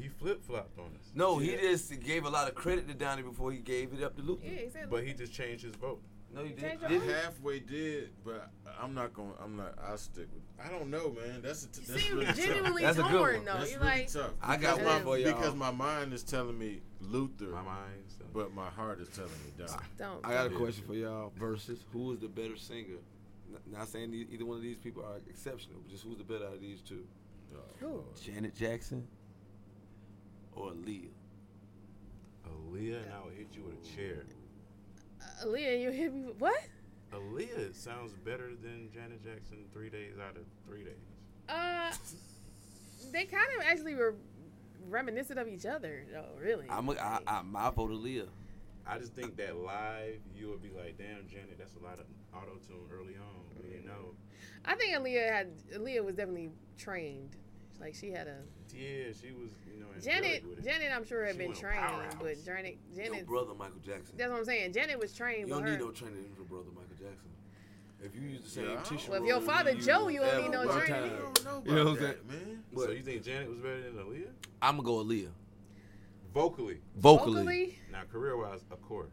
S6: He flip flopped on us.
S5: No, he just gave a lot of credit to Donnie before he gave it up to Luther.
S4: Yeah, he said
S6: But he just changed his vote.
S5: No, you
S4: didn't.
S9: It halfway did, but I'm not going. to I'm not. I will stick with. I don't know, man. That's a t- that's
S4: seem
S9: really tough.
S4: genuinely That's a good torn, one. though.
S9: That's
S4: You're
S9: really
S4: like-
S9: tough.
S5: I got
S9: Because-
S5: one for y'all.
S9: because my mind is telling me Luther. My
S6: mind,
S9: but my heart is telling me Don.
S4: Don't.
S5: I got a question for y'all. Versus, who is the better singer? N- Not saying these, either one of these people are exceptional, but just who's the better out of these two?
S4: Who?
S5: Janet Jackson or Leah?
S6: Aaliyah, and I would hit you with a chair.
S4: Aaliyah, you hit me with what?
S6: Aaliyah sounds better than Janet Jackson three days out of three days.
S4: Uh, they kind of actually were reminiscent of each other, though. Really.
S5: I'm a, I, I, my vote is Leah.
S6: I just think that live, you would be like, damn, Janet, that's a lot of auto tune early on. We didn't know.
S4: I think Aaliyah had Aaliyah was definitely trained. Like she had a
S6: Yeah, she was, you know, angelic
S4: Janet.
S6: with it.
S4: Janet, I'm sure had
S6: She
S4: been
S6: went
S4: trained,
S6: powerhouse.
S4: but Janet.
S5: Your
S4: Janet.
S5: brother Michael Jackson.
S4: That's what I'm saying. Janet was
S5: You
S4: trained.
S5: don't
S4: with
S5: need
S4: her.
S5: no training from your brother Michael Jackson. If you use the same
S6: Yeah, I
S5: tissue,
S4: Well, if
S5: roll
S4: your
S5: you
S4: father
S5: use
S4: Joe, you don't
S5: ever
S4: need no
S5: one
S4: training.
S5: time.
S4: You don't
S9: know
S5: You know
S9: about
S5: what I'm saying?
S9: that, man.
S6: so you think Janet was better than Aaliyah?
S5: I'm gonna go Aaliyah.
S6: Vocally.
S5: Vocally.
S4: Vocally?
S6: Now, career wise, of course.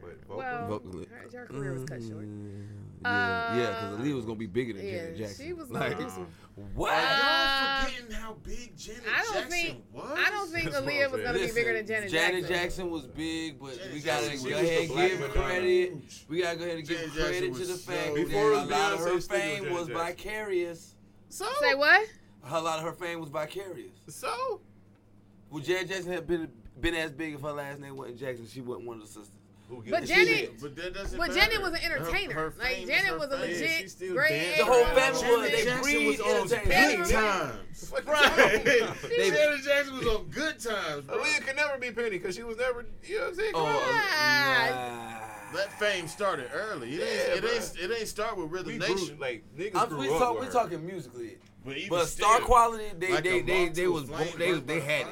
S6: But vocally.
S4: Hmm. Well,
S5: Vocally. Mm,
S4: her- your career was cut short. Uh,
S5: Yeah, yeah, because Aaliyah was gonna be bigger than
S4: yeah,
S5: Janet Jackson.
S4: she was
S5: <laughs>
S4: gonna
S5: like,
S4: do some-
S5: what?
S4: Uh,
S9: forgetting how big Janet
S4: I don't
S9: Jackson
S4: think
S9: was?
S4: I don't
S9: <laughs>
S4: think
S9: That's what
S4: Aaliyah
S9: I'm
S4: was gonna be
S5: Listen,
S4: bigger than Janet,
S5: Janet
S4: Jackson.
S5: Jackson was big, but we gotta
S6: Jackson
S5: go
S6: was
S5: ahead
S6: the
S5: and give
S6: Black Madonna.
S5: credit. We gotta go ahead and give
S6: Janet Jackson
S5: credit to
S6: was
S5: the
S6: so
S5: fact
S6: big.
S5: that
S6: Before it
S5: a
S6: was
S5: lot of
S6: Beyonce,
S5: her
S6: still was
S5: fame
S6: Janet
S5: was
S6: Jackson.
S5: vicarious.
S4: So say what?
S5: A lot of her fame was vicarious.
S9: So
S5: Would Janet Jackson have been been as big if her last name wasn't Jackson? She wasn't one of the sisters.
S4: But
S5: She
S4: Janet,
S5: did.
S4: but,
S9: that doesn't
S4: Janet
S9: matter.
S4: was an
S9: Her-
S4: entertainer.
S9: her
S4: like
S9: fame
S4: Janet
S9: is
S4: was
S9: her
S4: a
S9: fame.
S4: legit
S9: She still
S4: great.
S9: danced.
S5: The whole
S9: Janet
S5: family was. They
S9: Jackson
S5: breed
S9: was on
S5: entertainment.
S9: good times.
S5: Right.
S9: They- Janet Jackson was on good times, bro.
S6: Aaliyah could never be Penny because she was never, you know what I'm saying?
S9: Oh,
S6: Come on.
S9: That fame started early. It ain't,
S6: Yeah,
S9: it ain't, it ain't start with Rhythm
S6: We grew-
S9: Nation.
S6: like, niggas
S5: I'm, we talk, we're talking musically,
S9: But
S5: but,
S9: even
S5: star
S9: still,
S5: quality, they
S9: like
S5: they
S9: a
S5: they,
S9: moth to
S5: they
S9: a
S5: was
S9: flame,
S5: bo- they
S9: burnt
S5: they
S9: by
S5: had it.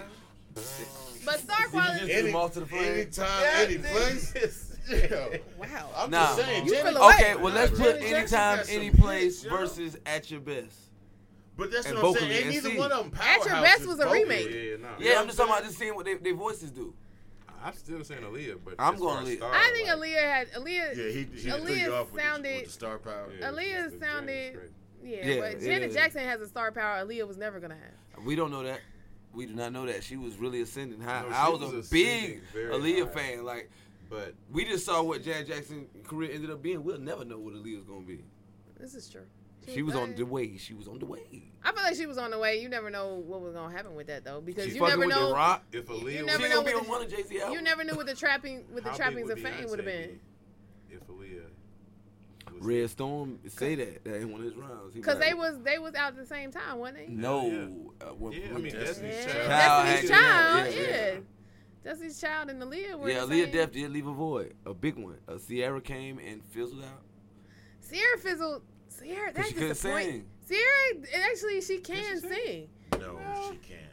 S4: but star quality.
S5: Did you just do moth to the flame?
S9: Anytime,
S4: That
S9: any
S4: thing
S9: <laughs> place. Yeah.
S4: Wow.
S9: I'm
S5: Nah.
S9: just saying.
S5: You
S9: Janet,
S5: feel away. Okay, well, let's
S9: Nah,
S5: put
S9: Janet Jackson
S5: anytime,
S9: got some
S5: any place
S9: hits, yo.
S5: versus at your best.
S9: But that's
S5: and
S9: what I'm
S5: vocally,
S9: saying.
S5: and
S9: Ain't neither
S5: sing.
S9: one of them
S4: At Your Best
S9: powerhouses
S4: was a
S9: vocally.
S4: remake.
S6: Yeah, nah.
S5: Yeah, I'm just talking about just seeing what they, their voices do.
S6: I'm still saying Aaliyah, but
S5: I'm
S6: as far
S5: going
S6: as
S5: Aaliyah.
S6: star,
S4: I think
S6: like,
S4: Aaliyah had Aaliyah.
S9: Yeah, he, he threw you
S4: Aaliyah
S9: off with the,
S4: sounded.
S9: with the star power.
S6: Yeah,
S4: Aaliyah
S6: it's just the Janet
S4: sounded
S6: straight.
S4: Yeah,
S5: Yeah,
S4: but
S5: yeah,
S4: Janet
S5: yeah.
S4: Jackson has a star power Aaliyah was never gonna have.
S5: We don't know that. We do not know that she was really ascending high.
S20: No, she
S5: I was,
S20: was
S5: a big
S20: ascending very
S5: Aaliyah
S20: high.
S5: fan. Like,
S6: but
S5: we just saw what Janet Jackson's career ended up being. We'll never know what Aaliyah's gonna be.
S4: This is true.
S5: She was on
S4: bad.
S5: the way. She was on the way.
S4: I feel like she was on the way. You never know what was gonna happen with that though, because
S5: She's
S4: you
S5: fucking
S4: never
S5: with
S4: know.
S5: The Rock.
S6: If
S4: You
S6: Aaliyah
S4: never
S6: was-
S4: know
S6: She'll be
S4: what
S6: on one of Jay-Z
S4: the, You
S6: albums.
S4: never knew what the trapping with the
S6: How big
S4: trappings
S6: would
S4: of fame
S6: Beyonce
S4: would have been.
S6: be If Aaliyah,
S5: Red Storm say that that in one of his rounds. He
S4: Cause
S5: like,
S4: they was they was out at the same time, wasn't they?
S5: no. Uh, what,
S6: Oh, Yeah, I
S5: what
S6: mean, Destiny's
S4: Yeah,
S6: Child.
S4: Destiny's Child,
S5: actually,
S4: yeah.
S5: yeah, yeah.
S4: Destiny's Child and Aaliyah were.
S5: Yeah,
S4: Yeah,
S5: Aaliyah Def did leave a void, a big one. Uh, Sierra came and fizzled out.
S4: Sierra fizzled. Sierra,
S5: 'Cause
S4: that's
S5: she couldn't
S4: disappointing.
S5: sing.
S4: Sierra, actually, she can sing.
S6: No, she can't.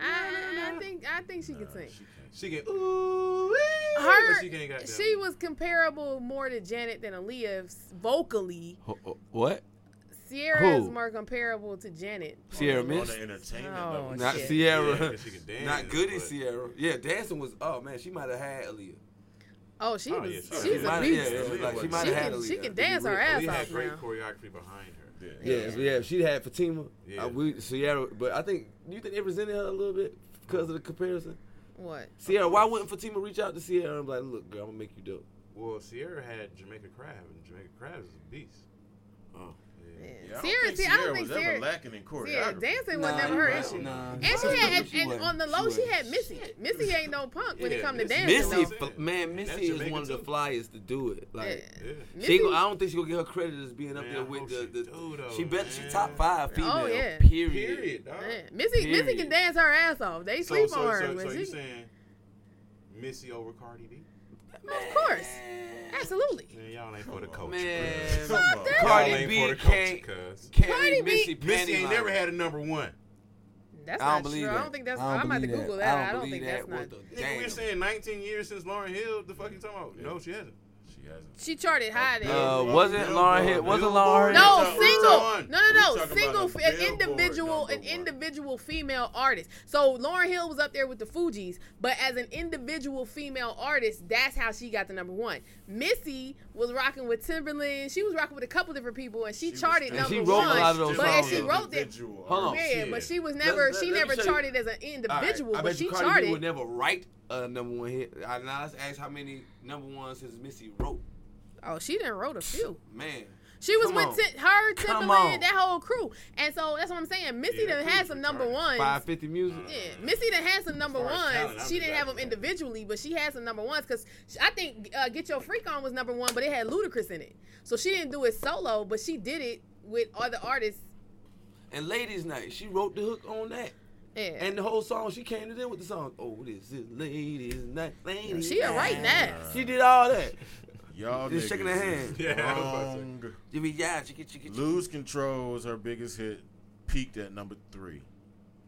S4: I, I think I think she can sing.
S6: She can ooh, wee,
S4: Her,
S6: but she can't got
S4: she was comparable more to Janet than Aaliyah s- vocally.
S5: What?
S6: Oh,
S4: Sierra is
S5: Who?
S4: more comparable to Janet.
S5: Sierra
S6: on
S5: Mist?
S6: the entertainment
S4: Oh,
S6: level.
S5: Not
S6: shit.
S5: Sierra.
S6: Yeah, 'cause she can
S5: <laughs>
S6: dance,
S5: Not good as
S6: but-
S5: Sierra. Yeah, dancing was. Oh man, she might have had Aaliyah.
S4: Oh, she
S5: Oh,
S4: was.
S5: yeah, she was.
S4: she's a
S5: Might-
S4: beast.
S5: yeah, yeah, like, she might have had
S4: can,
S5: Aaliyah.
S4: she can dance her ass
S6: Aaliyah
S4: off
S6: had great
S4: now.
S6: choreography behind her.
S5: Yeah, yeah. if she had Fatima. Yeah. we, Sierra, but I think you think they resented her a little bit because of the comparison.
S4: What?
S5: Sierra, why wouldn't Fatima reach out to Sierra and be like, "Look, girl, I'm gonna make you dope."
S6: Well, Sierra had Jamaica Crab, and Jamaica Crab is a beast.
S5: Oh.
S6: Yeah.
S9: Yeah, I don't
S4: Sierra,
S9: think
S4: see, I don't
S9: Sierra
S4: think
S9: was ever
S4: Sierra-
S9: lacking in
S4: Yeah,
S9: choreography.
S4: dancing was
S9: Nah,
S4: never
S9: you
S4: her
S9: right.
S4: issue.
S9: Nah.
S4: and she had,
S5: She
S4: and,
S5: wasn't.
S4: on the
S5: She
S4: low, she,
S5: wasn't.
S4: had Missy. Missy ain't no punk when it
S5: Yeah,
S4: come to
S5: Missy-
S4: dancing. though.
S5: Missy, f- man, Missy is one of the flyest to do it. Like,
S4: Yeah.
S5: she,
S4: Missy-
S5: go, I don't think she gonna get her credit as being up
S6: Man, I
S5: there with
S6: hope
S5: the.
S6: she
S5: the
S6: do, though,
S5: she better. She
S6: man.
S5: top five female.
S4: Oh, yeah.
S5: Period.
S6: Period, dog.
S4: Yeah. Missy, Missy
S5: Period.
S4: can dance her ass off. They
S6: So-
S4: sleep
S6: so,
S4: on her.
S6: So,
S4: but
S6: so
S4: she,
S6: you saying Missy over Cardi B?
S4: of course, absolutely.
S6: Man, y'all ain't for the culture.
S5: Man,
S6: cuz.
S5: Fuck that.
S6: y'all
S5: Cardi
S6: ain't
S5: B
S6: for the culture,
S5: can't-
S6: cuz.
S5: can't Cardi leave B- Missy
S6: Missy
S5: panty
S6: ain't
S5: line.
S6: never had a number one.
S4: That's
S5: I don't
S4: not
S5: believe
S4: true. I
S5: that.
S4: don't think that's.
S5: I don't
S4: I'm about to
S5: believe that.
S4: Google
S5: I
S4: that.
S5: don't
S4: I don't,
S5: believe
S4: think
S5: that.
S4: that's
S5: What
S4: not.
S5: the-
S6: Nigga,
S5: Damn.
S6: we're saying 19 years since Lauren Hill. The fuck you talking about? No, she hasn't. She hasn't.
S4: She charted high. then.
S5: Uh, wasn't Lauren Hill? Wasn't Lauren Hill?
S4: No,
S6: talking-
S4: single.
S6: we're talking-
S4: No,
S6: we're
S4: no, no.
S6: talking
S4: Single,
S6: about a
S4: an
S6: Billboard
S4: individual, an individual female artist. So Lauren Hill was up there with the Fugees, but as an individual female artist, that's how she got the number one. Missy was rocking with Timberland. She was rocking with a couple different people, and she, charted
S5: And
S4: number
S5: she wrote a
S4: one.
S5: lot of those
S4: but and
S5: songs.
S4: she wrote that.
S5: Individual artist.
S4: Yeah,
S5: Hold on.
S4: but she was
S5: Let-
S4: never.
S5: let-
S4: she
S5: let me
S4: never
S5: show you.
S4: charted as an
S5: All right,
S4: individual,
S5: I
S4: but
S5: bet
S4: she
S5: you Cardi B would
S4: charted.
S5: never write a number one hit. I now let's ask how many number ones his Missy wrote.
S4: Oh, she didn't wrote a few.
S5: Man,
S4: She was
S5: Come on.
S4: with Ti- her,
S5: Come on.
S4: Timberland, that whole crew, and so that's what I'm saying. Missy done had some number ones.
S5: five fifty music.
S4: Yeah, Missy done had some number
S5: As far as
S4: ones.
S5: talent, I'm
S4: she didn't
S5: just
S4: have them individually, but she had some number ones because I think uh, "Get Your Freak On" was number one, but it had Ludacris in it, so she didn't do it solo, but she did it with other artists.
S5: And Ladies Night, she wrote the hook on that.
S4: Yeah.
S5: And the whole song, she came to them with the song. Oh, this is Ladies Night. Ladies
S4: She a right
S5: night.
S4: now.
S5: She did all that. <laughs>
S9: Y'all
S5: Just shaking her
S9: niggas
S5: hand.
S9: is
S5: Yeah, I was about to say.
S9: wrong.
S5: Jimmy, yeah, chicka, chicka,
S9: Lose Control was her biggest hit, peaked at number three.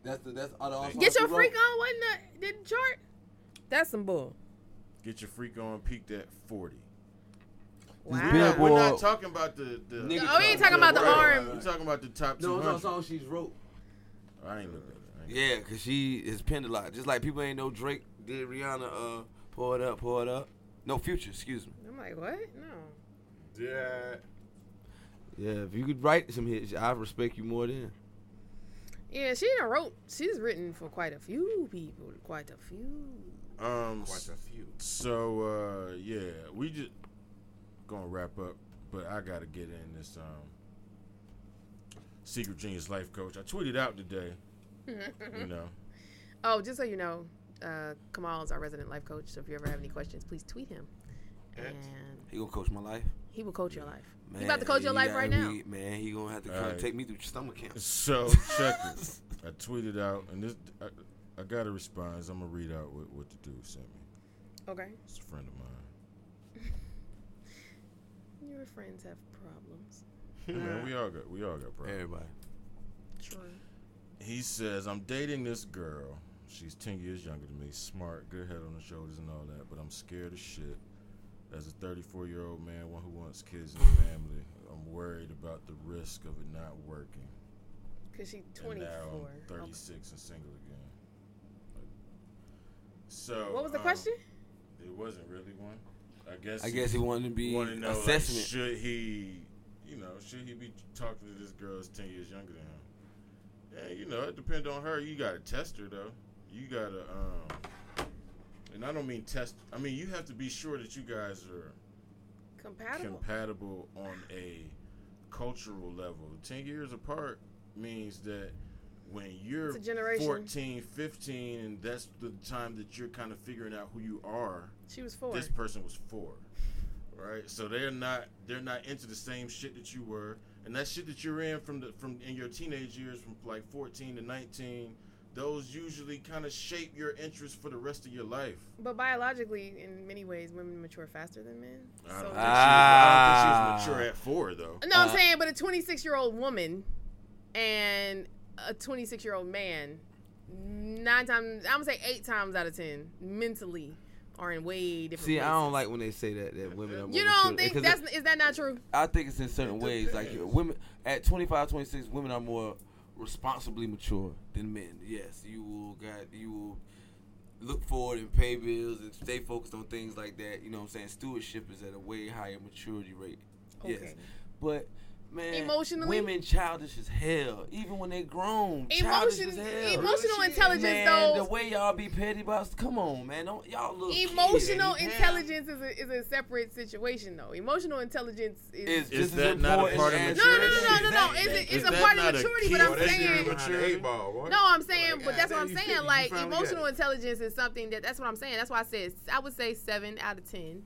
S5: That's the that's all the all
S4: Get
S5: songs
S4: Your
S5: she
S4: Freak
S5: wrote.
S4: On wasn't a, didn't chart. That's some bull.
S9: Get Your Freak On peaked at 40.
S4: Wow.
S9: We're not, we're not
S5: Billboard-
S9: talking about the. the
S5: Nigga
S4: Oh, we ain't talking about the
S9: Right,
S4: arm.
S9: We're talking about the top
S5: No,
S9: two
S5: it's all
S9: hundred.
S5: songs she's wrote.
S9: I ain't looking.
S5: Yeah, cause she is penned a lot. Just like people ain't know Drake did Rihanna. Uh, pour it up, pour it up. No future, excuse me.
S4: I'm like, what? No.
S6: Yeah.
S5: Yeah, if you could write some hits, I respect you more then.
S4: Yeah, she done wrote. She's written for quite a few people. Quite a few.
S9: Um,
S6: Quite a few.
S9: So uh, yeah, we just gonna wrap up, but I gotta get in this um secret genius life coach. I tweeted out today. you know,
S4: Oh, just so you know, uh, Kamal is our resident life coach. So if you ever have any questions, please tweet him. And
S5: He gonna coach my life.
S4: he will coach your life. you about to coach your
S5: he
S4: life
S5: gotta
S4: right now.
S5: be- man, he gonna have to come
S9: Alright.
S5: take me through stomach cancer.
S9: So check
S6: <laughs>
S9: it. I tweeted out, and this I, I got a response. I'm gonna read out what, what the dude sent me.
S4: Okay.
S9: It's a friend of mine.
S4: Your friends have problems.
S6: Hmm.
S9: Man, we all got we all got problems.
S5: Everybody.
S4: True.
S9: He says, I'm dating this girl. She's 10 years younger than me, smart, good head on her shoulders and all that, but I'm scared as shit. As a 34 year old man, one who wants kids and family, I'm worried about the risk of it not working.
S4: Cause she
S9: And
S4: 24.
S9: now I'm 36 and single again. Like, so.
S4: What was the
S9: um,
S4: question?
S9: It wasn't really one. I guess.
S5: I guess he wanted to be
S9: wanted to know, like,
S5: assessment.
S9: should he, you know, should he be talking to this girl that's ten years younger than him? Yeah, you know, it depends on her. You gotta test her though. You gotta, um, and I don't mean test. I mean you have to be sure that you guys are
S4: Compatible.
S9: compatible on a cultural level. 10 years apart means that when you're
S4: It's a generation.
S9: 14, 15, and that's the time that you're kind of figuring out who you are.
S4: She was four.
S9: This person was 4. Right? So they're not they're not into the same shit that you were. And that shit that you're in from the from in your teenage years from like 14 to 19, those usually kind of shape your interest for the rest of your life.
S4: But biologically, in many ways, women mature faster than men.
S9: I don't, Uh,
S4: So-
S9: think, she was, I don't think
S5: Ah.
S9: she was mature at 4 though.
S4: No, I'm saying, but a 26 year old woman and a 26 year old man, nine times, I'm gonna say eight times out of ten, mentally are in way different.
S5: See,
S4: places.
S5: I don't like when they say that that women. Are
S4: You
S5: women
S4: don't
S5: should-
S4: think
S5: 'cause
S4: that's
S5: it-
S4: is that not true?
S5: I think it's in certain ways. Like you- women at 25, 26, women are more responsibly mature than men. Yes, you will got you will look forward and pay bills and stay focused on things like that. You know what I'm saying? Stewardship is at a way higher maturity rate. Yes,
S4: Okay.
S5: but man,
S4: Emotionally?
S5: women childish as hell. Even when they grown, childish as
S4: Emotion-
S5: hell.
S4: emotional intelligence,
S5: man, The
S4: though-
S5: way y'all be petty about, come on, man, don't y'all look
S4: Emotional intelligence is a, is a separate situation, though. Emotional intelligence is.
S5: Is, is
S9: that not a part of
S5: as
S9: maturity?
S4: no, no, no, no, no. It's, a, it's a part of maturity, but
S5: Oh,
S4: I'm saying. No, I'm saying, but that's what I'm saying. Like emotional intelligence is something that that's what I'm saying. That's why I said I would say seven out of ten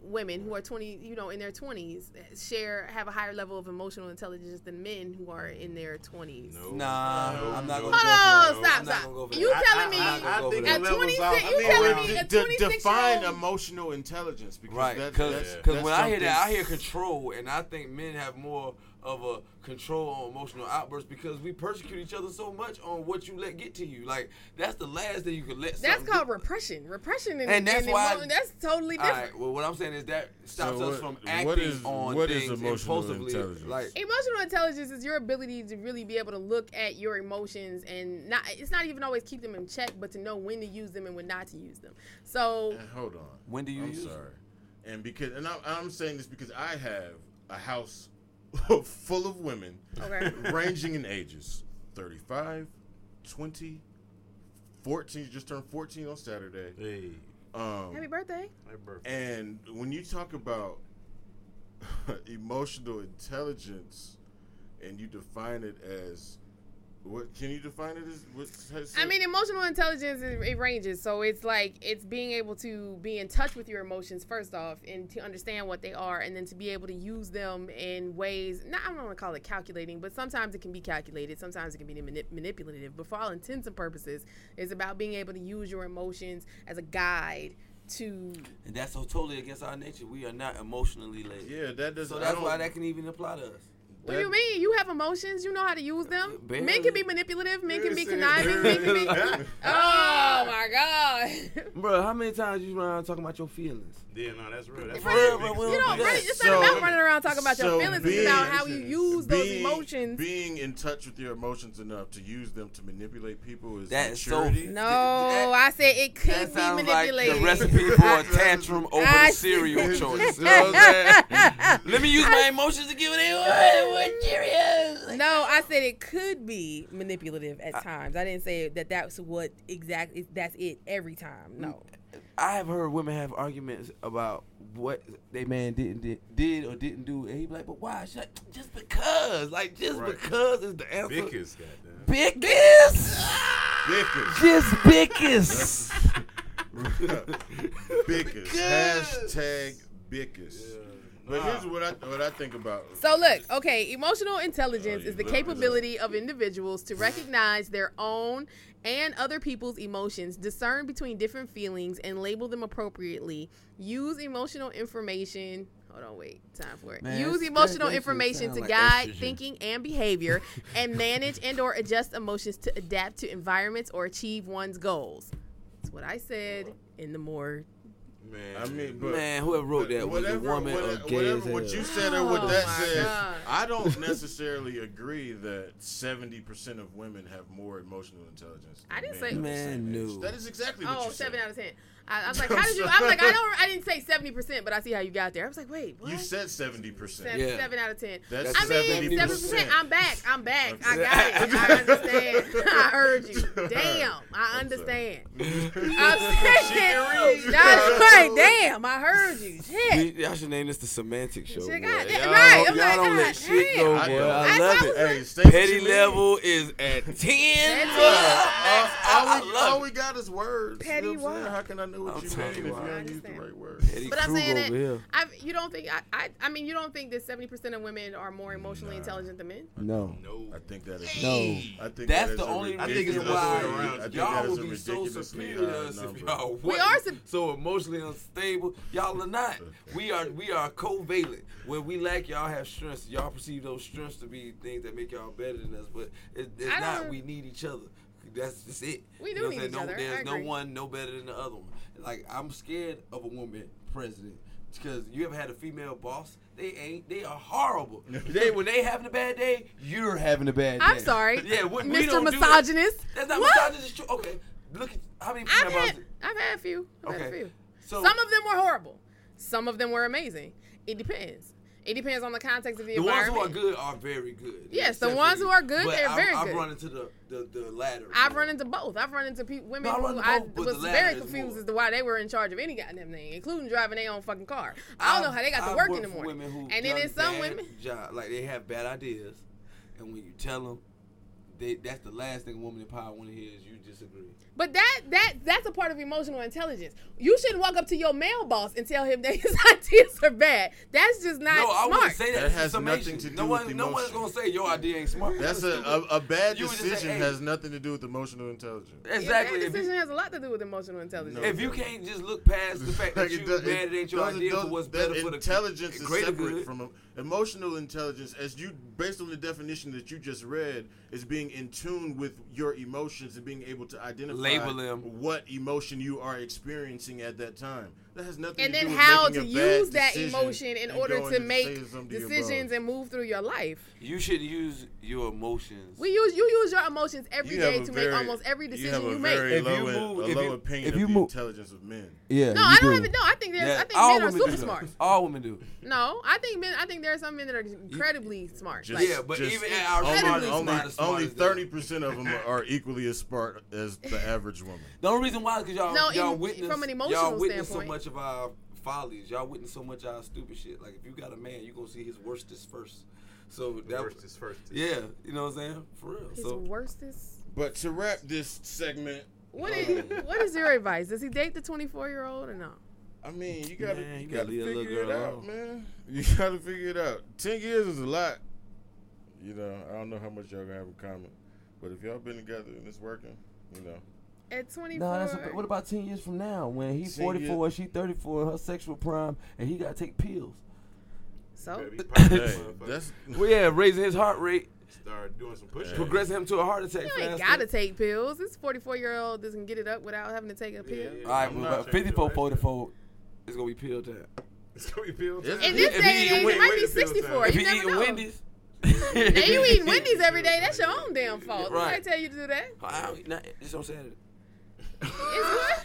S4: women who are 20, you know, in their 20s share have a higher level of emotional intelligence than men who are in their 20s.
S5: Nah, I'm not gonna go for
S4: Hold on,
S5: that.
S4: stop,
S5: I'm not gonna go
S4: stop.
S5: for
S4: You
S5: that.
S4: telling me
S5: I- I- I think
S4: at
S5: the levels
S4: 26,
S5: out. I
S4: you
S5: mean,
S4: telling
S5: well,
S4: me at
S5: de-
S4: 26
S9: define
S4: year old,
S9: emotional intelligence because
S5: Right,
S9: that,
S5: because
S9: that's, that's
S5: when I hear that, I hear
S9: something-
S5: control, and I think men have more of a control on emotional outbursts because we persecute each other so much on what you let get to you. Like that's the last thing you can let.
S4: that's
S5: something
S4: called repression. Repression and,
S5: And that's why-
S4: emo- that's totally
S5: do. All
S4: different.
S5: right. Well, what I'm saying is that stops
S9: So
S5: us from
S9: what-
S5: acting
S9: what is-
S5: on
S9: what is
S5: things
S9: emotional
S5: impulsively.
S9: intelligence?
S5: Like
S4: Emotional intelligence is your ability to really be able to look at your emotions and not it's not even always keep them in check, but to know when to use them and when not to use them. So
S9: And hold on.
S5: When do you
S9: I'm
S5: use it?
S9: sorry. And because and I'm, I'm saying this because I have a house <laughs> full of women
S4: Okay.
S9: <laughs> ranging in ages 35, 20, 14 just turned 14 on Saturday.
S6: Hey.
S9: Um
S4: happy birthday.
S9: And when you talk about <laughs> emotional intelligence, and you define it as what? Can you define it as what? has-
S4: I mean, emotional intelligence it, it ranges. So it's like it's being able to be in touch with your emotions first off, and to understand what they are, and then to be able to use them in ways. Not I don't want to call it calculating, but sometimes it can be calculated. Sometimes it can be manip- manipulative. But for all intents and purposes, it's about being able to use your emotions as a guide to.
S5: and that's so totally against our nature. We are not emotionally laden.
S9: Yeah, that doesn't-
S5: So
S9: I
S5: that's
S9: don't-
S5: why that can even apply to us.
S4: What do you mean? You have emotions. You know how to use them.
S5: Barely.
S4: Men can be manipulative. Men can be
S5: You're saying
S4: conniving. Men can be. <laughs>
S5: barely.
S4: Oh my God.
S5: Bro, how many times you run around talking about your feelings?
S6: Yeah, no, that's real. That's
S5: Bro,
S6: real.
S5: but
S6: Because-
S5: we
S4: You know,
S5: Yeah.
S4: really, it's
S9: So-
S4: not about running around talking about
S9: so
S4: your feelings. It's about how
S9: <laughs>
S4: you use those
S9: being-
S4: emotions.
S9: Being in touch with your emotions enough to use them to manipulate people is
S5: That is so- <laughs>
S9: maturity.
S4: no, I said it could be
S5: sounds like the
S4: manipulated.
S5: recipe for a tantrum over
S4: I
S5: the
S4: see.
S5: cereal
S10: <laughs>
S5: choice. You know what
S6: <laughs>
S5: I'm saying? Let me use my emotions to give it a what Cheerios.
S4: no, I said it could be manipulative at times. I didn't say that that's what exactly that's it every time. No.
S5: I have heard women have arguments about what they man didn't did, did or didn't do, and he be like, "But why? She's like, just because, like just
S6: Right.
S5: because is the answer."
S6: Bickers, goddamn.
S5: Biggest, <laughs>
S9: Bickers.
S5: just biggest.
S9: Bickers. Hashtag Bickers. But here's what I what I think about.
S4: So look, okay, emotional intelligence
S9: Oh,
S4: is the
S9: you look
S4: capability of individuals to recognize their own and other people's emotions, discern between different feelings and label them appropriately, use emotional information Hold on, wait. Time for it.
S21: Man,
S4: Use
S21: that-
S4: emotional
S21: that shit
S4: information
S21: sound
S4: to
S21: like
S4: guide
S21: estrogen.
S4: thinking and behavior, and manage and/or adjust emotions to adapt to environments or achieve one's goals. That's what I said in the more
S9: Man, I mean, but
S5: Man, whoever wrote that was a woman or
S9: whatever,
S5: gay
S9: whatever
S5: as
S9: what
S5: hell.
S9: you said or what
S5: Oh
S9: that
S5: my
S9: said,
S5: God.
S4: <laughs>
S9: I don't necessarily agree that seventy percent of women have more emotional intelligence. than
S4: I didn't
S9: men
S4: say-
S9: of the same
S5: Man,
S9: age.
S5: no.
S9: That is exactly what
S4: oh,
S9: you said.
S4: seven out of ten. I, I
S9: <laughs>
S4: was like, how did you? I was like, I don't. I didn't say seventy percent, but I see how you got there. I was like, wait, what?
S9: You said seventy percent.
S4: Seven, seven out of ten.
S9: That's
S4: I mean, seven
S9: 70%.
S4: percent. I'm back. I'm back. I got it. I understand. I heard you. Damn, I
S9: <laughs>
S4: understand. I'm saying,
S10: read.
S4: that's right. Damn, I heard you. Shit.
S10: We- Y'all should name this the semantic show.
S4: Shit,
S10: boy.
S4: God damn-
S10: y'all
S4: right,
S10: don't,
S4: I'm
S10: y'all
S4: like,
S10: don't
S4: God
S10: let shit
S4: damn.
S10: go,
S4: I
S10: boy.
S4: know.
S10: I,
S4: That's
S10: love
S4: what I
S10: it.
S4: was
S9: like-
S10: Petty
S9: Say what you
S10: level is at ten.
S4: That's
S10: boy.
S4: it.
S1: all, we,
S10: love
S1: all we got is words.
S4: Petty
S1: you know what I'm saying?
S4: why?
S1: How can I know what
S10: I'm
S1: you mean
S10: telling
S1: if
S10: you
S1: you
S10: why.
S1: don't use the
S4: understand.
S1: right words?
S10: Petty
S4: But I'm
S10: Krug
S4: saying
S10: over
S4: that
S10: here.
S4: I've, you don't think I, I I mean you don't think that seventy percent of women are more emotionally intelligent than men?
S10: No.
S6: No.
S9: I think that is
S10: No.
S9: I
S10: That's
S9: think that is
S10: the
S9: a
S10: only
S5: I think it's
S9: ridiculous
S5: why
S9: way around. I think that
S5: y'all
S9: is a
S5: would be so
S9: ridiculously
S5: superior to
S9: high
S5: us if
S9: number.
S5: y'all
S4: We
S5: wasn't
S4: are sup-
S5: so emotionally unstable. Y'all are not. We are we are covalent. Where we lack, y'all have strengths. Y'all perceive those strengths to be things that make y'all better than us. But it,
S4: I
S5: it's not.
S4: don't-
S5: We need each other. That's just it.
S4: We do
S5: what I'm
S4: need
S5: saying?
S4: each
S5: no,
S4: other. I
S5: There's no
S4: agree.
S5: one no better than the other one. Like I'm scared of a woman president. Because you ever had a female boss? They ain't. They are horrible.
S9: <laughs>
S5: they when they having a bad day, you're having a bad day.
S4: I'm sorry,
S5: <laughs> Yeah, we, we
S4: Mr.
S5: don't do that.
S4: Misogynist.
S5: That's not
S4: What?
S5: misogynist. it's true. Okay, look at how many
S4: I've
S5: female
S4: had,
S5: bosses-
S4: I've had a few. I've had
S5: Okay,
S4: a few.
S5: so-
S4: some of them were horrible. Some of them were amazing. It depends. It depends on the context of the,
S5: The ones
S4: environment.
S5: who are good are very good.
S4: Yes, the ones who are good,
S5: But
S4: they're
S5: I've,
S4: very
S5: I've
S4: good.
S5: run into the the, the ladder.
S4: I've run into both. I've run into pe- women
S5: No, I run
S4: who
S5: into
S4: I
S5: both, but
S4: was
S5: the latter
S4: very
S5: is
S4: confused
S5: more.
S4: as to why they were in charge of any goddamn thing, including driving their own fucking car. I don't know
S5: I've-
S4: how they got to
S5: I've
S4: work in
S5: worked
S4: the
S5: for
S4: morning.
S5: women who
S4: And then
S5: done
S4: there's some
S5: bad
S4: women.
S5: job, like they have bad ideas, and when you tell them, they that's the last thing a woman in power want to hear is you disagree.
S4: But that that that's a part of emotional intelligence. You shouldn't walk up to your male boss and tell him that his <laughs> ideas are bad. That's just not
S5: no, I
S4: smart.
S5: wouldn't say that.
S9: That
S5: It's a
S9: has nothing
S5: summation.
S9: to do
S5: no
S9: with
S5: one, No one's
S9: emotion.
S5: gonna say your idea ain't smart.
S9: That's a,
S5: stupid.
S9: a, a bad
S5: You would just say,
S9: decision
S5: hey,
S9: has nothing to do with emotional intelligence.
S4: Yeah,
S5: Exactly.
S4: That
S5: If you-
S4: decision has a lot to do with emotional intelligence.
S5: If you can't just look
S9: <laughs>
S5: past the fact that
S9: Like, it
S5: you
S9: does-
S5: mad
S9: it
S5: it ain't your
S9: doesn't-
S5: idea for
S9: doesn't-
S5: what's
S9: that
S5: better for the
S9: intelligence is
S5: greater
S9: separate
S5: good.
S9: from emotional intelligence. As you, based on the definition that you just read, is being in tune with your emotions and being able to identify
S5: Label them.
S9: what emotion you are experiencing at that time. That has nothing.
S4: and
S9: to
S4: then
S9: do with
S4: how
S9: making
S4: to
S9: a bad
S4: use that
S9: decision
S4: emotion in
S9: and
S4: order
S9: going
S4: to
S9: and
S4: make
S9: saying something to your
S4: decisions
S9: boss.
S4: and move through your life.
S5: You should use your emotions.
S4: We use you use your emotions every
S9: You
S4: day
S9: have a
S4: to
S9: very-
S4: make almost every
S9: you
S4: decision
S9: have
S4: you,
S9: a
S4: make.
S9: Very
S5: If you
S9: low,
S5: move-
S9: a
S5: if
S9: low
S5: you-
S9: opinion
S5: if
S9: of
S5: you
S9: the
S5: move-
S9: intelligence of men.
S10: Yeah.
S4: no,
S10: you
S4: I
S10: do.
S4: don't have it. No, I think there's. I think
S5: all
S4: men are
S5: women do
S4: super
S5: that.
S4: smart.
S5: All women do.
S4: No, I think men. I think there are some men that are incredibly smart.
S9: Just-
S4: Like,
S5: yeah, but
S9: just
S5: even at our
S9: only-
S5: smartest,
S9: only,
S5: smartest,
S9: only
S5: smartest, though.
S9: thirty percent of them are
S5: <laughs>
S9: equally as smart as the average woman.
S5: The only reason why is because y'all,
S4: No,
S5: y'all
S4: in-
S5: witness
S4: from an
S5: y'all
S4: emotional
S5: witness
S4: standpoint.
S5: so much of our follies. Y'all witness so much of our stupid shit. Like if you got a man, you gonna see his worstest first. So that
S6: worst is first.
S5: Yeah, you know what I'm saying? For real.
S4: his
S5: so
S4: worst is.
S9: But to wrap this segment,
S4: What is what is your advice? Does he date the 24 year old or no?
S9: I mean, you gotta,
S5: Man,
S9: you
S5: you
S9: gotta,
S5: gotta leave that little
S9: figure it
S5: girl
S9: out,
S5: alone.
S9: man. <laughs> You gotta figure it out. Ten years is a lot. You know, I don't know how much y'all gonna have in common, but if y'all been together and it's working, you know,
S4: At 24.
S10: No, that's okay. What about ten years from now when he's
S9: 10 years-
S10: 44, she 34, her sexual prime, and he gotta take pills?
S4: so
S6: Baby, pop that
S9: hey,
S6: motherfucker.
S9: that's
S5: Well, yeah, raising his heart rate,
S6: Start doing some push-ups.
S5: progressing him to a heart attack.
S4: you ain't
S5: faster.
S4: gotta take pills. This 44 year old doesn't get it up without having to take a pill.
S6: Yeah, yeah,
S5: All right,
S6: I'm
S5: well,
S6: not
S5: about
S6: changing
S5: 54,
S6: the lifestyle.
S5: 44, it's gonna be pill time.
S6: <laughs> It's gonna be built.
S9: It's-
S4: In this
S5: If he
S4: day
S5: eating
S4: and age,
S5: Wendy's-
S4: it might be
S6: Wendy's feels
S4: 64.
S6: bad.
S5: If
S4: You
S5: he
S4: never
S5: eating
S4: know.
S5: Wendy's,
S4: Now you
S5: <laughs>
S4: eating Wendy's every day. That's your own damn fault.
S5: Right.
S4: Nobody tell you to
S5: <laughs>
S4: do that.
S5: I don't, nah, it's on Saturday.
S4: It's what?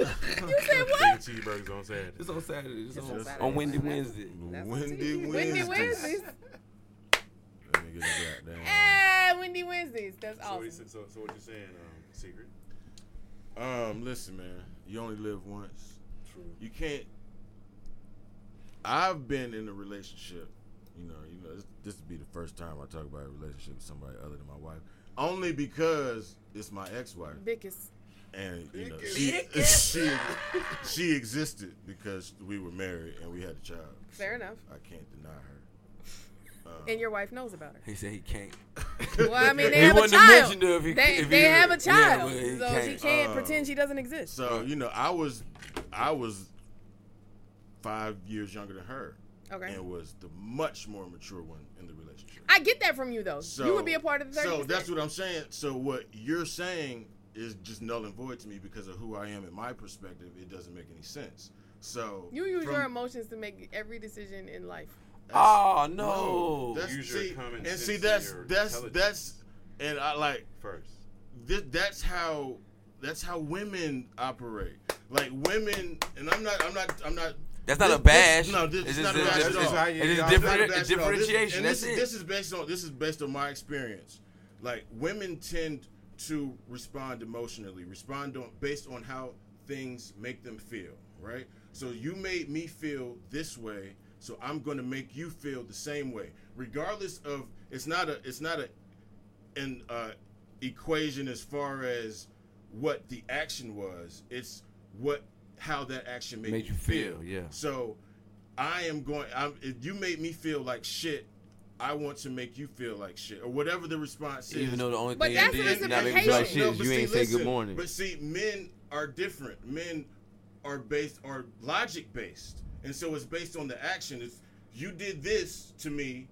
S4: You said what?
S6: Big cheeseburgers on Saturday.
S5: It's on Saturday. It's, on,
S4: on Saturday.
S5: on Wendy Wednesday.
S4: That's what
S9: Wendy
S4: she-
S9: Wednesdays.
S4: Wendy Wednesdays.
S9: Let me get a goddamn-
S4: Hey, Eh, Wendy Wednesdays. That's
S6: So, what you,
S4: awesome.
S6: so, so what you saying, um, Secret?
S9: Um, listen, man, you only live once.
S6: True.
S9: You can't. I've been in a relationship. You know, you know, this, this would be the first time I talk about a relationship with somebody other than my wife, only because it's my ex-wife.
S4: Biggest.
S9: and you know,
S6: Dick
S9: she, <laughs> she she existed because we were married and we had a child.
S4: Fair enough.
S9: I can't deny her. Um,
S4: And your wife
S5: <laughs>
S4: knows about her.
S5: He said he can't.
S4: Well, I mean,
S5: Uh-huh. He
S4: they have a
S5: wouldn't have
S4: child.
S5: mentioned her if he-
S4: they
S5: if
S4: they
S5: he-
S4: have a
S5: yeah,
S4: child,
S5: but he
S4: so she
S5: can't. Uh-huh.
S4: can't
S9: Uh,
S4: pretend she doesn't exist.
S9: so you know, I was I was five years younger than her,
S4: okay,
S9: and was the much more mature one in the relationship.
S4: I get that from you though.
S9: So
S4: you would be a part of the thirty.
S9: So that's what I'm saying. So what you're saying is just null and void to me because of who I am in my perspective. It doesn't make any sense. So
S4: you use
S9: from-
S4: your emotions to make every decision in life.
S5: Oh
S9: No,
S5: no!
S9: that's,
S6: Use your
S9: see,
S6: common
S9: and
S6: sense
S9: see
S6: and
S9: that's
S6: your
S9: that's
S6: intelligence.
S9: that's and I like
S6: First.
S9: thi- that's how that's how women operate. Like women, and I'm not, I'm not, I'm not.
S5: That's not
S9: this-
S5: a bash.
S9: This, no, this
S5: It's
S9: is
S5: just-
S9: not a
S5: it's
S9: bash
S5: just-
S9: at all.
S5: it's how you- It is y'all- different-
S9: It's not a bash at all. This-
S5: differentiation,
S9: and
S5: that's
S9: this,
S5: it.
S9: This is based on this is based on my experience. Like women tend to respond emotionally, respond on based on how things make them feel. Right. So you made me feel this way, so I'm going to make you feel the same way, regardless of. It's not a. It's not a an uh, equation as far as what the action was. It's what how that action made,
S5: Made you
S9: you feel.
S5: feel, yeah.
S9: So I am going. I'm, if you made me feel like shit, I want to make you feel like shit, or whatever the response is.
S5: Even though the only But thing you that's did
S9: is
S5: an not make me feel like shit is you ain't say good morning.
S9: But see, men are different. Men are based are logic based, and so it's based on the action. It's you did this to me,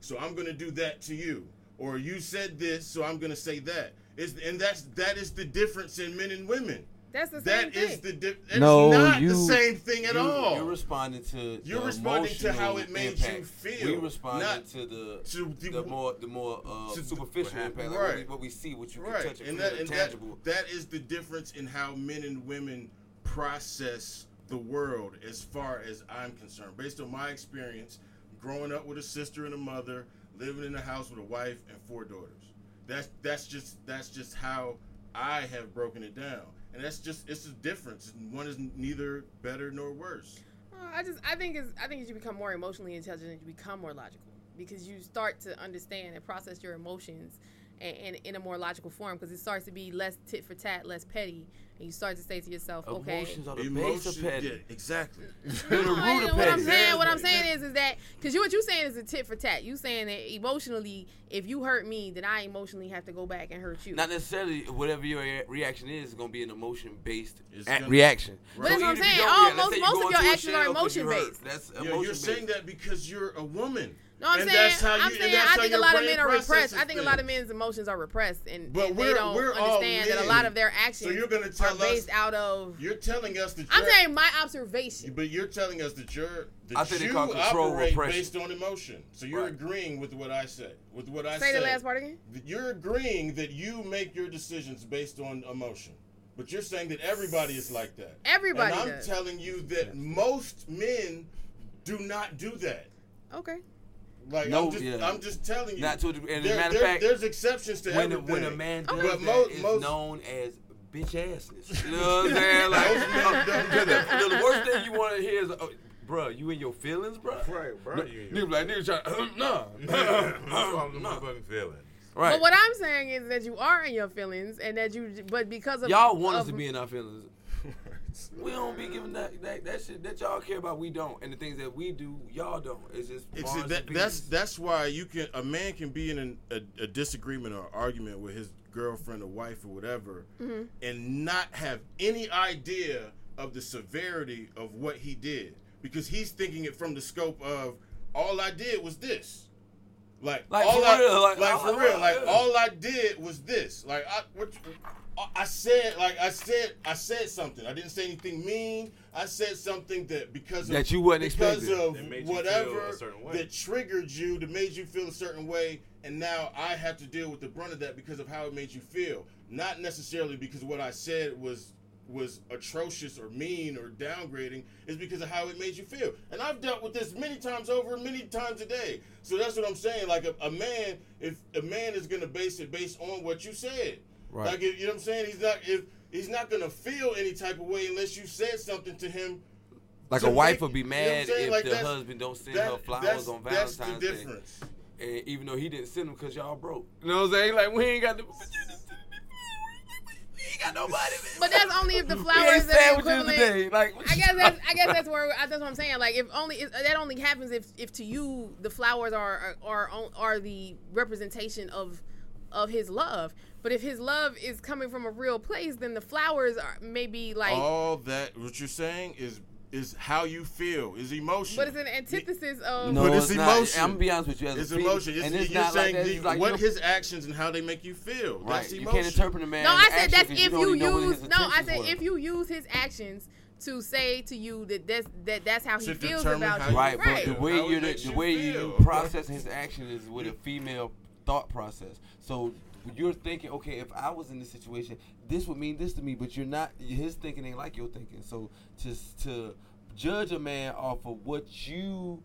S9: so I'm gonna do that to you. Or you said this, so I'm gonna say that. It's, and that's that is the difference in men and women.
S4: That's the same
S9: That
S4: thing.
S9: is the di- it's
S5: No,
S9: not the
S5: you-
S9: same thing at
S5: you-
S9: all.
S5: you're responding to
S9: You're
S5: the
S9: responding to how
S5: emotional
S9: it made
S5: impact.
S9: you feel.
S5: We responded
S9: not
S5: to the
S9: to
S5: the, more the more uh,
S9: to the-
S5: superficial impact, like what, we, what we see, what you
S9: Right.
S5: can touch and,
S9: and,
S5: feel,
S9: that, and that-
S5: tangible.
S9: that is the difference in how men and women process the world as far as I'm concerned. Based on my experience, growing up with a sister and a mother, living in a house with a wife and four daughters. That's that's just that's just how I have broken it down. And that's just it's a difference. One is neither better nor worse.
S4: Uh, I just I think is I think as you become more emotionally intelligent, you become more logical because you start to understand and process your emotions and, and in a more logical form because it starts to be less tit for tat, less petty, and you start to say to yourself, okay.
S5: Emotions are the base of
S9: Emotion-
S5: petty.
S9: yeah, exactly. <laughs>
S5: They're the
S4: No, I-
S5: root of
S4: what I'm
S5: petty.
S4: saying, what I'm saying is, is that because you what you saying is a tit for tat. You saying that emotionally, if you hurt me, then I emotionally have to go back and hurt you.
S5: Not necessarily whatever your rea- reaction is is gonna be an emotion based
S9: gonna-
S5: reaction.
S4: But that's
S5: So
S4: what I'm
S5: even if you
S4: saying.
S5: don't
S4: All-
S5: react- let's
S4: most-
S5: say you
S4: most of
S5: go
S4: your
S5: into a
S4: actions are
S5: shell 'cause you hurt.
S4: emotion-based.
S5: That's
S9: Yeah,
S5: emotion
S9: you're saying that because you're a woman.
S4: No, I'm
S9: And
S4: saying,
S9: that's how
S4: I'm
S9: you- and
S4: saying,
S9: that's
S4: I
S9: how
S4: think a
S9: your
S4: lot of
S9: brain
S4: men are repressed.
S9: processes
S4: I think a lot of
S9: things.
S4: men's emotions are repressed, and,
S9: But
S4: and
S9: we're,
S4: they don't
S9: we're all
S4: understand that a lot
S9: men.
S4: of their actions
S9: So you're gonna tell
S4: are based
S9: us,
S4: out of.
S9: You're telling us that.
S4: I'm
S9: you're-
S4: saying my observation.
S9: But you're telling us that you're that
S5: I think they
S9: you
S5: call control
S9: operate
S5: repression.
S9: based on emotion. So you're
S5: Right.
S9: agreeing with what I said. With what I
S4: Say
S9: said.
S4: the last part again.
S9: That You're agreeing that you make your decisions based on emotion. But you're saying that everybody is like that.
S4: Everybody
S9: And I'm
S4: does.
S9: telling you that most men do not do that.
S4: Okay.
S9: Like
S5: No,
S9: I'm, just,
S5: yeah.
S9: I'm just telling you.
S5: Not to a degree. And as a
S9: There-
S5: matter of
S9: there-
S5: fact,
S9: there's exceptions to
S5: when a,
S9: everything.
S5: when a man does
S9: But
S5: that,
S9: mo-
S5: it's
S9: Oh, most-
S5: known as bitch assness.
S9: <laughs>
S5: You know what I'm saying? Like, <laughs> the, the worst thing you want to hear is, oh, bro, you in your feelings, bro? Right,
S6: bro, you in
S5: Nigga be like, nigga try, um,
S9: <laughs>
S5: no, <laughs>
S6: Solve the
S5: no.
S6: motherfucking feeling. <laughs>
S5: Right.
S4: But what I'm saying is that you are in your feelings, and that you, but because of
S5: y'all want us
S4: of-
S5: to be in our
S9: <laughs>
S5: feelings. we don't be giving that, that that shit that y'all care about. We don't, and the things that we do, y'all don't. It's just
S9: It's-
S5: Mars and
S9: that-
S5: Venus.
S9: that's that's why you can a man can be in an, a, a disagreement or argument with his girlfriend or wife or whatever,
S5: Mhm.
S9: and not have any idea of the severity of what he did because he's thinking it from the scope of all I did was this. Like,
S5: Like,
S9: all
S5: for
S9: I,
S5: real,
S9: like,
S5: like,
S9: for
S5: all-
S9: real, like
S5: yeah.
S9: all I did was this. Like I, what, I said, like I said, I said something. I didn't say anything mean. I said something that because of,
S5: That you wasn't
S9: because
S5: expecting.
S9: of
S5: That made you feel
S9: whatever
S5: a certain way.
S9: that triggered you that made you feel a certain way and now i have to deal with the brunt of that because of how it made you feel not necessarily because what i said was was atrocious or mean or downgrading is because of how it made you feel and i've dealt with this many times over many times a day so that's what i'm saying like a, a man if a man is going to base it based on what you said
S5: Right.
S9: like if, you know what i'm saying he's not if he's not going to feel any type of way unless you said something to him
S5: Like
S9: to
S5: a wife
S9: make-
S5: would be
S9: you know what I'm
S5: mad
S9: saying?
S5: if
S9: Like,
S5: the
S9: that's-
S5: husband don't send
S9: that-
S5: her
S9: that's-
S5: flowers on Valentine's
S9: that's the
S5: Day.
S9: difference.
S5: And even though he didn't send them because y'all broke. You know what I'm saying? Like we ain't got the. <laughs> You ain't got nobody.
S4: <laughs> But that's
S5: <laughs>
S4: only if the
S5: we
S4: flowers
S5: ate
S4: are
S5: sandwiches
S4: equivalent.
S5: today. Like <laughs>
S4: I guess that's I guess that's where that's what I'm saying. Like if only if, that only happens if if to you the flowers are are are, are the representation of of his love. But if his love is coming from a real place, then the flowers are maybe like.
S5: Oh,
S9: all that what you're saying is is how you feel is emotion
S4: But it's an antithesis of.
S5: No,
S9: but it's,
S5: it's not.
S9: emotion.
S5: I'm gonna be honest with you, as a
S9: it's
S5: female-
S9: emotion. It's,
S5: and it's
S9: you're
S5: not like
S9: saying
S5: that.
S9: the-
S5: It's like,
S9: what
S5: you know-
S9: his actions and how they make you feel. That's
S5: Right. You
S9: emotion.
S5: can't interpret a man.
S4: No, I said that's if you use. No, I said if you use his actions to say to you that that's that that's how he
S5: To
S4: feels
S5: determine
S4: about
S5: how
S4: you.
S5: you Right,
S4: right.
S5: but the way you're the, the way you, you process his action is with a female thought process. So
S10: you're thinking, okay, if I was in this situation, this would mean this to me, but you're not. His thinking ain't like your thinking. So just to judge a man off of what you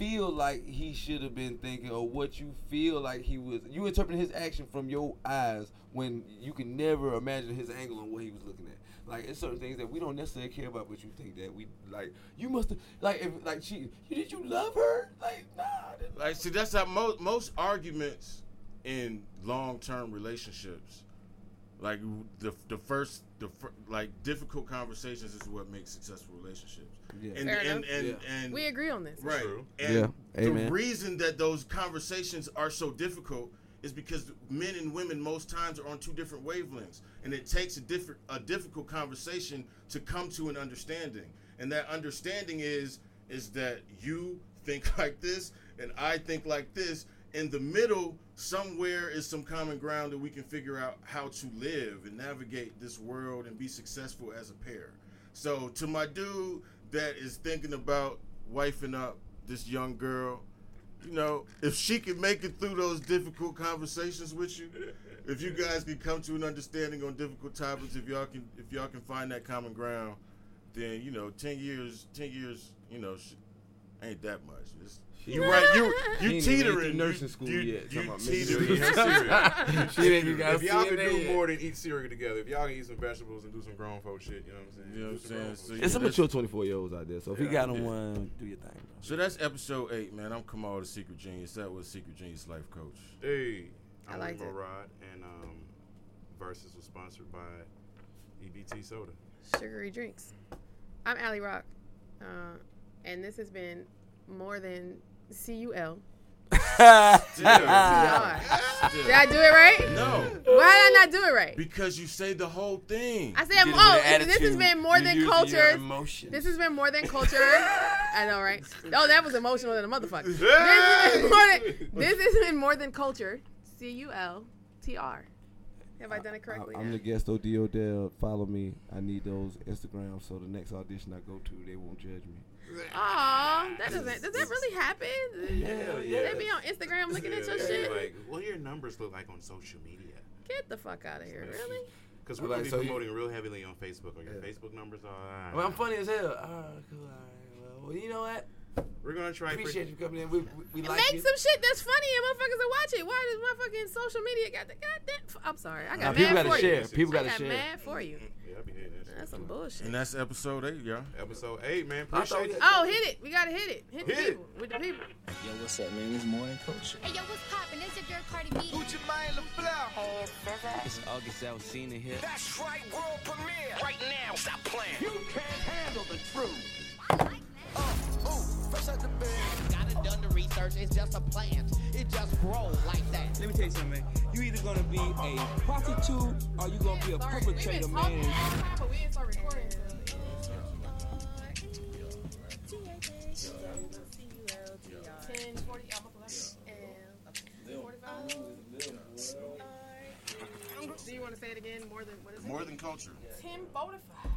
S10: feel like he should have been thinking or what you feel like he was you interpret his action from your eyes when you can never imagine his angle on what he was looking at like it's certain things that we don't necessarily care about but you think that we like you must have like if like she you did you love her like nah I didn't.
S9: Like, see, that's how most most arguments in long term relationships, like the the first the fir- like difficult conversations is what makes successful relationships.
S10: Yeah.
S9: And
S4: Fair
S9: and,
S4: enough.
S9: and,
S4: Yeah.
S9: and
S4: We agree on this.
S9: right?
S4: True.
S9: And
S10: Yeah.
S9: the
S10: Amen.
S9: reason that those conversations are so difficult is because men and women most times are on two different wavelengths, and it takes a different a difficult conversation to come to an understanding, and that understanding is is that you think <laughs> like this and I think like this. In the middle, somewhere is some common ground that we can figure out how to live and navigate this world and be successful as a pair. So, to my dude that is thinking about wifing up this young girl, you know, if she can make it through those difficult conversations with you, if you guys can come to an understanding on difficult topics, if y'all can, if y'all can find that common ground, then you know, ten years, ten years, you know, sh- ain't that much. It's, you right, you
S10: He
S9: you
S10: ain't even
S9: teetering.
S10: through
S9: You-
S10: nursing school
S9: you,
S10: yet.
S9: You
S10: Talking about making sure
S9: teetering.
S10: you eat cereal. She didn't even got
S6: if y'all can
S10: CNN
S6: do
S10: yet.
S6: more than eat cereal together, if y'all can eat some vegetables and do some grown folk shit, you know what I'm saying?
S9: You know what I'm
S6: Do some grown
S9: saying?
S6: folk
S9: So
S6: shit.
S9: you-
S10: it's a mature 24 year olds out there so if you
S9: Yeah.
S10: got him
S9: Yeah.
S10: one do your thing
S9: So that's episode eight, man. I'm Kamal, the Secret Genius. That was Secret Genius Life Coach.
S6: Hey,
S4: I
S6: I'm
S4: liked
S6: Remo
S4: it.
S6: Rod, and um, Versus was sponsored by EBT Soda.
S4: sugary drinks. I'm Allie Rock, uh, and this has been more than
S9: <laughs>
S4: CUL.
S9: Still.
S4: TR. Did I do it right?
S9: No.
S4: Why did I not do it right?
S9: Because you say the whole thing.
S4: I said,
S9: You did it
S4: oh,
S9: with an
S4: this has
S9: attitude.
S4: been more
S9: You
S4: than
S9: used your
S4: culture.
S9: emotions.
S4: This has been more than culture. I know, right? Oh, that was emotional than a
S9: <laughs>
S4: motherfucker. This has been more than, this has been more than culture. C U L T R. Have I done it correctly?
S10: I'm
S4: now?
S10: the guest OD Odell. Follow me. I need those Instagrams so the next audition I go to, they won't judge me.
S4: Aw, that doesn't. Does that really happen?
S6: Hell yeah.
S4: They be on Instagram looking at your
S6: Yeah,
S4: shit.
S6: Like, what do your numbers look like on social media?
S4: Get the fuck out of here, really?
S6: Because we're
S10: Like,
S6: gonna be
S10: so you-
S6: promoting real heavily on Facebook. Are your Facebook numbers all right?
S10: Well, I'm funny as hell. Ah, cool. All right. Well, well, you know what?
S6: We're gonna try.
S10: Appreciate you coming in. We, we, we like
S4: Make
S10: you.
S4: some shit that's funny and motherfuckers will watch it. Why does motherfucking social media got the goddamn? I'm sorry, I
S10: Nah,
S4: got
S10: people
S4: mad
S10: gotta
S4: for
S10: share.
S4: you.
S10: People
S4: I
S10: gotta
S4: got
S10: share.
S4: mad for you.
S6: Yeah, I be hitting that shit.
S4: That's some bullshit.
S9: And that's episode eight, y'all.
S6: Episode eight, man.
S9: I thought
S6: Appreciate it.
S4: Oh, hit it. We gotta hit it. Hit, the
S6: Hit it.
S4: people with the people.
S17: Yo, what's up, man? It's morning culture.
S2: Hey yo, what's poppin'? It's your girl Cardi B. Gucci Mane LaFleur. Hey, it's
S17: It's August Alcina here.
S7: That's right, world premiere. Right now, stop playing. Uh, You can't handle the truth.
S8: Fresh out the bed. Got it done the research. It's just a plant. It just grows like that.
S17: Let me tell you something, man. You either gonna be a prostitute or you gonna be a perpetrator, man.
S4: Do you want to say it again? More than what is it?
S9: More than culture.
S4: Tim Bodify.